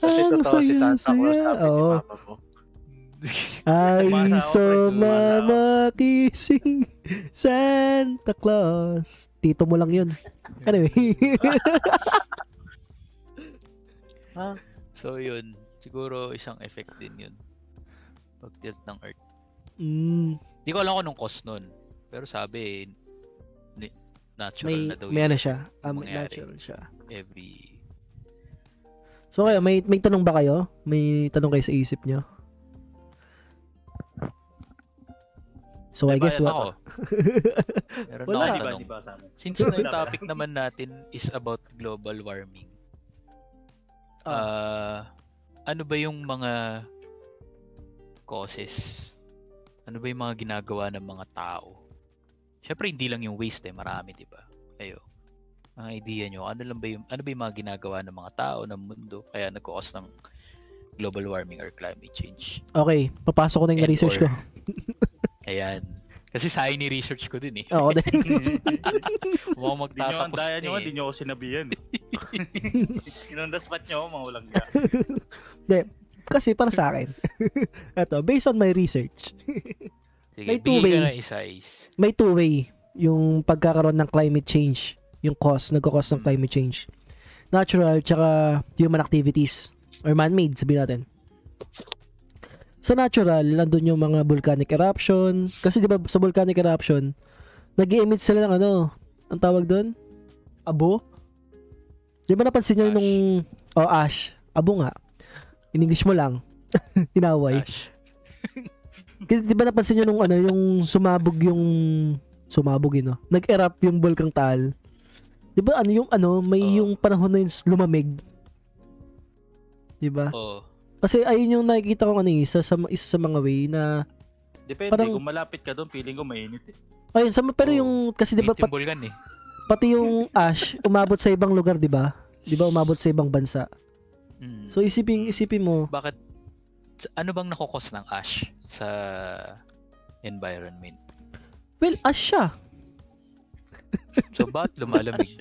[SPEAKER 4] Kasi
[SPEAKER 1] Ang
[SPEAKER 4] totoo si
[SPEAKER 1] saya,
[SPEAKER 4] Santa Claus,
[SPEAKER 1] saya. Oh. Oo.
[SPEAKER 4] sabi ni mama mo.
[SPEAKER 1] Ay,
[SPEAKER 2] Tumasa ako,
[SPEAKER 1] so
[SPEAKER 2] Fred. Tumasa ako.
[SPEAKER 1] mamakising Santa Claus. Tito mo lang yun. Anyway.
[SPEAKER 3] so 'yun, siguro isang effect din 'yun. Pag tilt ng earth.
[SPEAKER 1] mm,
[SPEAKER 3] Hindi ko alam kung anong cause nun. Pero sabi ni- natural
[SPEAKER 1] may,
[SPEAKER 3] na daw
[SPEAKER 1] may
[SPEAKER 3] yun
[SPEAKER 1] ano siya. Um,
[SPEAKER 3] Mangyari.
[SPEAKER 1] natural siya.
[SPEAKER 3] every
[SPEAKER 1] So kayo, may, may tanong ba kayo? May tanong kayo sa isip nyo? So I guess, wa-
[SPEAKER 3] ako. Meron
[SPEAKER 1] Wala.
[SPEAKER 3] akong
[SPEAKER 2] Di ba? Di ba
[SPEAKER 3] tanong.
[SPEAKER 2] sa amin?
[SPEAKER 3] Since na yung topic naman natin is about global warming.
[SPEAKER 1] Ah.
[SPEAKER 3] Ah, ano ba yung mga causes? Ano ba yung mga ginagawa ng mga tao? Siyempre hindi lang yung waste eh, marami 'di ba? Kayo. Ang idea nyo, ano lang ba yung ano ba yung mga ginagawa ng mga tao ng mundo kaya nagko-cause ng global warming or climate change?
[SPEAKER 1] okay, papasok ko na yung
[SPEAKER 3] And
[SPEAKER 1] research ko.
[SPEAKER 3] or- Ayan. Kasi sa ni research ko din eh.
[SPEAKER 1] Oo,
[SPEAKER 3] Mukhang
[SPEAKER 2] Di nyo, ang
[SPEAKER 3] magtatapos
[SPEAKER 2] daya
[SPEAKER 3] na
[SPEAKER 2] nyo, ah. di
[SPEAKER 3] eh.
[SPEAKER 2] nyo ako sinabihan. Inundaspat nyo, ako, mga ulang ka.
[SPEAKER 1] kasi para sa akin. Ito, based on my research,
[SPEAKER 3] Sige,
[SPEAKER 1] May
[SPEAKER 3] bigay ka
[SPEAKER 1] two-way.
[SPEAKER 3] na isa is.
[SPEAKER 1] may two way yung pagkakaroon ng climate change, yung cause, nagko-cause ng
[SPEAKER 3] Mm.
[SPEAKER 1] climate change. Natural tsaka human activities or man-made sabihin natin. Sa natural, nandun yung mga volcanic eruption. Kasi di ba sa volcanic eruption, nag emit sila ng ano, ang tawag doon? Abo? Di ba napansin nyo
[SPEAKER 3] Ash.
[SPEAKER 1] nung, oh ash, abo nga. In English mo lang, inaway.
[SPEAKER 3] Ash.
[SPEAKER 1] Kasi di ba napansin nyo nung ano, yung sumabog yung... Sumabog yun, no? Nag-erupt yung Bulkang Taal. Di ba ano yung ano, may
[SPEAKER 3] Oo.
[SPEAKER 1] yung panahon na yun lumamig. Di ba?
[SPEAKER 3] Oo.
[SPEAKER 1] Kasi ayun yung nakikita ko ano, eh, isa sa, isa sa mga way na...
[SPEAKER 2] Depende,
[SPEAKER 1] Parang-
[SPEAKER 2] kung malapit ka doon, feeling ko mainit eh.
[SPEAKER 1] Ayun, sa, pero
[SPEAKER 3] Oo.
[SPEAKER 1] yung... Kasi di ba
[SPEAKER 3] May
[SPEAKER 1] pat-
[SPEAKER 3] timbol gan eh.
[SPEAKER 1] pati yung ash, umabot sa ibang lugar, di ba? Di ba umabot sa ibang bansa?
[SPEAKER 3] Mm.
[SPEAKER 1] So isipin, isipin mo,
[SPEAKER 3] bakit sa- ano bang nakokos ng ash sa environment?
[SPEAKER 1] well, ash siya.
[SPEAKER 3] So bakit lumalamig?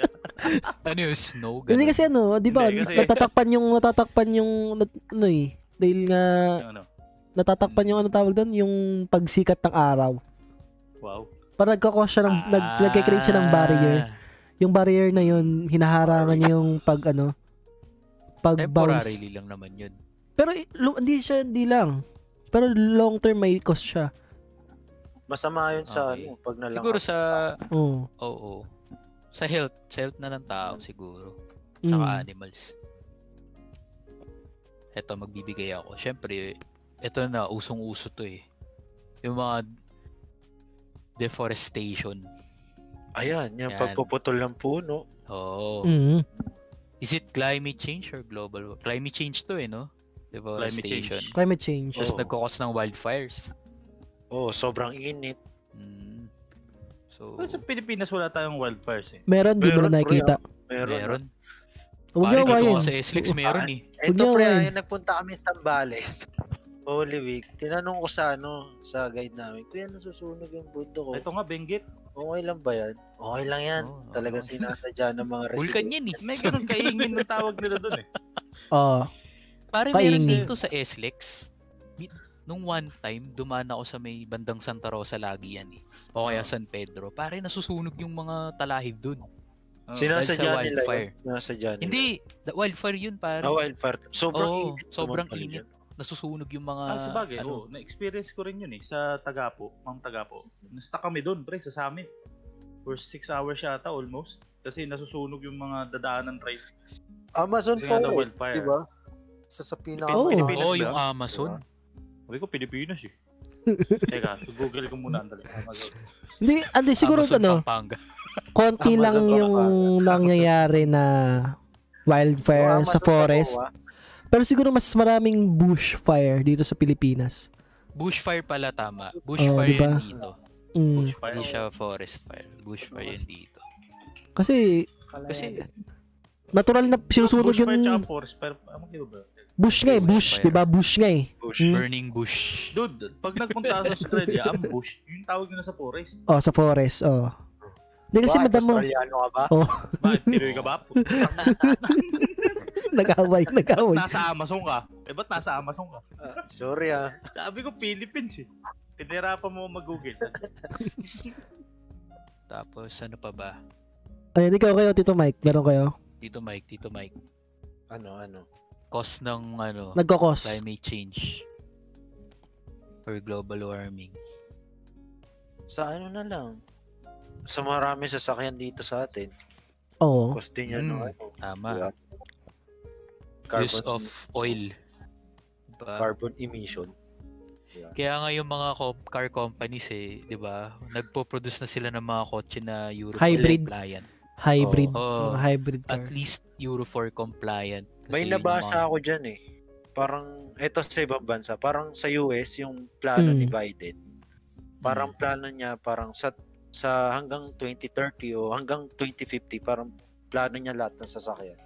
[SPEAKER 3] ano yung snow? Ganun?
[SPEAKER 1] Hindi kasi ano, di ba?
[SPEAKER 2] Hindi, kasi-
[SPEAKER 1] Natatakpan yung, natatakpan yung, nat- ano eh, dahil nga
[SPEAKER 2] Yung Ano?
[SPEAKER 1] natatakpan yung ano tawag doon, yung pagsikat ng araw.
[SPEAKER 2] Wow.
[SPEAKER 1] Parang nagkakos siya
[SPEAKER 3] Ah,
[SPEAKER 1] ng, nag, nagkakreate siya ng barrier. Yung barrier na yun, hinaharangan niya yung pag ano, pag bounce.
[SPEAKER 3] Temporarily lang naman yun.
[SPEAKER 1] Pero i- lu- hindi siya, hindi lang. Pero long term may cost siya.
[SPEAKER 4] Masama yun sa
[SPEAKER 3] Okay.
[SPEAKER 4] ano, pag nalang.
[SPEAKER 3] Siguro sa
[SPEAKER 1] Oo.
[SPEAKER 3] oo. Sa health, sa health na ng tao siguro.
[SPEAKER 1] Mm.
[SPEAKER 3] Tsaka animals. Eto, magbibigay ako. Siyempre, eto na, usong-uso to eh. Yung mga deforestation.
[SPEAKER 4] Ayan, yung
[SPEAKER 3] Yan.
[SPEAKER 4] pagpuputol ng puno.
[SPEAKER 3] Oo.
[SPEAKER 1] Mm.
[SPEAKER 3] Oh. Is it climate change or global? wa- Climate change to eh, no? Deforestation.
[SPEAKER 2] change.
[SPEAKER 1] Climate change.
[SPEAKER 3] Tapos
[SPEAKER 4] Oo.
[SPEAKER 3] nagkakos ng wildfires.
[SPEAKER 4] Oh, sobrang init.
[SPEAKER 3] Mm. So So,
[SPEAKER 2] Pero sa Pilipinas wala tayong wildfires eh.
[SPEAKER 1] Meron, di mo
[SPEAKER 4] Meron,
[SPEAKER 1] na nakikita.
[SPEAKER 4] Meron.
[SPEAKER 3] meron.
[SPEAKER 1] Huwag
[SPEAKER 3] Pare,
[SPEAKER 1] niyo
[SPEAKER 3] dito
[SPEAKER 1] kawain.
[SPEAKER 3] nga Sa SLEX meron eh.
[SPEAKER 1] Huwag
[SPEAKER 4] Ito
[SPEAKER 1] niyo,
[SPEAKER 4] pre,
[SPEAKER 1] Ryan.
[SPEAKER 4] ayun, nagpunta kami sa Zambales. Holy Week. Tinanong ko sa ano, sa guide namin, Kuya, nasusunog yung bundo ko. "Oh,
[SPEAKER 2] Ito nga, Benguet.
[SPEAKER 4] Okay lang ba yan? Okay lang yan.
[SPEAKER 2] Oh.
[SPEAKER 3] Oo, oo.
[SPEAKER 4] Talaga sinasadya ng mga
[SPEAKER 3] Oh, Vulcan
[SPEAKER 4] resident.
[SPEAKER 3] yan eh.
[SPEAKER 2] May ganun kaingin ng tawag nila doon eh.
[SPEAKER 1] Oo.
[SPEAKER 3] Pare,
[SPEAKER 1] Kaingin.
[SPEAKER 3] meron dito sa SLEX. Mi- Nung one time, dumaan ako sa may bandang Santa Rosa lagi yan eh. O
[SPEAKER 1] Ah.
[SPEAKER 3] kaya San Pedro. Pare, nasusunog yung mga talahib dun.
[SPEAKER 2] Oo.
[SPEAKER 3] Oh, Dahil sa
[SPEAKER 4] Sinasadya nila
[SPEAKER 3] wildfire.
[SPEAKER 4] yun. Sinasadya nila.
[SPEAKER 3] Hindi, the wildfire yun pare.
[SPEAKER 4] Ah, wildfire. Sobrang
[SPEAKER 3] Oo,
[SPEAKER 4] init. naman
[SPEAKER 3] sobrang
[SPEAKER 4] pala
[SPEAKER 3] init.
[SPEAKER 4] dyan.
[SPEAKER 3] Nasusunog yung mga...
[SPEAKER 2] Ah, sabagay.
[SPEAKER 3] ano,
[SPEAKER 2] oo. na-experience ko rin yun eh, sa Tagapo, Mang Tagapo. Nasta kami doon, pre, sa summit. For 6 hours yata almost. Kasi nasusunog yung mga dadaanan trail.
[SPEAKER 4] Amazon
[SPEAKER 2] Kasi nga daw
[SPEAKER 4] forest,
[SPEAKER 2] wildfire.
[SPEAKER 4] di ba? Sa sa pinaka...
[SPEAKER 1] Oo.
[SPEAKER 2] Pilipinas
[SPEAKER 3] Oo,
[SPEAKER 2] ba?
[SPEAKER 3] yung Amazon.
[SPEAKER 2] Sabi ko, Pilipinas eh. Teka, google ko muna. Andali. Amazon.
[SPEAKER 1] Hindi, andi, siguro
[SPEAKER 3] Amazon,
[SPEAKER 1] ano,
[SPEAKER 3] Pampanga.
[SPEAKER 1] konti
[SPEAKER 4] Amazon
[SPEAKER 1] lang yung nangyayari na wildfire sa forest.
[SPEAKER 4] ah.
[SPEAKER 1] Pero siguro mas maraming bushfire dito sa Pilipinas.
[SPEAKER 3] Bushfire pala tama.
[SPEAKER 2] Oh,
[SPEAKER 3] Bushfire
[SPEAKER 1] diba?
[SPEAKER 3] yun dito.
[SPEAKER 2] Ah,
[SPEAKER 1] Mm.
[SPEAKER 2] Bushfire.
[SPEAKER 3] Hmm. Hindi siya forest fire. Bushfire yun dito.
[SPEAKER 1] Kasi
[SPEAKER 3] Kasi,
[SPEAKER 1] natural na sinusunog
[SPEAKER 2] Bushfire tsaka
[SPEAKER 1] yung
[SPEAKER 2] forest fire. Ah, magkano ba?
[SPEAKER 1] bush nga eh, bush,
[SPEAKER 3] Bushfire.
[SPEAKER 1] 'di ba? Bush nga eh.
[SPEAKER 3] burning bush.
[SPEAKER 2] Dude, pag nagpunta ako sa Australia, ambush, yung tawag nila sa forest.
[SPEAKER 1] Oh, sa forest, oh. Hindi kasi madamo
[SPEAKER 4] Australiano ka ba?
[SPEAKER 2] Bakit, Pinoy ka ba?
[SPEAKER 1] nag-away, nag-away.
[SPEAKER 2] nasa Amazon ka. Eh, ba't nasa Amazon ka?
[SPEAKER 4] Ah, sorry ah.
[SPEAKER 2] Sabi ko, Philippines eh. Pinirapan mo mag-google.
[SPEAKER 3] Tapos, ano pa ba?
[SPEAKER 1] Ayun, ikaw kayo, Tito Mike. Meron kayo?
[SPEAKER 3] Tito Mike, Tito Mike.
[SPEAKER 4] Ano, ano?
[SPEAKER 3] Cause ng, ano,
[SPEAKER 1] Nagkokos.
[SPEAKER 3] climate change. Or global warming.
[SPEAKER 4] Sa ano na lang? Sa marami sasakyan dito sa atin.
[SPEAKER 1] Oo.
[SPEAKER 4] Cost din yan,
[SPEAKER 3] Mm.
[SPEAKER 4] no? Ano?
[SPEAKER 3] Tama.
[SPEAKER 4] Diba? Carbon,
[SPEAKER 3] Use of oil. Diba?
[SPEAKER 4] carbon emission.
[SPEAKER 3] Kaya nga yung mga co- car companies eh, 'di ba? Nagpo-produce na sila ng mga kotse na Euro
[SPEAKER 1] Hybrid.
[SPEAKER 3] compliant.
[SPEAKER 1] Hybrid.
[SPEAKER 3] Oo.
[SPEAKER 1] Mga hybrid car.
[SPEAKER 3] At least Euro 4 compliant. Kasi
[SPEAKER 4] May
[SPEAKER 3] yun yung
[SPEAKER 4] nabasa
[SPEAKER 3] mga-
[SPEAKER 4] ako dyan eh. Parang, eto sa ibang bansa, parang sa US, yung plano
[SPEAKER 1] Mm.
[SPEAKER 4] ni Biden, parang
[SPEAKER 3] Hmm.
[SPEAKER 4] plano niya, parang sa, sa hanggang 2030 o hanggang 2050, parang plano niya lahat ng sasakyan.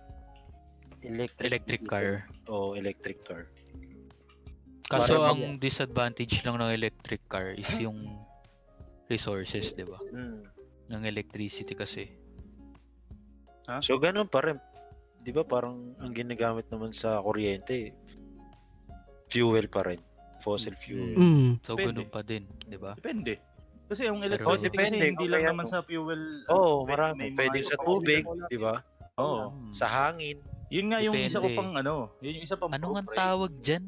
[SPEAKER 4] Electric,
[SPEAKER 3] electric car.
[SPEAKER 4] Oo, electric car.
[SPEAKER 3] Kaso ang
[SPEAKER 4] Parang-
[SPEAKER 3] disadvantage lang ng electric car is yung resources, 'di ba?
[SPEAKER 4] Mm.
[SPEAKER 3] Ng electricity kasi.
[SPEAKER 4] So, ganun pa rin. Di ba parang ang ginagamit naman sa kuryente, fuel pa rin. Fossil fuel.
[SPEAKER 1] Mm.
[SPEAKER 3] So
[SPEAKER 2] Pwede.
[SPEAKER 3] ganun pa din, diba? 'di ba?
[SPEAKER 2] Depende. Kasi yung
[SPEAKER 3] Pero-
[SPEAKER 2] electricity
[SPEAKER 3] Oh,
[SPEAKER 4] depende
[SPEAKER 2] kasi hindi
[SPEAKER 4] kung
[SPEAKER 2] lang
[SPEAKER 4] kaya
[SPEAKER 2] naman
[SPEAKER 4] mo.
[SPEAKER 2] sa fuel.
[SPEAKER 4] Oo,
[SPEAKER 2] ano, may
[SPEAKER 4] marami.
[SPEAKER 2] mga
[SPEAKER 4] Pwedeng
[SPEAKER 2] iba
[SPEAKER 4] sa
[SPEAKER 2] pang-
[SPEAKER 4] tubig, di ba?
[SPEAKER 2] Oo.
[SPEAKER 3] Mm.
[SPEAKER 4] Sa hangin.
[SPEAKER 2] Yun nga yung isa ko
[SPEAKER 3] Depende.
[SPEAKER 2] pang ano, yun yung isa pang
[SPEAKER 3] ano
[SPEAKER 2] pro,
[SPEAKER 3] nga
[SPEAKER 2] pre.
[SPEAKER 3] tawag diyan?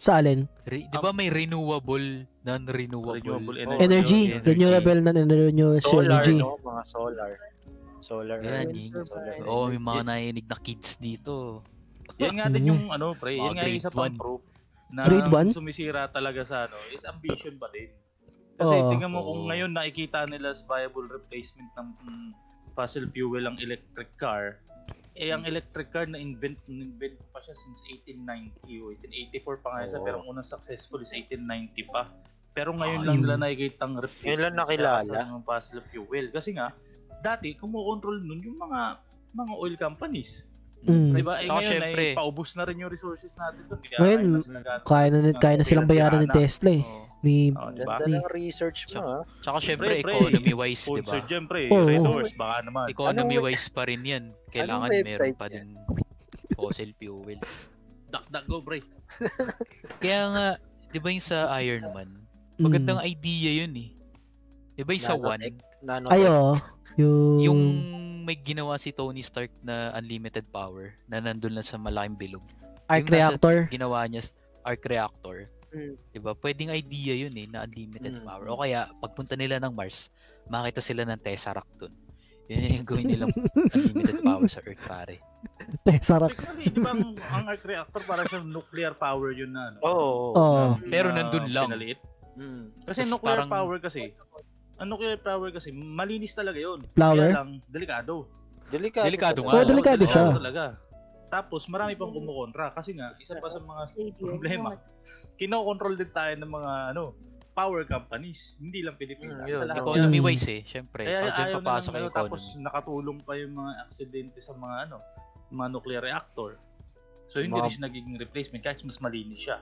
[SPEAKER 1] Sa alin?
[SPEAKER 3] Re- 'Di ba may renewable, non-renewable?
[SPEAKER 2] Renewable
[SPEAKER 4] Oh,
[SPEAKER 1] Energy.
[SPEAKER 3] energy.
[SPEAKER 1] Renewable na renewable
[SPEAKER 4] Solar,
[SPEAKER 1] energy.
[SPEAKER 4] no? Mga solar. Solar.
[SPEAKER 3] Yan,
[SPEAKER 4] energy,
[SPEAKER 3] yun.
[SPEAKER 4] solar
[SPEAKER 3] Oo,
[SPEAKER 4] energy.
[SPEAKER 3] may mga nainig na kids dito.
[SPEAKER 2] Yan nga din yung ano, pre. Yan
[SPEAKER 3] Mga
[SPEAKER 2] nga yung isa
[SPEAKER 3] grade
[SPEAKER 2] pang
[SPEAKER 3] one.
[SPEAKER 2] proof na
[SPEAKER 1] Mm-hmm. Grade one?
[SPEAKER 2] sumisira talaga sa ano is ambition pa din. Kasi
[SPEAKER 1] Oo.
[SPEAKER 2] tingnan mo kung
[SPEAKER 3] Oo.
[SPEAKER 2] ngayon nakikita nila as viable replacement ng mm, fossil fuel ang electric car. Eh, ang electric car na invent invent pa siya since 1890 o 1884 pa nga siya
[SPEAKER 3] Oh.
[SPEAKER 4] Oo.
[SPEAKER 2] pero ang unang successful is 1890 pa. Pero ngayon
[SPEAKER 3] Ah,
[SPEAKER 2] lang
[SPEAKER 1] yun.
[SPEAKER 2] nila nakikita ang replacement
[SPEAKER 4] Ngayon lang
[SPEAKER 2] siya
[SPEAKER 4] nakilala.
[SPEAKER 2] sa ng fossil fuel. Kasi nga, dati kumokontrol nun yung mga mga oil companies.
[SPEAKER 1] Mm.
[SPEAKER 2] Diba? Eh,
[SPEAKER 3] Tsaka
[SPEAKER 2] ngayon,
[SPEAKER 3] syempre,
[SPEAKER 2] ay, paubos na rin yung resources natin doon. Kaya
[SPEAKER 1] Ngayon,
[SPEAKER 2] kaya na sila gano'n.
[SPEAKER 1] Kaya na, kaya na silang bayaran ni Tesla eh.
[SPEAKER 2] Oo.
[SPEAKER 1] Ni,
[SPEAKER 2] Oo, diba?
[SPEAKER 4] Ganda
[SPEAKER 1] Ni-
[SPEAKER 4] ng research mo, ah.
[SPEAKER 3] Tsaka syempre,
[SPEAKER 2] Pre, pre.
[SPEAKER 3] economy-wise, di
[SPEAKER 2] Sponsor
[SPEAKER 3] ba?
[SPEAKER 2] dyan, pre.
[SPEAKER 1] Oo.
[SPEAKER 2] Red Horse, baka naman.
[SPEAKER 3] Economy-wise pa rin yan. Kailangan
[SPEAKER 4] anong
[SPEAKER 3] meron
[SPEAKER 4] website
[SPEAKER 3] pa din fossil fuels.
[SPEAKER 2] Dakdak go, pre.
[SPEAKER 3] Kaya nga, di ba yung sa Iron Man?
[SPEAKER 1] mm.
[SPEAKER 3] Magandang idea yun eh. Di ba yung sa One?
[SPEAKER 4] Nanotech. Nanotech.
[SPEAKER 1] Ay, oo. Yung,
[SPEAKER 3] Yung may ginawa si Tony Stark na unlimited power na nandun lang sa malaking bilog.
[SPEAKER 1] arc
[SPEAKER 3] nasa-
[SPEAKER 1] reactor.
[SPEAKER 3] Ginawa niya s- arc reactor.
[SPEAKER 4] Mm.
[SPEAKER 3] Di ba? Pwedeng idea yun eh, na unlimited
[SPEAKER 4] Mm.
[SPEAKER 3] power. O kaya, pagpunta nila ng Mars, makita sila ng Tesseract dun. Yun yung gawin nilang unlimited power sa Earth, pare.
[SPEAKER 1] Tesseract.
[SPEAKER 2] Technically, di ba ang, ang arc reactor para siyang nuclear power yun na. Ano,
[SPEAKER 4] Oo.
[SPEAKER 1] Oo.
[SPEAKER 2] na-
[SPEAKER 3] Pero
[SPEAKER 2] na
[SPEAKER 3] nandun lang.
[SPEAKER 2] pinaliit.
[SPEAKER 4] Mm.
[SPEAKER 2] Kasi
[SPEAKER 3] Tas
[SPEAKER 2] nuclear
[SPEAKER 3] parang-
[SPEAKER 2] power kasi, ang nuclear power kasi, malinis talaga yun.
[SPEAKER 1] Flower?
[SPEAKER 2] Kaya lang, delikado.
[SPEAKER 4] Ah, Delikado.
[SPEAKER 3] Delikado
[SPEAKER 4] talaga.
[SPEAKER 3] nga. Oo,
[SPEAKER 2] Oo,
[SPEAKER 1] delikado siya.
[SPEAKER 2] talaga. Tapos, marami pang kumukontra. Kasi nga, isa pa sa mga problema, kinokontrol din tayo ng mga ano, power companies, hindi lang Pilipinas.
[SPEAKER 4] Mm, yun,
[SPEAKER 2] sa lahat
[SPEAKER 4] no.
[SPEAKER 2] ng-
[SPEAKER 3] Economy wise eh, syempre.
[SPEAKER 2] Kaya
[SPEAKER 3] Pag dyan
[SPEAKER 2] ayaw na
[SPEAKER 3] papasok
[SPEAKER 2] ng, ano,
[SPEAKER 3] yung
[SPEAKER 2] tapos
[SPEAKER 3] economy.
[SPEAKER 2] nakatulong pa yung mga aksidente sa mga ano, mga nuclear reactor. So hindi
[SPEAKER 4] Mga-
[SPEAKER 2] rin siya nagiging replacement kahit mas malinis siya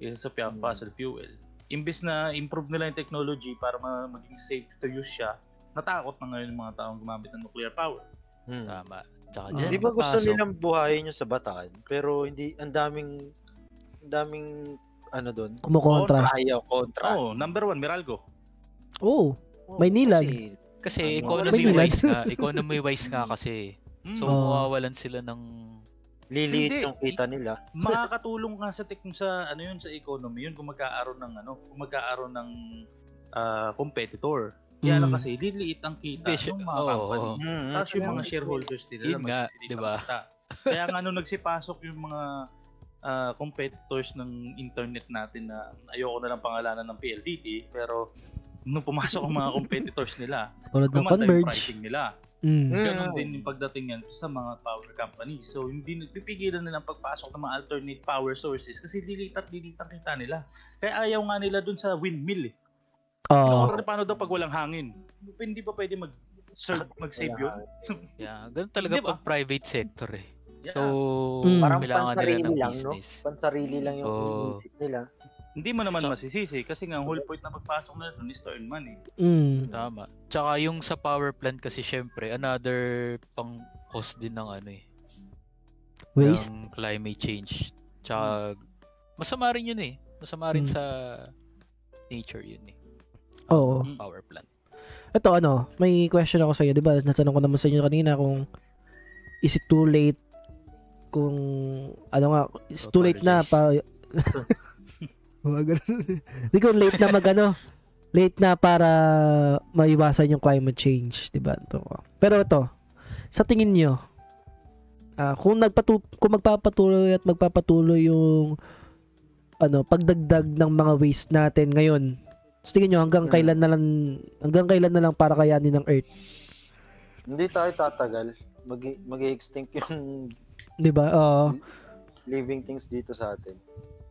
[SPEAKER 2] kaysa sa pia-
[SPEAKER 4] Hmm.
[SPEAKER 2] fossil fuel. Imbes na improve nila yung technology para ma- maging safe to use siya, natakot na ngayon yung mga taong gumamit ng nuclear power.
[SPEAKER 4] Hmm.
[SPEAKER 3] Tama. Tsaka
[SPEAKER 1] Ah.
[SPEAKER 3] dyan
[SPEAKER 4] Di ba gusto
[SPEAKER 3] papasok-
[SPEAKER 4] nilang buhayin yung sabatan? Pero hindi, ang daming, ang daming, ano doon,
[SPEAKER 1] Kumukontra.
[SPEAKER 4] ayaw, kontra.
[SPEAKER 2] Oo, Oh, number one, Meralco.
[SPEAKER 1] Oo.
[SPEAKER 4] Oo,
[SPEAKER 1] Maynilan.
[SPEAKER 4] kasi-
[SPEAKER 3] Kasi
[SPEAKER 2] Ano?
[SPEAKER 3] economy
[SPEAKER 1] Maynila.
[SPEAKER 3] wise nga, economy wise nga kasi. eh.
[SPEAKER 2] Mm.
[SPEAKER 3] So
[SPEAKER 1] Oo.
[SPEAKER 3] mawawalan sila ng
[SPEAKER 4] Liliit
[SPEAKER 2] Hindi.
[SPEAKER 4] yung kita nila.
[SPEAKER 2] makakatulong nga sa tek sa ano yun sa economy yun kung magkaaroon ng ano kung magkaaroon ng ah, competitor kaya lang
[SPEAKER 1] Mm.
[SPEAKER 2] kasi liliit ang kita
[SPEAKER 3] Hindi,
[SPEAKER 2] ng
[SPEAKER 3] siya-
[SPEAKER 2] mga
[SPEAKER 3] oo,
[SPEAKER 2] company
[SPEAKER 3] oo.
[SPEAKER 4] Ah,
[SPEAKER 2] tapos Hmm, yung mga
[SPEAKER 1] Kaya-
[SPEAKER 2] shareholders nila
[SPEAKER 3] Yun nga,
[SPEAKER 2] masisilit
[SPEAKER 3] di ba?
[SPEAKER 2] ang kita. kaya nga nung nagsipasok yung mga ah, competitors ng internet natin na ayoko na lang pangalanan ng PLDT pero nung pumasok ang mga competitors nila
[SPEAKER 1] Tulad ng
[SPEAKER 2] gumanda yung
[SPEAKER 1] Converge.
[SPEAKER 2] pricing Hmm. nila
[SPEAKER 1] Mm.
[SPEAKER 2] Ganon
[SPEAKER 4] Mm.
[SPEAKER 2] din yung pagdating yan sa mga power company. So, hindi nagpipigilan nilang pagpasok ng mga alternate power sources kasi lilit at lilit ang kita nila. Kaya ayaw nga nila dun sa windmill eh.
[SPEAKER 1] Oo.
[SPEAKER 2] Pero paano daw pag walang hangin? Hindi ba pwede mag serve, mag-save yun?
[SPEAKER 3] yeah, ganun talaga
[SPEAKER 2] Di ba?
[SPEAKER 3] pag private sector eh.
[SPEAKER 2] Yeah.
[SPEAKER 3] So
[SPEAKER 1] Mm.
[SPEAKER 4] Parang
[SPEAKER 3] kailangan nila
[SPEAKER 4] pansarili
[SPEAKER 3] ng
[SPEAKER 4] lang, no?
[SPEAKER 3] business.
[SPEAKER 4] Pansarili lang yung
[SPEAKER 3] Oo.
[SPEAKER 4] iniisip nila.
[SPEAKER 2] hindi mo naman
[SPEAKER 3] So-
[SPEAKER 2] masisisi kasi nga ang whole point na pagpasok nila dun is eh. to earn money.
[SPEAKER 1] Mm.
[SPEAKER 3] Tama. Tsaka yung sa power plant kasi syempre another pang cause din ng ano eh,
[SPEAKER 1] Waste. Hmm.
[SPEAKER 3] ng climate change. Tsaka masama rin yun eh. Masama rin
[SPEAKER 1] Mm.
[SPEAKER 3] sa nature yun eh.
[SPEAKER 1] Oo.
[SPEAKER 2] Mm.
[SPEAKER 3] Power plant.
[SPEAKER 1] Ito ano, may question ako sa iyo, 'di ba? Natanong ko naman sa inyo kanina kung is it too late kung ano nga, it's too late na pa Mga ganun. Hindi ko late na magano. Late na para maiwasan yung climate change, 'di ba? Ito. Pero ito, sa tingin niyo ah, kung nagpatu kung magpapatuloy at magpapatuloy yung ano, pagdagdag ng mga waste natin ngayon. So, tingin nyo, hanggang
[SPEAKER 4] Hmm.
[SPEAKER 1] kailan na lang, hanggang kailan na lang para kayanin ng Earth?
[SPEAKER 4] Hindi tayo tatagal. Mag- mag-extinct yung
[SPEAKER 1] 'Di ba? Oo.
[SPEAKER 4] living things dito sa atin.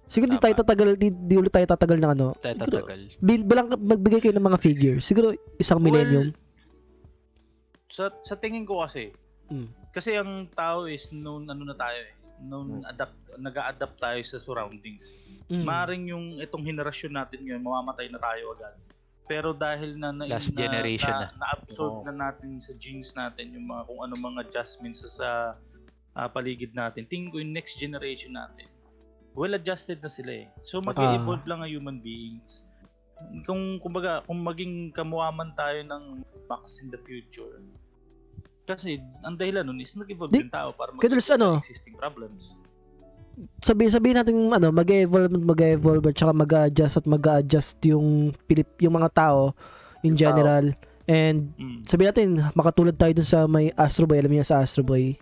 [SPEAKER 1] siguro di
[SPEAKER 3] Tama.
[SPEAKER 1] tayo tatagal, di, di ulit tayo tatagal ng ano.
[SPEAKER 3] Tayo tatagal.
[SPEAKER 1] Bil, bilang magbigay kayo ng mga figure. Siguro isang
[SPEAKER 2] Well,
[SPEAKER 1] millennium.
[SPEAKER 2] Sa, sa tingin ko kasi,
[SPEAKER 1] Mm.
[SPEAKER 2] kasi ang tao is known ano na tayo eh known adapt nag-adapt tayo sa surroundings.
[SPEAKER 1] Mm.
[SPEAKER 2] Maring yung itong henerasyon natin ngayon, mamamatay na tayo agad. Pero dahil na, na
[SPEAKER 3] Last
[SPEAKER 2] na-
[SPEAKER 3] generation
[SPEAKER 2] na, absorb
[SPEAKER 4] Oo.
[SPEAKER 2] na natin sa genes natin yung mga kung ano mga adjustments sa, sa ah, paligid natin. Tingin ko yung next generation natin. Well adjusted na sila eh. So mag-evolve lang ang human beings. Kung kumbaga, kung maging kamuaman tayo ng Max in the future. Kasi ang dahilan nun is nag-evolve
[SPEAKER 1] Di-
[SPEAKER 2] yung tao para
[SPEAKER 1] Kaya dun sa ano?
[SPEAKER 2] existing problems.
[SPEAKER 1] Sabi, sabihin natin ano, mag-evolve, mag-evolve at saka mag-adjust at mag-adjust yung, Pilip, yung mga tao in
[SPEAKER 4] Yung tao.
[SPEAKER 1] general. And
[SPEAKER 2] Mm.
[SPEAKER 1] sabi natin, makatulad tayo dun sa may Astro Boy. Alam niyo sa Astro Boy?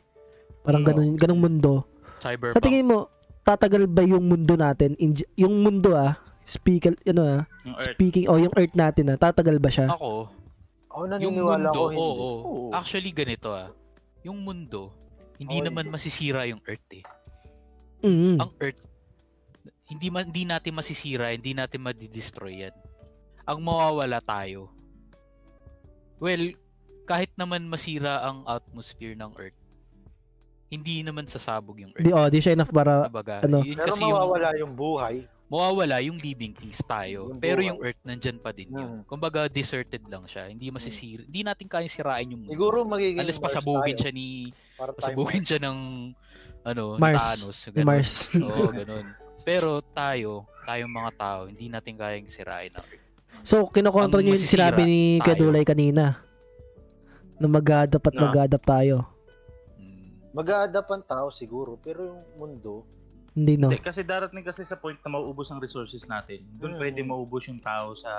[SPEAKER 1] Parang
[SPEAKER 2] Oo.
[SPEAKER 1] ganun, ganung mundo.
[SPEAKER 3] Cyberpunk.
[SPEAKER 1] Sa tingin mo, tatagal ba yung mundo natin? In, yung mundo ah, speak, ano ah,
[SPEAKER 2] Yung Earth.
[SPEAKER 1] speaking, oh, yung Earth natin ah, tatagal ba siya?
[SPEAKER 3] Ako,
[SPEAKER 4] Ako
[SPEAKER 3] yung
[SPEAKER 4] naniniwala
[SPEAKER 3] mundo,
[SPEAKER 4] ko
[SPEAKER 3] oo.
[SPEAKER 4] hindi.
[SPEAKER 2] Oo.
[SPEAKER 3] Actually, ganito ah. Yung mundo, hindi
[SPEAKER 4] Oo,
[SPEAKER 3] naman
[SPEAKER 4] hindi.
[SPEAKER 3] masisira yung Earth eh.
[SPEAKER 1] Mm.
[SPEAKER 3] Ang Earth, hindi, ma- hindi natin masisira, hindi natin madidestroy yan. Ang mawawala tayo. Well, kahit naman masira ang atmosphere ng Earth, hindi naman sasabog yung
[SPEAKER 1] Di,
[SPEAKER 3] Earth.
[SPEAKER 1] oh, di siya enough para,
[SPEAKER 3] Kumbaga,
[SPEAKER 1] ano?
[SPEAKER 3] yun
[SPEAKER 4] Pero
[SPEAKER 3] kasi yung
[SPEAKER 4] mawawala yung buhay.
[SPEAKER 3] mawawala yung living things tayo.
[SPEAKER 4] Yung
[SPEAKER 3] pero
[SPEAKER 4] buhay.
[SPEAKER 3] yung Earth nandyan pa din yun.
[SPEAKER 4] Mm.
[SPEAKER 3] Kumbaga deserted lang siya. Hindi masisira, hindi natin kayang sirain yung mundo.
[SPEAKER 4] Siguro magiging
[SPEAKER 3] Unless
[SPEAKER 4] Mars
[SPEAKER 3] pasabugin
[SPEAKER 4] tayo.
[SPEAKER 3] siya ni
[SPEAKER 4] Para tayo
[SPEAKER 3] pasabugin siya ng ano, ni
[SPEAKER 1] Mars.
[SPEAKER 3] Thanos,
[SPEAKER 1] ni
[SPEAKER 3] ganun.
[SPEAKER 1] Mars.
[SPEAKER 3] Oo, ganun. Pero tayo, tayong mga tao, hindi natin kayang sirain ang Earth.
[SPEAKER 1] so, kinokontrol
[SPEAKER 3] Ang
[SPEAKER 1] niyo yung
[SPEAKER 3] masisira,
[SPEAKER 1] sinabi ni
[SPEAKER 3] tayo.
[SPEAKER 1] Kadulay kanina. Na mag-adapt at
[SPEAKER 2] Na.
[SPEAKER 1] mag-adapt tayo.
[SPEAKER 3] Mm.
[SPEAKER 4] Mag-a-adapt ang tao siguro, pero yung mundo,
[SPEAKER 1] Hindi no.
[SPEAKER 2] Hindi, kasi darating kasi sa point na mauubos ang resources natin. Doon
[SPEAKER 4] Mm.
[SPEAKER 2] pwede maubos yung tao sa...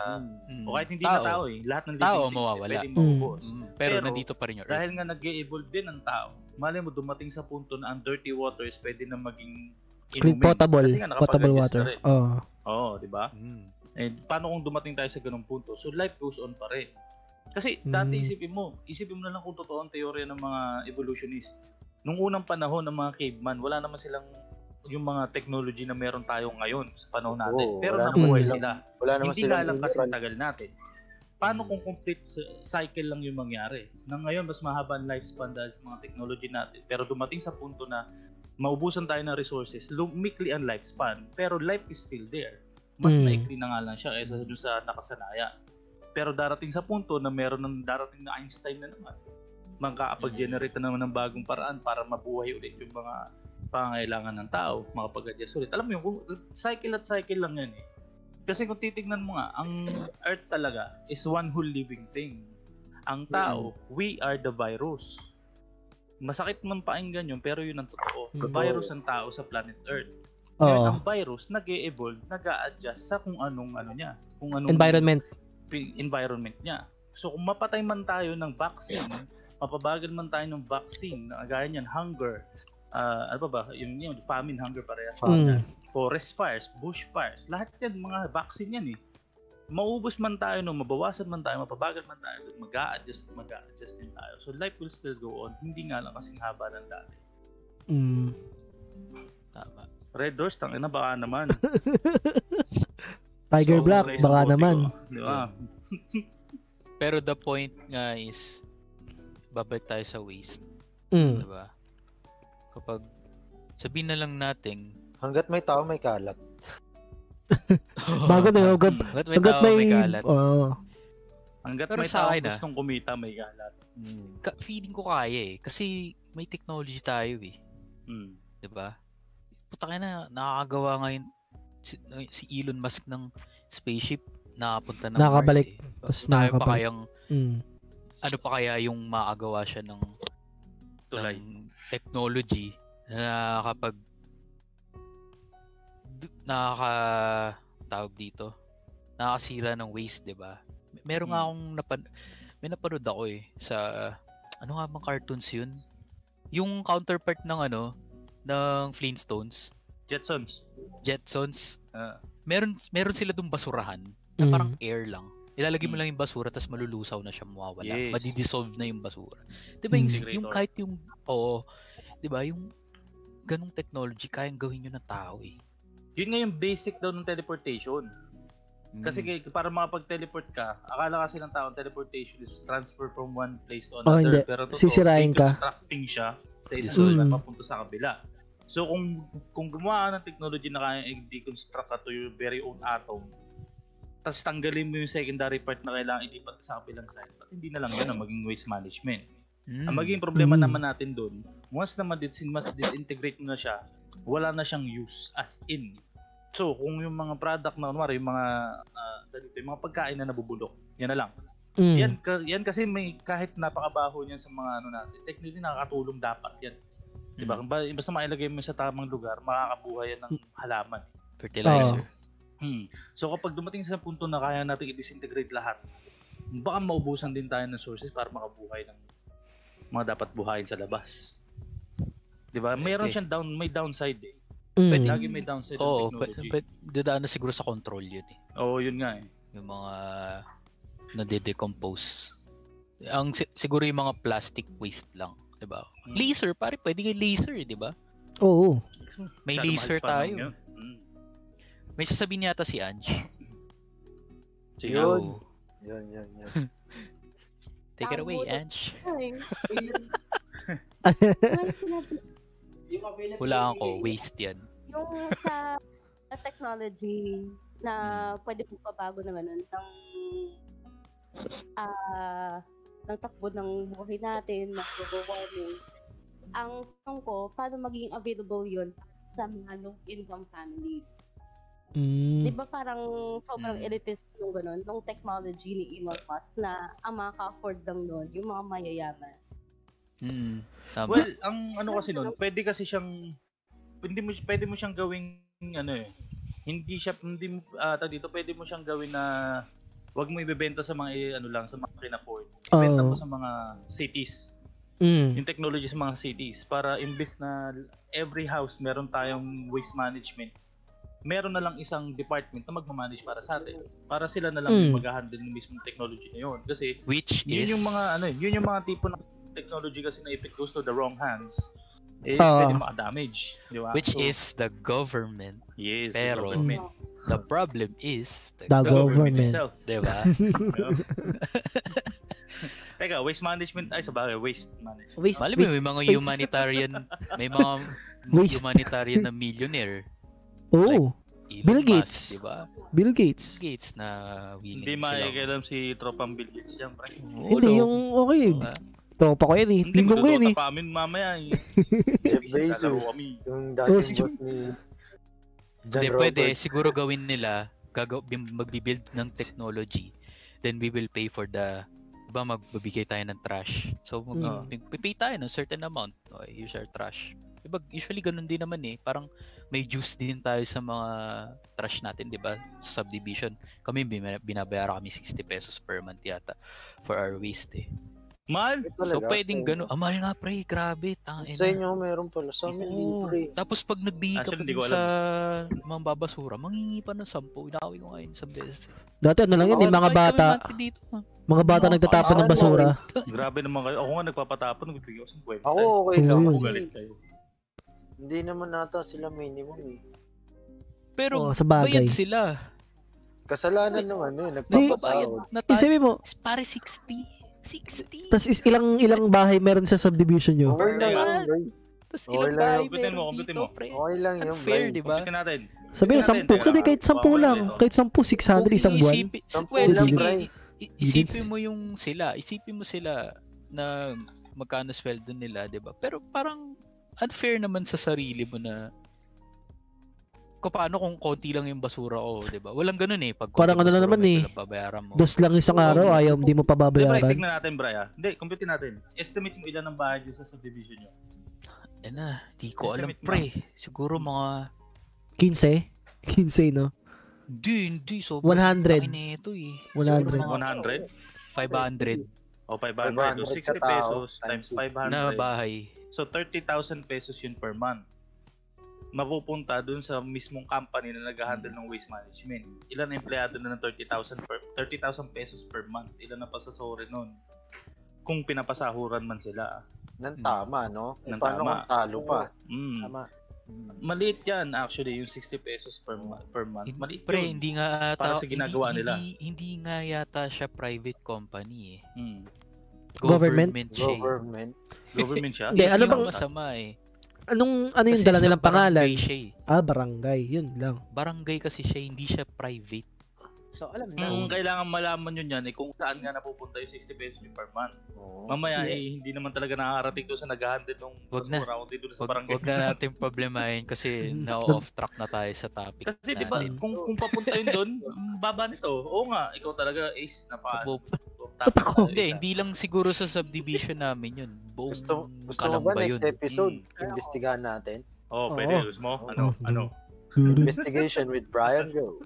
[SPEAKER 3] Mm.
[SPEAKER 4] hmm,
[SPEAKER 2] O kahit hindi na tao eh. Lahat ng living
[SPEAKER 3] Tao
[SPEAKER 2] things eh,
[SPEAKER 3] mawawala.
[SPEAKER 2] pwede maubos.
[SPEAKER 3] Mm, Pero,
[SPEAKER 2] Pero,
[SPEAKER 3] nandito pa rin yung Earth.
[SPEAKER 2] Dahil nga nag evolve din ang tao. Malay mo, dumating sa punto na ang dirty water is pwede na maging
[SPEAKER 1] Clean, potable.
[SPEAKER 2] Kasi nga,
[SPEAKER 1] potable
[SPEAKER 2] nakapag-adjust
[SPEAKER 1] water.
[SPEAKER 2] na rin.
[SPEAKER 1] Oo.
[SPEAKER 2] Oo, di ba?
[SPEAKER 3] Mm.
[SPEAKER 2] Eh, paano kung dumating tayo sa ganung punto? So, life goes on pa rin. Kasi dati
[SPEAKER 1] Mm.
[SPEAKER 2] isipin mo, isipin mo na lang kung totoo ang teorya ng mga evolutionist. Nung unang panahon ng mga caveman, wala naman silang yung mga technology na meron tayo ngayon sa panahon
[SPEAKER 4] Oo,
[SPEAKER 2] natin. Pero
[SPEAKER 4] wala
[SPEAKER 1] naman
[SPEAKER 2] nabuhay
[SPEAKER 4] silang-
[SPEAKER 2] sila.
[SPEAKER 4] Wala naman
[SPEAKER 2] Hindi
[SPEAKER 4] silang Hmm.
[SPEAKER 2] lalang kasi
[SPEAKER 4] mineral.
[SPEAKER 2] ang tagal natin. Paano
[SPEAKER 3] Mm.
[SPEAKER 2] kung complete s- cycle lang yung mangyari? Na ngayon, mas mahaba ang lifespan dahil sa mga technology natin. Pero dumating sa punto na maubusan tayo ng resources, lumikli ang lifespan, pero life is still there. Mas
[SPEAKER 1] Mm.
[SPEAKER 2] maikli na nga lang siya kaysa dun sa nakasanaya. Pero darating sa punto na meron ng darating na Einstein na naman, magkakapag-generate na naman ng bagong paraan para mabuhay ulit yung mga pangangailangan ng tao, makapag-adjust ulit. Alam mo yun, kung- cycle at cycle lang yan eh. Kasi kung titignan mo nga, ang Earth talaga is one whole living thing. Ang
[SPEAKER 1] Mm.
[SPEAKER 2] tao, we are the virus. Masakit man painggan yun, pero yun ang totoo.
[SPEAKER 1] Totoo.
[SPEAKER 2] Virus ang tao sa planet Earth. Ngayon,
[SPEAKER 1] Mm. Oo.
[SPEAKER 2] ang virus, nag evolve nag adjust sa kung anong ano niya. Kung anong
[SPEAKER 1] Environment.
[SPEAKER 2] pi- environment niya. So kung mapatay man tayo ng vaccine, mapabagal man tayo ng vaccine, na gaya niyan, hunger, ah, ano ba ba, yung, yung famine, hunger parehas.
[SPEAKER 1] Mm.
[SPEAKER 2] Forest fires, bush fires, lahat yan, mga vaccine yan eh. Maubos man tayo no, mabawasan man tayo, mapabagal man tayo, dun, mag-a-adjust, mag-a-adjust din tayo. So life will still go on, hindi nga lang kasing haba ng dati.
[SPEAKER 1] Mm.
[SPEAKER 3] Tama.
[SPEAKER 2] Red Doors, tangina baka naman.
[SPEAKER 1] Tiger
[SPEAKER 3] So,
[SPEAKER 1] Black,
[SPEAKER 2] Sa
[SPEAKER 3] guys,
[SPEAKER 2] isang
[SPEAKER 1] baka
[SPEAKER 2] bote diba?
[SPEAKER 1] naman.
[SPEAKER 2] ko, Di ba?
[SPEAKER 3] Pero the point nga is, babalik tayo sa waste,
[SPEAKER 1] Mm.
[SPEAKER 3] di ba? Kapag, sabihin na lang natin,
[SPEAKER 4] Hanggat may tao, may kalat.
[SPEAKER 1] Bago na yun, hanggat,
[SPEAKER 3] hanggat Mm. may
[SPEAKER 1] hanggat
[SPEAKER 3] tao,
[SPEAKER 1] may, Oh.
[SPEAKER 3] oh, may kalat.
[SPEAKER 1] oo.
[SPEAKER 2] Hanggat
[SPEAKER 3] Pero
[SPEAKER 2] may
[SPEAKER 3] sa
[SPEAKER 2] tao
[SPEAKER 3] akin, ah.
[SPEAKER 2] gustong kumita, may galat.
[SPEAKER 1] Hmm.
[SPEAKER 4] Mm.
[SPEAKER 3] Ka- feeling ko kaya eh. Kasi may technology tayo eh.
[SPEAKER 2] Mm.
[SPEAKER 3] 'di ba? Putang ina, nakakagawa ngayon si, si Elon Musk ng spaceship nakapunta ng
[SPEAKER 1] Nakakabalik.
[SPEAKER 3] Mars. Eh.
[SPEAKER 1] Tapos
[SPEAKER 3] Tayo pa
[SPEAKER 1] nakakabalik.
[SPEAKER 3] kayang
[SPEAKER 1] Mm.
[SPEAKER 3] ano pa kaya yung maagawa siya ng,
[SPEAKER 2] Tulay.
[SPEAKER 3] ng technology na kapag du- nakaka tawag dito nakasira ng waste 'di ba Mer- meron nga
[SPEAKER 2] Mm.
[SPEAKER 3] akong napan may napanood ako eh sa ano nga bang cartoons yun yung counterpart ng ano ng Flintstones
[SPEAKER 2] Jetsons.
[SPEAKER 3] Jetsons
[SPEAKER 2] Ah.
[SPEAKER 3] meron meron sila dong basurahan na
[SPEAKER 1] Mm.
[SPEAKER 3] parang air lang ilalagay mo
[SPEAKER 2] Mm.
[SPEAKER 3] lang yung basura tapos malulusaw na siya mawawala
[SPEAKER 2] Yes.
[SPEAKER 3] madidissolve na yung basura 'di ba yung,
[SPEAKER 2] Integrator.
[SPEAKER 3] yung kahit yung oo 'di ba yung ganong technology kayang gawin yun ng tao eh
[SPEAKER 2] Yun nga yung basic daw ng teleportation. Kasi kay-
[SPEAKER 3] Mm.
[SPEAKER 2] para makapag-teleport ka, akala kasi ng tao, teleportation is transfer from one place to
[SPEAKER 1] Oh, hindi.
[SPEAKER 2] another. Pero totoo,
[SPEAKER 1] Sisirain ka.
[SPEAKER 2] deconstructing siya sa isang
[SPEAKER 1] Mm.
[SPEAKER 2] lugar papunta sa kabila. So kung kung gumawa ka ng technology na kaya i-deconstruct ka to your very own atom, tapos tanggalin mo yung secondary part na kailangan ilipat ka sa kabilang side, ba't hindi na lang yun ang maging waste management.
[SPEAKER 3] Mm.
[SPEAKER 2] Ang magiging
[SPEAKER 1] Mm.
[SPEAKER 2] problema naman natin doon, once na madisin, mas disintegrate mo na siya, wala na siyang use as in. So, kung yung mga product na, kunwari, yung mga, ah, ganito, yung mga pagkain na nabubulok, yan na lang.
[SPEAKER 1] Mm.
[SPEAKER 2] Yan, ka- yan kasi may, kahit napakabaho niyan sa mga ano natin, technically nakakatulong dapat yan. Diba?
[SPEAKER 3] Mm.
[SPEAKER 2] Kung ba, basta mailagay mo sa tamang lugar, makakabuhay yan ng halaman.
[SPEAKER 3] fertilizer
[SPEAKER 2] Hmm. So kapag dumating sa punto na kaya natin i-disintegrate lahat, baka maubusan din tayo ng sources para makabuhay ng mga dapat buhayin sa labas. 'Di ba? Mayroon
[SPEAKER 3] Okay.
[SPEAKER 2] siyang down, may downside eh.
[SPEAKER 1] Mm.
[SPEAKER 3] Pwede-
[SPEAKER 2] Lagi may downside ng
[SPEAKER 3] oo but,
[SPEAKER 2] technology.
[SPEAKER 3] but dadaan na siguro sa control yun eh
[SPEAKER 2] Oo, yun nga eh.
[SPEAKER 3] yung mga nade-decompose ang si- siguro yung mga plastic waste lang 'di ba
[SPEAKER 2] Mm.
[SPEAKER 3] laser pare pwede kay laser eh, 'di ba
[SPEAKER 1] Oo.
[SPEAKER 3] May
[SPEAKER 2] Masyado
[SPEAKER 3] laser
[SPEAKER 2] mahal pa
[SPEAKER 3] tayo.
[SPEAKER 2] lang yun. Hmm.
[SPEAKER 3] May sasabihin yata si Ange.
[SPEAKER 2] Sige.
[SPEAKER 4] Yun.
[SPEAKER 3] Yo,
[SPEAKER 4] Yan, yan, yan.
[SPEAKER 3] Take it away,
[SPEAKER 5] Tawag mo
[SPEAKER 3] Ange.
[SPEAKER 5] Ay,
[SPEAKER 2] Mm.
[SPEAKER 5] may sinabi.
[SPEAKER 3] Hulaan ko, waste yan.
[SPEAKER 5] Yung sa sa technology na pwede mong pabago ng ano, ng ah ng takbo ng buhay natin, ng global warming. Ang tanong ko, paano magiging available yun sa mga low-income families?
[SPEAKER 1] Mm.
[SPEAKER 5] Di ba parang sobrang
[SPEAKER 3] Mm.
[SPEAKER 5] elitist nung ganun, nung technology ni Elon Musk na ang makaka-afford lang nun, yung mga mayayaman.
[SPEAKER 2] Hmm.
[SPEAKER 3] Mm, tama.
[SPEAKER 2] Well, ang ano kasi noon, pwede kasi siyang hindi mo pwede mo siyang gawing ano eh. Hindi siya hindi mo ata dito pwede mo siyang gawin na wag mo ibebenta sa mga eh, ano lang sa mga can-afford. Ibenta
[SPEAKER 1] Oo.
[SPEAKER 2] mo sa mga cities.
[SPEAKER 1] Mm.
[SPEAKER 2] Yung technology sa mga cities para imbes na every house meron tayong waste management. Meron na lang isang department na magmamanage para sa atin. Para sila na lang
[SPEAKER 1] Mm.
[SPEAKER 2] yung mag-handle ng mismong technology na yun. Kasi
[SPEAKER 3] Which
[SPEAKER 2] yun ano
[SPEAKER 3] is...
[SPEAKER 2] yung mga ano, eh, yun yung mga tipo ng technology kasi na if it goes to the wrong hands, is
[SPEAKER 1] Oo.
[SPEAKER 2] pwede maka-damage. Di ba?
[SPEAKER 3] Which
[SPEAKER 2] So,
[SPEAKER 3] is the government.
[SPEAKER 2] yes, the
[SPEAKER 3] pero-
[SPEAKER 2] government.
[SPEAKER 3] The problem is the,
[SPEAKER 1] Hmm. The
[SPEAKER 3] government.
[SPEAKER 1] government.
[SPEAKER 2] itself.
[SPEAKER 3] Diba?
[SPEAKER 2] No? Teka, waste management. Ay, sabagay, waste management.
[SPEAKER 1] Waste,
[SPEAKER 3] Mali
[SPEAKER 1] waste.
[SPEAKER 3] may mga
[SPEAKER 1] waste.
[SPEAKER 3] humanitarian, may mga
[SPEAKER 1] Waste.
[SPEAKER 3] humanitarian na millionaire.
[SPEAKER 1] Oh,
[SPEAKER 3] Elon
[SPEAKER 1] Bill
[SPEAKER 3] Musk,
[SPEAKER 1] Gates.
[SPEAKER 3] Diba?
[SPEAKER 1] Bill Gates.
[SPEAKER 3] Gates na willing
[SPEAKER 2] Hindi
[SPEAKER 3] sila.
[SPEAKER 2] makikailam si Tropang Bill Gates dyan, pre.
[SPEAKER 1] Hindi, yung okay.
[SPEAKER 3] Diba?
[SPEAKER 1] Tropa ko yan eh.
[SPEAKER 2] Hindi
[SPEAKER 1] Linggo ko yan eh.
[SPEAKER 2] matutota pa amin mamaya. eh.
[SPEAKER 4] Jeff
[SPEAKER 2] Lalaro
[SPEAKER 4] Bezos.
[SPEAKER 2] kami.
[SPEAKER 4] Yung
[SPEAKER 1] Oh, si Jeff-
[SPEAKER 4] dating boss ni John
[SPEAKER 3] Hindi, pwede.
[SPEAKER 4] Roberts.
[SPEAKER 3] Siguro gawin nila, gagaw, bim- magbibuild ng technology, then we will pay for the, ba magbibigay tayo ng trash. So, mag,
[SPEAKER 2] Mm.
[SPEAKER 3] pipay tayo ng certain amount. Okay, here's our trash. Diba, usually ganun din naman eh. Parang may juice din tayo sa mga trash natin, di ba? Sa subdivision. Kami, bina- binabayaran kami 60 pesos per month yata for our waste eh.
[SPEAKER 2] Mahal!
[SPEAKER 4] Eh,
[SPEAKER 3] So,
[SPEAKER 4] talaga,
[SPEAKER 3] pwedeng
[SPEAKER 4] sa-
[SPEAKER 3] ganun. Amal nga, pre. Grabe. Tangin
[SPEAKER 4] Sa inyo meron pala. Sa amin,
[SPEAKER 3] Oo.
[SPEAKER 4] libre.
[SPEAKER 3] Tapos pag nagbihi ka
[SPEAKER 2] Actually,
[SPEAKER 3] pa
[SPEAKER 2] hindi
[SPEAKER 3] dun
[SPEAKER 2] ko alam.
[SPEAKER 3] sa mga babasura, mangingi pa ng sampo. Inaaway ko ngayon sa beses.
[SPEAKER 1] Dati ano lang yan eh,
[SPEAKER 3] Ano
[SPEAKER 1] mga
[SPEAKER 3] kayo
[SPEAKER 1] bata.
[SPEAKER 3] kami dito?
[SPEAKER 1] Mga bata
[SPEAKER 3] Ano,
[SPEAKER 1] nagtatapon ng
[SPEAKER 4] ano,
[SPEAKER 1] basura.
[SPEAKER 2] Grabe naman kayo. Ako nga nagpapatapon, nagbibigay ko 50.
[SPEAKER 4] Ako okay lang.
[SPEAKER 1] Oo.
[SPEAKER 2] Ako
[SPEAKER 4] kasi
[SPEAKER 2] galit kayo.
[SPEAKER 4] Hindi naman nata sila minimum eh.
[SPEAKER 3] Pero
[SPEAKER 1] Oo, sa bagay.
[SPEAKER 3] bayad sila.
[SPEAKER 4] Kasalanan ano eh, naman yun.
[SPEAKER 3] Nagbabayad
[SPEAKER 4] Nagpapasahod.
[SPEAKER 3] na tayo.
[SPEAKER 1] Isipin mo,
[SPEAKER 3] Pare 60. 60.
[SPEAKER 1] tas is ilang ilang bahay meron sa subdivision nyo.
[SPEAKER 4] Okay lang yun,
[SPEAKER 3] Naman.
[SPEAKER 4] boy.
[SPEAKER 3] Tapos
[SPEAKER 4] Okay
[SPEAKER 3] ilang
[SPEAKER 4] lang.
[SPEAKER 3] bahay
[SPEAKER 2] Kumpitin mo,
[SPEAKER 3] meron
[SPEAKER 2] kumpitin
[SPEAKER 3] dito,
[SPEAKER 2] mo.
[SPEAKER 3] pre.
[SPEAKER 4] Okay lang yun,
[SPEAKER 3] Unfair,
[SPEAKER 4] boy.
[SPEAKER 3] di ba?
[SPEAKER 2] Kumpitin natin.
[SPEAKER 1] Sabihin mo,
[SPEAKER 2] Natin,
[SPEAKER 1] sampu.
[SPEAKER 2] teka.
[SPEAKER 1] Hindi, kahit sampu
[SPEAKER 2] Bawal
[SPEAKER 1] lang.
[SPEAKER 2] yun, oh.
[SPEAKER 1] Kahit sampu, 600 isang
[SPEAKER 3] Kung
[SPEAKER 1] buwan.
[SPEAKER 3] iisipin-
[SPEAKER 4] Sampu
[SPEAKER 3] well,
[SPEAKER 1] lang,
[SPEAKER 3] sige,
[SPEAKER 4] pre.
[SPEAKER 3] i- i- isipin mo yung sila. Isipin mo sila na magkano sweldo nila, di ba? Pero parang unfair naman sa sarili mo na kung paano kung konti lang yung basura ko, di ba? Walang ganun eh. Pag konti
[SPEAKER 1] Parang ano na
[SPEAKER 3] basura,
[SPEAKER 1] naman
[SPEAKER 3] may
[SPEAKER 1] eh.
[SPEAKER 3] dalang Babayaran mo.
[SPEAKER 1] Dos lang isang araw, ayaw, hindi mo
[SPEAKER 2] Hindi, pre,
[SPEAKER 1] pababayaran.
[SPEAKER 2] tignan natin, Bray. ah. Hindi, kumpitin natin. Estimate mo ilan ang bahay dyan sa subdivision nyo.
[SPEAKER 3] Yan na, di ko alam
[SPEAKER 2] Estimate mo.
[SPEAKER 3] pre. Siguro mga,
[SPEAKER 1] 15? 15, no?
[SPEAKER 3] hindi, hindi. So,
[SPEAKER 1] 100.
[SPEAKER 3] na ito eh.
[SPEAKER 1] 100.
[SPEAKER 3] Siguro mga
[SPEAKER 2] 100?
[SPEAKER 3] 500
[SPEAKER 2] O 500. O 60
[SPEAKER 4] 500 ka tao,
[SPEAKER 2] pesos times
[SPEAKER 4] times
[SPEAKER 2] 500.
[SPEAKER 3] na bahay.
[SPEAKER 2] So 30,000 pesos yun per month. Mapupunta dun sa mismong company na nag-handle ng waste management. Ilan ang empleyado na ng 30,000 per 30,000 pesos per month? Ilan ang pasasahuri nun? Kung pinapasahuran man sila.
[SPEAKER 4] Nang
[SPEAKER 3] Hmm.
[SPEAKER 4] tama, no? Eh,
[SPEAKER 2] Nang
[SPEAKER 4] paano
[SPEAKER 2] tama.
[SPEAKER 4] kung talo pa?
[SPEAKER 2] Mm.
[SPEAKER 4] Tama.
[SPEAKER 2] Maliit yan actually yung 60 pesos per mo- per month.
[SPEAKER 3] Hindi,
[SPEAKER 2] Maliit
[SPEAKER 3] pre,
[SPEAKER 2] yun.
[SPEAKER 3] hindi nga
[SPEAKER 2] Para
[SPEAKER 3] ata-
[SPEAKER 2] sa ginagawa
[SPEAKER 3] hindi,
[SPEAKER 2] nila.
[SPEAKER 3] Hindi, hindi nga yata siya private company eh.
[SPEAKER 2] Mm.
[SPEAKER 1] Government?
[SPEAKER 3] siya. eh.
[SPEAKER 4] Government.
[SPEAKER 2] Government siya.
[SPEAKER 1] Hindi,
[SPEAKER 3] Yun
[SPEAKER 1] ano
[SPEAKER 3] yung
[SPEAKER 1] bang-
[SPEAKER 3] masama eh.
[SPEAKER 1] Anong, ano yung
[SPEAKER 3] Kasi
[SPEAKER 1] dala
[SPEAKER 3] sa
[SPEAKER 1] nilang
[SPEAKER 3] barangay
[SPEAKER 1] pangalan?
[SPEAKER 3] siya eh.
[SPEAKER 1] Ah, barangay. Yun lang.
[SPEAKER 3] Barangay kasi siya, hindi siya private.
[SPEAKER 4] So, alam
[SPEAKER 2] Ang kailangan malaman nyo niyan eh kung saan nga napupunta yung 60 pesos yun per month. Mamaya eh, hindi naman talaga nakakarating doon sa nag-handle ng
[SPEAKER 3] Wag na.
[SPEAKER 2] basura, kundi doon sa
[SPEAKER 3] Wag,
[SPEAKER 2] barangay.
[SPEAKER 3] wag na natin problemahin kasi na-off track na tayo sa topic
[SPEAKER 2] Kasi di ba,
[SPEAKER 3] natin.
[SPEAKER 2] kung, kung papunta yun doon, ang baba nito. Oo nga, ikaw talaga ace na pa.
[SPEAKER 3] Kapo-
[SPEAKER 1] Ako.
[SPEAKER 3] Hindi, hindi lang siguro sa subdivision namin yun. Buong
[SPEAKER 4] Gusto, gusto mo ba
[SPEAKER 3] Kalamba yun.
[SPEAKER 4] next episode,
[SPEAKER 3] Hmm.
[SPEAKER 2] Mm.
[SPEAKER 4] investigahan natin?
[SPEAKER 2] Oo, oh,
[SPEAKER 1] Oo.
[SPEAKER 2] pwede. Gusto mo?
[SPEAKER 1] Oo.
[SPEAKER 2] Ano? Ano?
[SPEAKER 4] Investigation with Brian Go.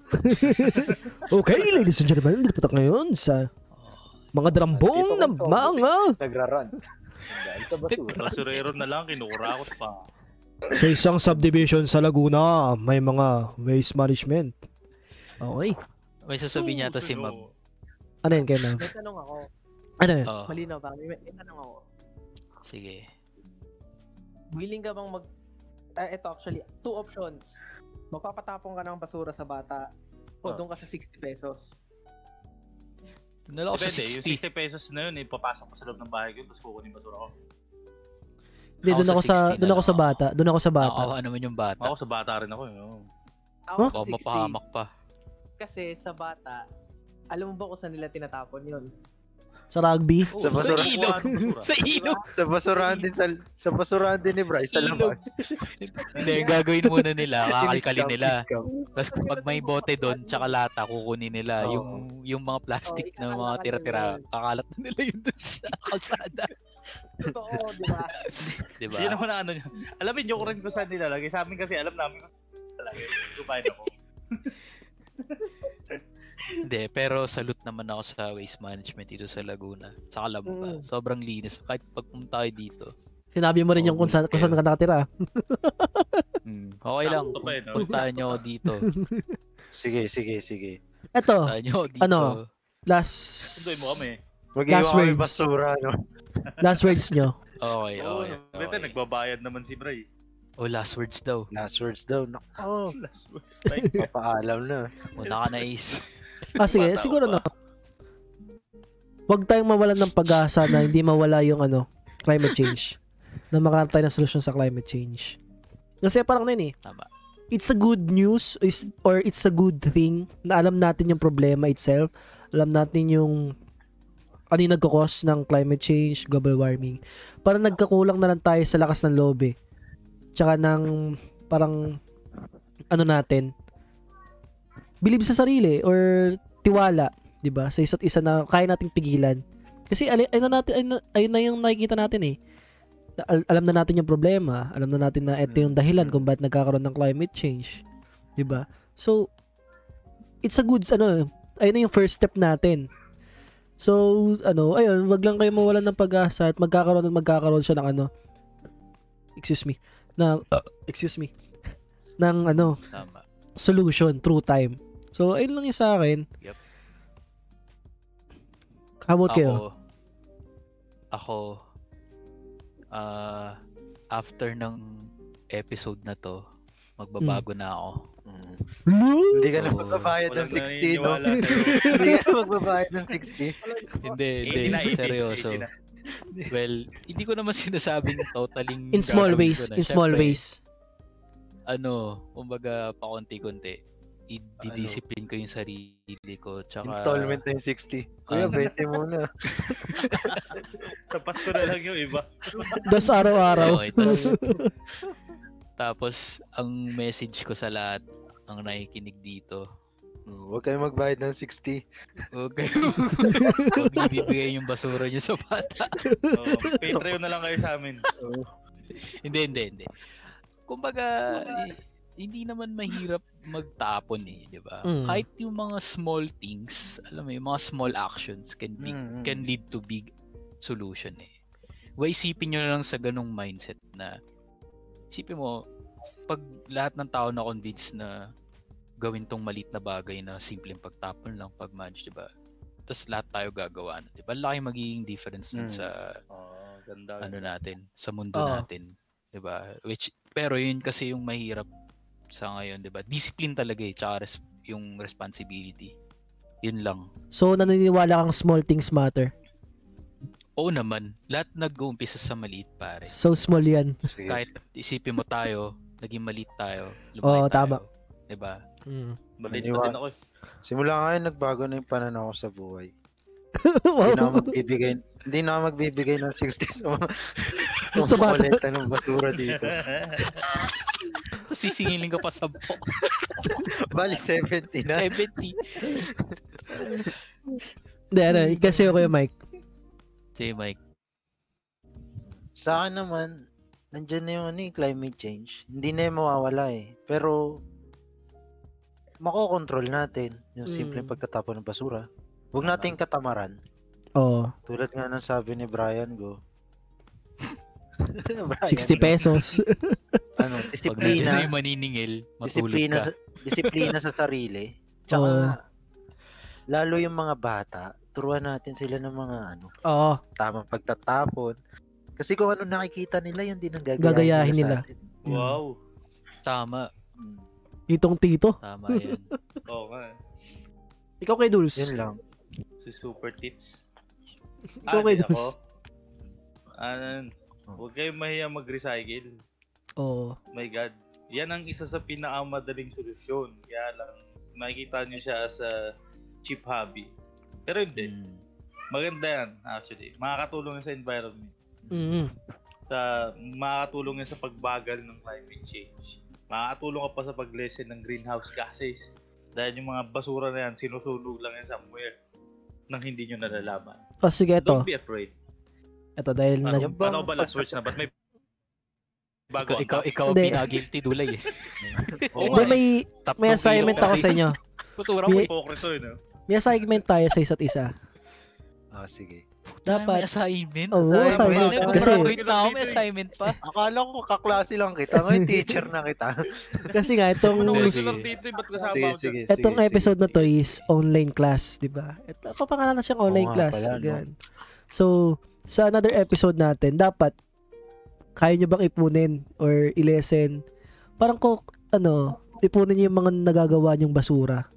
[SPEAKER 1] Okay, ladies and gentlemen, dito tayo ngayon sa
[SPEAKER 3] Oh.
[SPEAKER 1] mga drambong
[SPEAKER 4] Dito
[SPEAKER 1] ng
[SPEAKER 4] ko to.
[SPEAKER 1] mga
[SPEAKER 4] Nagra-run. Dahil sa basura.
[SPEAKER 2] Basurero na lang, kinukurakot pa.
[SPEAKER 1] Sa isang subdivision sa Laguna, may mga waste management. Okay.
[SPEAKER 3] May sasabihin yata si
[SPEAKER 2] Susunod.
[SPEAKER 3] Mag.
[SPEAKER 1] Ano yun, Kena?
[SPEAKER 6] May tanong ako.
[SPEAKER 1] Ano yun?
[SPEAKER 3] Oh,
[SPEAKER 6] Malinaw ba? May, may tanong ako.
[SPEAKER 3] sige.
[SPEAKER 6] Willing ka bang mag... Ah, ito actually, two options. Magpapatapon ka ng basura sa bata o
[SPEAKER 2] Ah.
[SPEAKER 6] doon ka sa 60 pesos.
[SPEAKER 3] Nala ako sa
[SPEAKER 2] Depende, yung 60
[SPEAKER 3] 60.
[SPEAKER 2] pesos na yun, ipapasok ko sa loob ng bahay ko, tapos kukunin yung basura ko.
[SPEAKER 1] Hindi, doon ako
[SPEAKER 3] ako sa
[SPEAKER 1] sa,
[SPEAKER 3] 16
[SPEAKER 1] doon ako sa
[SPEAKER 3] na lang.
[SPEAKER 1] bata. Doon ako sa bata.
[SPEAKER 3] Nakawa naman yung bata.
[SPEAKER 2] Ako sa bata rin ako. Yun. oo.
[SPEAKER 6] Ako
[SPEAKER 3] Baka
[SPEAKER 6] sa 60
[SPEAKER 3] mapahamak pa.
[SPEAKER 6] kasi sa bata, alam mo ba kung saan nila tinatapon yun?
[SPEAKER 1] Sa rugby.
[SPEAKER 3] Oh,
[SPEAKER 4] Sa
[SPEAKER 3] sa
[SPEAKER 4] basura.
[SPEAKER 2] Kuha
[SPEAKER 3] ilog.
[SPEAKER 2] ng basura.
[SPEAKER 3] sa ilog.
[SPEAKER 4] sa basurahan din sa, sa basurahan din ni Bryce sa labas.
[SPEAKER 3] Ilog. Hindi, yung gagawin muna nila, kakalkalin
[SPEAKER 4] Iniscam,
[SPEAKER 3] nila.
[SPEAKER 4] iniscam.
[SPEAKER 3] Tapos pag may bote doon, tsaka lata, kukunin nila.
[SPEAKER 4] Oo.
[SPEAKER 3] Yung yung mga plastic
[SPEAKER 6] Oo,
[SPEAKER 3] na mga
[SPEAKER 6] ikakalakan
[SPEAKER 3] tira-tira,
[SPEAKER 6] nila yun.
[SPEAKER 3] kakalat na nila yun doon sa kalsada.
[SPEAKER 6] Totoo, di ba?
[SPEAKER 3] Di ba?
[SPEAKER 2] Hindi naman na ano yun. Alamin nyo ko rin kung saan nilalagay. Sa amin kasi alam namin kung saan nilalagay. Kumain ako.
[SPEAKER 3] Hindi, pero salute naman ako sa waste management dito sa Laguna. Sa Calamba.
[SPEAKER 6] Mm.
[SPEAKER 3] Sobrang linis. Kahit pagpunta tayo dito.
[SPEAKER 1] Sinabi mo rin yung kung
[SPEAKER 3] Oo,
[SPEAKER 1] saan, kung saan ka nakatira.
[SPEAKER 3] Mm. Okay lang.
[SPEAKER 2] Sakto pa yun, no?
[SPEAKER 3] Puntahan nyo ako dito.
[SPEAKER 4] Sige, sige, sige.
[SPEAKER 1] Eto,
[SPEAKER 3] Puntahan nyo ako dito.
[SPEAKER 1] Ano? last...
[SPEAKER 2] Sunduin mo kami.
[SPEAKER 4] Mag-iwan
[SPEAKER 1] Last
[SPEAKER 4] kami
[SPEAKER 1] words.
[SPEAKER 4] basura, no?
[SPEAKER 1] Last words nyo.
[SPEAKER 3] Okay,
[SPEAKER 2] Oo,
[SPEAKER 3] okay.
[SPEAKER 2] no. Dito,
[SPEAKER 3] okay.
[SPEAKER 2] nagbabayad naman si Bray.
[SPEAKER 3] Oh, last words daw.
[SPEAKER 4] Last words daw.
[SPEAKER 3] Oh.
[SPEAKER 4] Nako,
[SPEAKER 2] Last word. Like,
[SPEAKER 4] papaalam na.
[SPEAKER 3] Una ka na is.
[SPEAKER 1] Ah, sige,
[SPEAKER 3] Bata ko
[SPEAKER 1] siguro
[SPEAKER 3] pa.
[SPEAKER 1] na. Huwag tayong mawalan ng pag-asa na hindi mawala yung ano, climate change. Na makaroon tayo ng solusyon sa climate change. Kasi parang na yun eh.
[SPEAKER 3] Tama.
[SPEAKER 1] It's a good news is- or it's a good thing na alam natin yung problema itself. Alam natin yung ano yung nagkakos ng climate change, global warming. Parang nagkakulang na lang tayo sa lakas ng lobby. Tsaka ng parang ano natin. Believe sa sarili or tiwala, 'di ba? Sa isa't isa na kaya nating pigilan. Kasi ali- ayun na natin ayun na, ayun na yung nakikita natin eh. Na- al- alam na natin yung problema, alam na natin na ito yung
[SPEAKER 3] Mm.
[SPEAKER 1] dahilan kung bakit nagkakaroon ng climate change, 'di ba? So it's a good ano, eh, ayun na yung first step natin. So ano, ayun, wag lang kayo mawalan ng pag-asa at magkakaroon at magkakaroon siya ng ano. Excuse me. Na
[SPEAKER 3] Ah.
[SPEAKER 1] excuse me. ng ano,
[SPEAKER 3] Tama.
[SPEAKER 1] solution through time. So, ayun lang yung sa akin.
[SPEAKER 3] Yep.
[SPEAKER 1] How about kayo?
[SPEAKER 3] Ako, ako, ah, after ng episode na to, magbabago
[SPEAKER 1] Hmm.
[SPEAKER 3] na ako.
[SPEAKER 4] Mm.
[SPEAKER 1] Lu-
[SPEAKER 4] Hindi ka na
[SPEAKER 3] So,
[SPEAKER 4] magbabayad ng
[SPEAKER 2] walang
[SPEAKER 4] 60, no?
[SPEAKER 2] naniniwala sa'yo.
[SPEAKER 4] Hindi ka na magbabayad ng 60.
[SPEAKER 3] Hindi, hindi.
[SPEAKER 2] Hindi na, hindi,
[SPEAKER 3] Seryoso.
[SPEAKER 2] hindi na.
[SPEAKER 3] Well, hindi ko naman sinasabing totaling
[SPEAKER 1] in small
[SPEAKER 3] gagawin
[SPEAKER 1] ways.
[SPEAKER 3] ko na.
[SPEAKER 1] In small
[SPEAKER 3] Siyempre,
[SPEAKER 1] ways.
[SPEAKER 3] ano, kumbaga pakonti-konti. I-discipline ko yung sarili ko. Tsaka,
[SPEAKER 4] Installment na yung 60. Kuya,
[SPEAKER 3] Ah.
[SPEAKER 4] 20 muna.
[SPEAKER 2] Tapas ko na lang yung iba.
[SPEAKER 1] Dos araw-araw.
[SPEAKER 3] Okay, tas- tapos, ang message ko sa lahat, ang nakikinig dito,
[SPEAKER 4] Mm, Huwag kayong magbayad ng 60.
[SPEAKER 3] huwag kayo, huwag niyo bibigay yung basura niyo sa bata.
[SPEAKER 2] Oh, Patreon na lang kayo sa amin.
[SPEAKER 3] hindi, hindi, hindi. Kumbaga, i- hindi naman mahirap magtapon eh, di ba?
[SPEAKER 1] Mm.
[SPEAKER 3] Kahit yung mga small things, alam mo, yung mga small actions can be
[SPEAKER 4] Mm, mm.
[SPEAKER 3] can lead to big solution eh. Huwag isipin nyo na lang sa ganung mindset na isipin mo, pag lahat ng tao na convinced na gawin tong malit na bagay na simpleng pagtapon lang pag match, di ba? Tapos lahat tayo gagawa, nun, di ba? Laki magiging difference nun
[SPEAKER 4] Mm.
[SPEAKER 3] sa
[SPEAKER 2] Oh,
[SPEAKER 1] Ah.
[SPEAKER 2] ganda.
[SPEAKER 3] ano
[SPEAKER 2] ganda.
[SPEAKER 3] natin, sa mundo
[SPEAKER 1] Oo.
[SPEAKER 3] natin, di ba? Which, pero yun kasi yung mahirap sa ngayon, di ba? Discipline talaga eh, tsaka res- yung responsibility. Yun lang.
[SPEAKER 1] So, naniniwala kang small things matter.
[SPEAKER 3] Oo naman, lahat nag-uumpisa sa maliit pare.
[SPEAKER 1] So, small yan.
[SPEAKER 4] Sige.
[SPEAKER 3] kahit isipin mo tayo, naging malit tayo,
[SPEAKER 1] Oo,
[SPEAKER 3] lumaki tayo.
[SPEAKER 1] tama.
[SPEAKER 3] Diba?
[SPEAKER 2] Balit na
[SPEAKER 4] Naniwa-
[SPEAKER 2] din ako. eh.
[SPEAKER 4] Simula ngayon, nagbago na yung pananaw ko sa buhay. Hindi na ako
[SPEAKER 1] wow.
[SPEAKER 4] magbibigay, hindi na ako magbibigay ng 60 sa mga
[SPEAKER 1] Sa bata.
[SPEAKER 4] kumpuleta ng basura dito.
[SPEAKER 3] Tapos sisingilin ka pa sa
[SPEAKER 4] Bali, 70 na.
[SPEAKER 3] 70.
[SPEAKER 1] Hindi, ano, kasi ako yung Mike.
[SPEAKER 3] Say Mike,
[SPEAKER 4] Sa akin naman, nandiyan na yung ano, eh, climate change. Hindi na yung mawawala eh. Pero, makokontrol natin yung simpleng
[SPEAKER 1] Mm.
[SPEAKER 4] pagtatapon ng basura. Huwag nating katamaran.
[SPEAKER 1] Oo.
[SPEAKER 4] Tulad nga ng sabi ni Brian Go. Brian,
[SPEAKER 1] 60 pesos.
[SPEAKER 3] ano?
[SPEAKER 4] Ano,
[SPEAKER 3] pag nandiyan na
[SPEAKER 4] disiplina.
[SPEAKER 3] yung maniningil, matulog
[SPEAKER 4] disiplina,
[SPEAKER 3] ka.
[SPEAKER 4] sa, disiplina sa sarili. Tsaka,
[SPEAKER 1] Oo.
[SPEAKER 4] lalo yung mga bata, turuan natin sila ng mga ano,
[SPEAKER 1] Oo.
[SPEAKER 4] tamang pagtatapon. Kasi kung ano nakikita nila, yun din ang gagayahin,
[SPEAKER 1] Gagayahin nila.
[SPEAKER 4] nila. Sa atin.
[SPEAKER 2] Wow.
[SPEAKER 3] Tama,
[SPEAKER 4] Mm,
[SPEAKER 1] Itong tito.
[SPEAKER 3] tama yan.
[SPEAKER 2] Oo nga. eh.
[SPEAKER 1] Ikaw kay
[SPEAKER 4] Yun
[SPEAKER 1] Dulce.
[SPEAKER 4] lang.
[SPEAKER 2] Si Super Tits. Ah,
[SPEAKER 1] Ikaw kay
[SPEAKER 2] di
[SPEAKER 1] Dulce.
[SPEAKER 2] ako. Ano, huwag kayong mahiya mag-recycle.
[SPEAKER 1] Oo.
[SPEAKER 2] My God. Yan ang isa sa pinakamadaling solusyon. Kaya lang, makikita nyo siya as a cheap hobby. Pero hindi.
[SPEAKER 3] Mm.
[SPEAKER 2] Maganda yan, actually. Makakatulong yan sa environment.
[SPEAKER 1] Mm.
[SPEAKER 2] Sa, makakatulong yan sa pagbagal ng climate change. Makakatulong ka pa sa pag-lessen ng greenhouse gases. Dahil yung mga basura na yan, sinusunog lang yan somewhere nang hindi nyo nalalaman.
[SPEAKER 1] Oh, sige,
[SPEAKER 2] Don't
[SPEAKER 1] ito.
[SPEAKER 2] be afraid.
[SPEAKER 1] Ito, dahil nag...
[SPEAKER 2] Ano, ano ba last words na? Ba't may bago ang
[SPEAKER 3] Ikaw, ikaw,
[SPEAKER 2] topic?
[SPEAKER 3] ikaw
[SPEAKER 1] Hindi.
[SPEAKER 3] pinaka-guilty dulay eh.
[SPEAKER 2] Oo
[SPEAKER 1] Hindi,
[SPEAKER 2] nga, eh.
[SPEAKER 1] may,
[SPEAKER 3] Tatlong
[SPEAKER 1] may assignment
[SPEAKER 3] kilo
[SPEAKER 1] ako
[SPEAKER 3] ka
[SPEAKER 1] sa
[SPEAKER 3] rin.
[SPEAKER 1] inyo.
[SPEAKER 3] Basura
[SPEAKER 1] May-
[SPEAKER 3] ko eh.
[SPEAKER 2] Pokrito yun, no?
[SPEAKER 1] May assignment tayo sa isa't isa.
[SPEAKER 4] Ah, sige.
[SPEAKER 3] May
[SPEAKER 1] Dapat.
[SPEAKER 3] assignment?
[SPEAKER 1] Oo,
[SPEAKER 4] Ay,
[SPEAKER 1] assignment.
[SPEAKER 4] may-
[SPEAKER 1] Kasi,
[SPEAKER 3] Graduate na ako, may assignment pa.
[SPEAKER 4] Akala ko kaklase lang kita. Ngayon, teacher na kita.
[SPEAKER 1] kasi nga, itong...
[SPEAKER 2] Ano
[SPEAKER 3] Hindi,
[SPEAKER 2] ulit
[SPEAKER 3] sige.
[SPEAKER 2] lang dito, eh, ba't kasama
[SPEAKER 4] sige,
[SPEAKER 2] ako dyan?
[SPEAKER 4] sige, sige.
[SPEAKER 1] Etong
[SPEAKER 4] sige.
[SPEAKER 1] episode na to is online class, di ba? Et- Papangalanan siyang online
[SPEAKER 4] Oo nga
[SPEAKER 1] class.
[SPEAKER 4] pala, no?
[SPEAKER 1] Ganyan. So, sa another episode natin, dapat kaya nyo bang ipunin or ilesen? Parang ko, ano, ipunin nyo yung mga nagagawa nyong basura.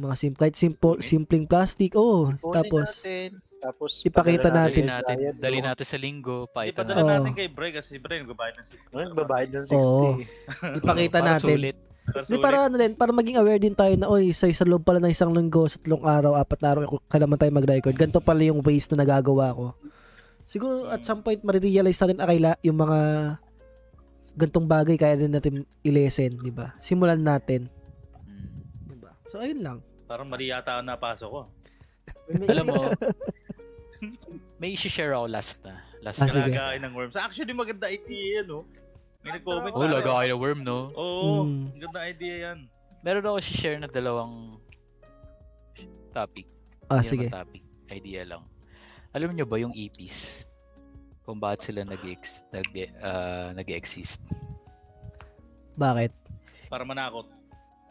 [SPEAKER 1] Mga sim kahit simple, simpleng plastic, oh,
[SPEAKER 4] Kunin
[SPEAKER 1] tapos,
[SPEAKER 4] natin, tapos
[SPEAKER 1] Ipakita
[SPEAKER 4] padala
[SPEAKER 3] Dali
[SPEAKER 1] natin.
[SPEAKER 3] natin,
[SPEAKER 4] Bayad,
[SPEAKER 3] dali
[SPEAKER 4] no?
[SPEAKER 3] natin sa linggo, paitan
[SPEAKER 2] Ipadala
[SPEAKER 1] Oo.
[SPEAKER 2] natin kay Bray kasi Bray nagbabayad ng 60.
[SPEAKER 4] Ayun, babayad ng 60.
[SPEAKER 1] Oo.
[SPEAKER 3] Para
[SPEAKER 1] ipakita natin.
[SPEAKER 3] sulit.
[SPEAKER 1] Di para ano din, para maging aware din tayo na oy, sa isang loob pala ng isang linggo, sa tatlong araw, apat na araw, kailangan tayo mag-record. Ganito pala yung ways na nagagawa ko. Siguro at some point marirealize natin akala yung mga gantong bagay kaya din natin i-lesson, di ba? Simulan natin,
[SPEAKER 3] Mm.
[SPEAKER 1] di ba? So ayun lang.
[SPEAKER 2] Parang mali yata ang napasok ko.
[SPEAKER 3] Alam mo, may isi-share ako last na. Last
[SPEAKER 1] Ah,
[SPEAKER 3] na.
[SPEAKER 1] sige.
[SPEAKER 2] Kalagain ng worms. Actually, maganda idea yan, oh. May nag-comment.
[SPEAKER 3] Oh, laga kayo ng worm, no?
[SPEAKER 2] Oo,
[SPEAKER 1] Mm.
[SPEAKER 2] ganda idea yan.
[SPEAKER 3] Meron ako isi-share na dalawang topic.
[SPEAKER 1] Ah,
[SPEAKER 3] Hindi
[SPEAKER 1] sige.
[SPEAKER 3] naman topic. Idea lang. Alam niyo ba yung EPs? Kung bakit sila nag-ex- nag ah, nag-exist?
[SPEAKER 1] Bakit?
[SPEAKER 2] Para manakot.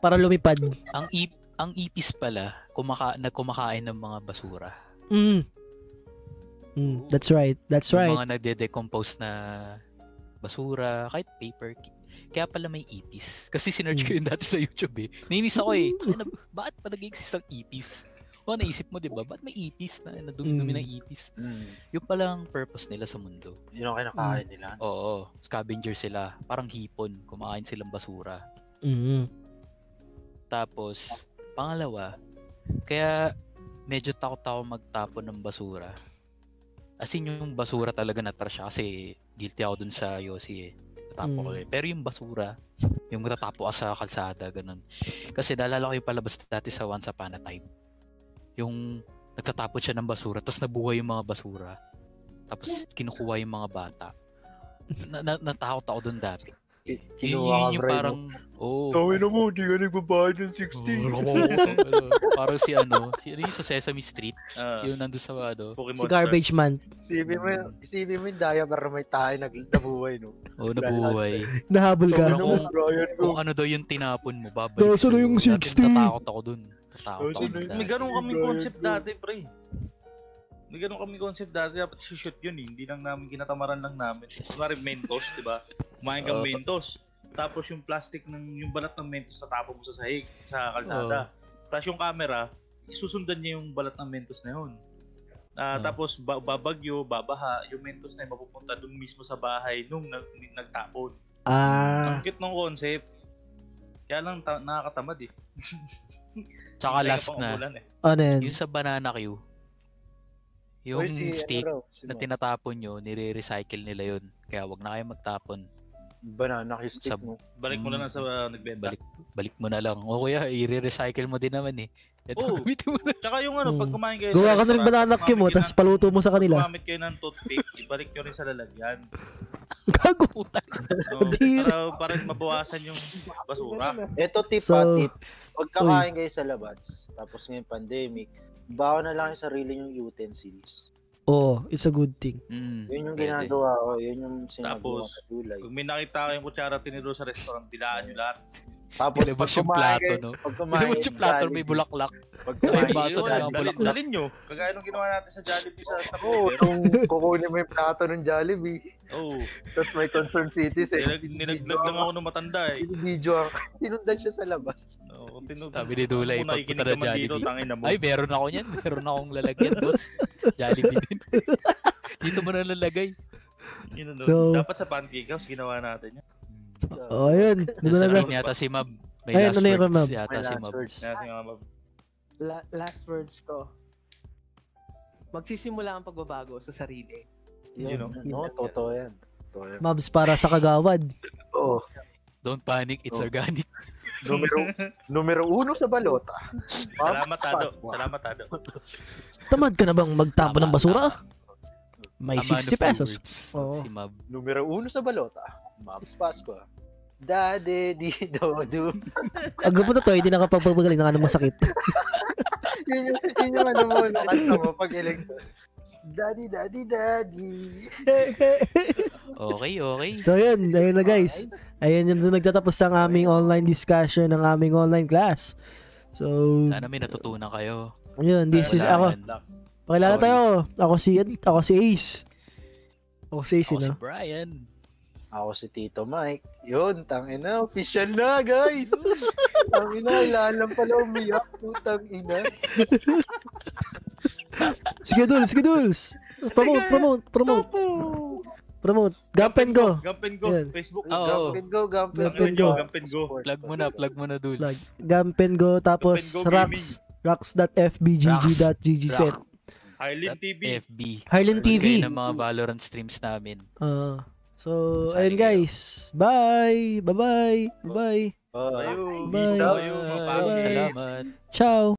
[SPEAKER 1] Para lumipad.
[SPEAKER 3] Ang ip ang ipis pala kumaka nagkumakain ng mga basura.
[SPEAKER 1] Mm. Mm, that's right. That's
[SPEAKER 3] Yung
[SPEAKER 1] right.
[SPEAKER 3] mga nagde-decompose na basura, kahit paper. Kaya pala may ipis. Kasi sinerge ko
[SPEAKER 1] Hmm.
[SPEAKER 3] yun dati sa YouTube eh. Nainis ako eh. Tangina, bakit pa nag-exist ang ipis? O naisip mo, di ba? Ba't may ipis na nadumi-dumi
[SPEAKER 1] Mm.
[SPEAKER 3] ng ipis?
[SPEAKER 4] Mm.
[SPEAKER 3] Yung palang purpose nila sa mundo.
[SPEAKER 4] Yun ang kinakain nila.
[SPEAKER 3] Oo, scavenger sila. Parang hipon. Kumakain silang basura.
[SPEAKER 1] Mm.
[SPEAKER 3] Tapos, pangalawa, kaya medyo takot ako magtapon ng basura. As in, yung basura talaga na trash siya kasi guilty ako dun sa Yossi eh. Natapo ko
[SPEAKER 1] Mm.
[SPEAKER 3] eh. Pero yung basura, yung matatapo ka sa kalsada, ganun. Kasi naalala ko yung palabas dati sa Once Upon a Time. Yung nagtatapon siya ng basura, tapos nabuhay yung mga basura. Tapos kinukuha yung mga bata. Na, na, natakot ako dun dati.
[SPEAKER 4] Ki-
[SPEAKER 3] Yun,
[SPEAKER 4] Mm. Kinuha ka,
[SPEAKER 3] yun yung
[SPEAKER 4] Bray,
[SPEAKER 3] parang,
[SPEAKER 4] no?
[SPEAKER 3] oh,
[SPEAKER 4] Tawin na mo, di ka nagbabayad ng 60.
[SPEAKER 3] Oh, parang si ano, si ano yung sa Sesame Street,
[SPEAKER 2] Ah,
[SPEAKER 3] yung nandun sa ano,
[SPEAKER 1] Si
[SPEAKER 2] Pokemon
[SPEAKER 1] Garbage Man.
[SPEAKER 4] Isipin mo, yun- isipin mo yung daya para may tayo nagdabuhay, no?
[SPEAKER 3] oh, nabuhay.
[SPEAKER 1] Nahabol ka.
[SPEAKER 3] Sobrang- Kung-
[SPEAKER 4] Brian
[SPEAKER 3] Kung ano daw yung tinapon mo, babalik
[SPEAKER 1] Nasaan na
[SPEAKER 3] sa'yo.
[SPEAKER 1] yung
[SPEAKER 3] Dati
[SPEAKER 1] 60?
[SPEAKER 3] Natatakot ako dun. Natatakot ako
[SPEAKER 4] Nasaan na
[SPEAKER 3] dun.
[SPEAKER 4] yung-
[SPEAKER 2] May
[SPEAKER 3] dati.
[SPEAKER 2] ganun kaming
[SPEAKER 4] Brian
[SPEAKER 2] concept
[SPEAKER 4] Cole.
[SPEAKER 2] dati, pre. May ganun kaming concept dati. Dapat shoot yun eh. Hindi lang namin, kinatamaran lang namin. Kumari Mentos, di ba? Kumain kang
[SPEAKER 3] Oo.
[SPEAKER 2] Mentos. Tapos yung plastic ng, yung balat ng Mentos natapon mo sa sahig, sa kalsada. Tapos yung camera, isusundan niya yung balat ng Mentos na yun. Ah,
[SPEAKER 3] Oo.
[SPEAKER 2] Tapos ba- babagyo, babaha, yung Mentos na yun mapupunta dun mismo sa bahay nung nag- nagtapon.
[SPEAKER 1] Ah.
[SPEAKER 2] Ang cute ng concept. Kaya lang ta- nakakatamad eh.
[SPEAKER 3] Tsaka
[SPEAKER 2] Kaya
[SPEAKER 3] last
[SPEAKER 2] pang
[SPEAKER 3] na,
[SPEAKER 2] umulan eh.
[SPEAKER 1] Ano yan?
[SPEAKER 3] yung sa banana queue, yung
[SPEAKER 4] eh,
[SPEAKER 3] stick
[SPEAKER 4] ano
[SPEAKER 3] na tinatapon nyo, nire-recycle nila yun. Kaya wag na kayo magtapon.
[SPEAKER 4] Banana yung stick
[SPEAKER 3] Sa-
[SPEAKER 4] mo.
[SPEAKER 2] Balik mo na lang sa uh, nagbenta.
[SPEAKER 3] Mm. Balik, balik mo na lang. O kaya, i-recycle mo din naman eh. Ito,
[SPEAKER 2] Oo.
[SPEAKER 4] Oh.
[SPEAKER 3] gamitin mo na.
[SPEAKER 2] Tsaka yung ano,
[SPEAKER 1] Hmm.
[SPEAKER 2] pag kumain kayo
[SPEAKER 1] Gawa ka na ng banana
[SPEAKER 2] pag
[SPEAKER 1] cue mo,
[SPEAKER 2] kumamit
[SPEAKER 1] tapos
[SPEAKER 2] kayo
[SPEAKER 1] paluto mo sa
[SPEAKER 2] ng-
[SPEAKER 1] kanila.
[SPEAKER 2] Kumamit kayo ng toothpick, ibalik nyo rin sa lalagyan.
[SPEAKER 1] Gago.
[SPEAKER 2] No,
[SPEAKER 1] Hindi.
[SPEAKER 2] para, para mabawasan yung basura.
[SPEAKER 4] Ito tip
[SPEAKER 1] So,
[SPEAKER 4] so, tip. Huwag kakain kayo sa labas. Tapos ngayon pandemic, bawa na lang yung sarili yung utensils.
[SPEAKER 1] Oh, it's a good thing.
[SPEAKER 3] Mm,
[SPEAKER 4] Yun yung
[SPEAKER 3] pwede.
[SPEAKER 4] ginagawa ko. Yun yung sinagawa
[SPEAKER 2] Tapos, um,
[SPEAKER 4] ko tulay.
[SPEAKER 2] Pag may nakita kayong kutsara tinuro sa restaurant, dilaan nyo lahat.
[SPEAKER 4] Tapos
[SPEAKER 3] Nilabas
[SPEAKER 4] pag
[SPEAKER 3] yung
[SPEAKER 4] kumain
[SPEAKER 3] plato,
[SPEAKER 4] kayo-
[SPEAKER 3] no?
[SPEAKER 4] Pag kumain
[SPEAKER 3] Pinabot yung plato, may
[SPEAKER 4] Jollibee.
[SPEAKER 3] bulaklak.
[SPEAKER 4] Pag
[SPEAKER 3] May
[SPEAKER 4] kumain
[SPEAKER 3] baso
[SPEAKER 2] Iwan,
[SPEAKER 3] na mga
[SPEAKER 2] dalin,
[SPEAKER 3] bulaklak.
[SPEAKER 2] dalin nyo. Kagaya nung ginawa natin sa Jollibee sa sa
[SPEAKER 4] Oo,
[SPEAKER 2] Cavite.
[SPEAKER 4] kung kukunin mo yung plato ng Jollibee,
[SPEAKER 2] Oo.
[SPEAKER 4] tapos may concerned citizen.
[SPEAKER 2] oh, Nilag, nilaglag lang ako nung matanda eh.
[SPEAKER 4] eh. Video ang tinundan siya sa labas.
[SPEAKER 2] Oo, tinu-
[SPEAKER 3] Sabi ni Dulay,
[SPEAKER 2] Kung nakikinig
[SPEAKER 3] pagpunta na
[SPEAKER 2] naman dito,
[SPEAKER 3] Jollibee.
[SPEAKER 2] tangin na mo.
[SPEAKER 3] Ay, meron ako niyan. Meron akong lalagyan, boss. Jollibee din. Dito mo na lalagay.
[SPEAKER 2] Yun, ano,
[SPEAKER 1] So-
[SPEAKER 2] dapat sa pancake house, ginawa natin yun.
[SPEAKER 1] Oh, ayun. Di ba
[SPEAKER 3] Nasa
[SPEAKER 1] na?
[SPEAKER 3] rin yata si Mab. May
[SPEAKER 1] Ayun,
[SPEAKER 3] last
[SPEAKER 1] ano yun,
[SPEAKER 3] words
[SPEAKER 1] Mab?
[SPEAKER 3] yata
[SPEAKER 4] May
[SPEAKER 3] si
[SPEAKER 4] last
[SPEAKER 3] Mab.
[SPEAKER 4] words.
[SPEAKER 2] Kaya si Mama,
[SPEAKER 6] La- last words ko. Magsisimula ang pagbabago sa sarili.
[SPEAKER 2] Yun,
[SPEAKER 4] Yun, no, totoo yan. Oh, Totoo yan.
[SPEAKER 1] Mabs para sa kagawad.
[SPEAKER 4] Oo.
[SPEAKER 3] Don't panic, it's
[SPEAKER 4] Oh.
[SPEAKER 3] organic.
[SPEAKER 4] Numero, numero uno sa balota.
[SPEAKER 2] Salamat, Tado. Salamat, Tado.
[SPEAKER 1] Tamad ka na bang magtapo ng
[SPEAKER 3] Tama,
[SPEAKER 1] basura?
[SPEAKER 3] tama.
[SPEAKER 1] May
[SPEAKER 3] Tama na
[SPEAKER 1] 60
[SPEAKER 3] few
[SPEAKER 1] pesos.
[SPEAKER 3] words.
[SPEAKER 1] Oo.
[SPEAKER 3] Si Mab.
[SPEAKER 4] Numero uno sa balota. Mabs Pasqua. Daddy, di do do.
[SPEAKER 1] Ang ganda to, hindi nakapagpagaling ng anong masakit.
[SPEAKER 4] Yun yung, yun yung ano mo, no, kanta mo pag election. Daddy, daddy, daddy.
[SPEAKER 3] Okay, okay.
[SPEAKER 1] so yun, ayun na guys. Ayun yung doon nagtatapos ang aming online discussion, ng aming online class. So,
[SPEAKER 3] Sana may natutunan kayo.
[SPEAKER 1] yun, this is
[SPEAKER 3] Wala
[SPEAKER 1] ako.
[SPEAKER 3] yan.
[SPEAKER 1] Pakilala ano,
[SPEAKER 3] Sorry.
[SPEAKER 1] tayo. Ako si, ako si Ace. Ako si Ace,
[SPEAKER 3] Ako Oh, si
[SPEAKER 1] no?
[SPEAKER 3] Brian.
[SPEAKER 4] Ako si Tito Mike. Yun, tangin na. Official na, guys! tangin na, lalang pala umiyak. Putang ina.
[SPEAKER 1] Sige, Duls. Sige, Duls. Promote, promote, promote. Promote. Gampen go.
[SPEAKER 2] Gampen Go,
[SPEAKER 1] Yan.
[SPEAKER 2] Facebook.
[SPEAKER 3] Oo.
[SPEAKER 4] Gampin go, gampin
[SPEAKER 1] Gampin
[SPEAKER 2] Gampen
[SPEAKER 1] go.
[SPEAKER 2] Go, Gampen Go.
[SPEAKER 3] Plug mo na, plug mo na, Dules.
[SPEAKER 1] Like, Gampen go. Tapos,
[SPEAKER 2] Gampen Go
[SPEAKER 1] rocks. Rocks.fbgg.ggset.
[SPEAKER 2] Highland TV.
[SPEAKER 3] FB.
[SPEAKER 1] Harlan TV.
[SPEAKER 3] Kayo ng mga Valorant streams namin.
[SPEAKER 1] Ah. so,
[SPEAKER 3] Sayang
[SPEAKER 1] ayun
[SPEAKER 3] kayo.
[SPEAKER 1] guys. Bye. Bye-bye. Bye.
[SPEAKER 4] Bye.
[SPEAKER 2] Ayun.
[SPEAKER 1] Bye.
[SPEAKER 2] Peace out. Ayun,
[SPEAKER 3] Bye.
[SPEAKER 2] mapangit.
[SPEAKER 3] Salamat.
[SPEAKER 1] Ciao.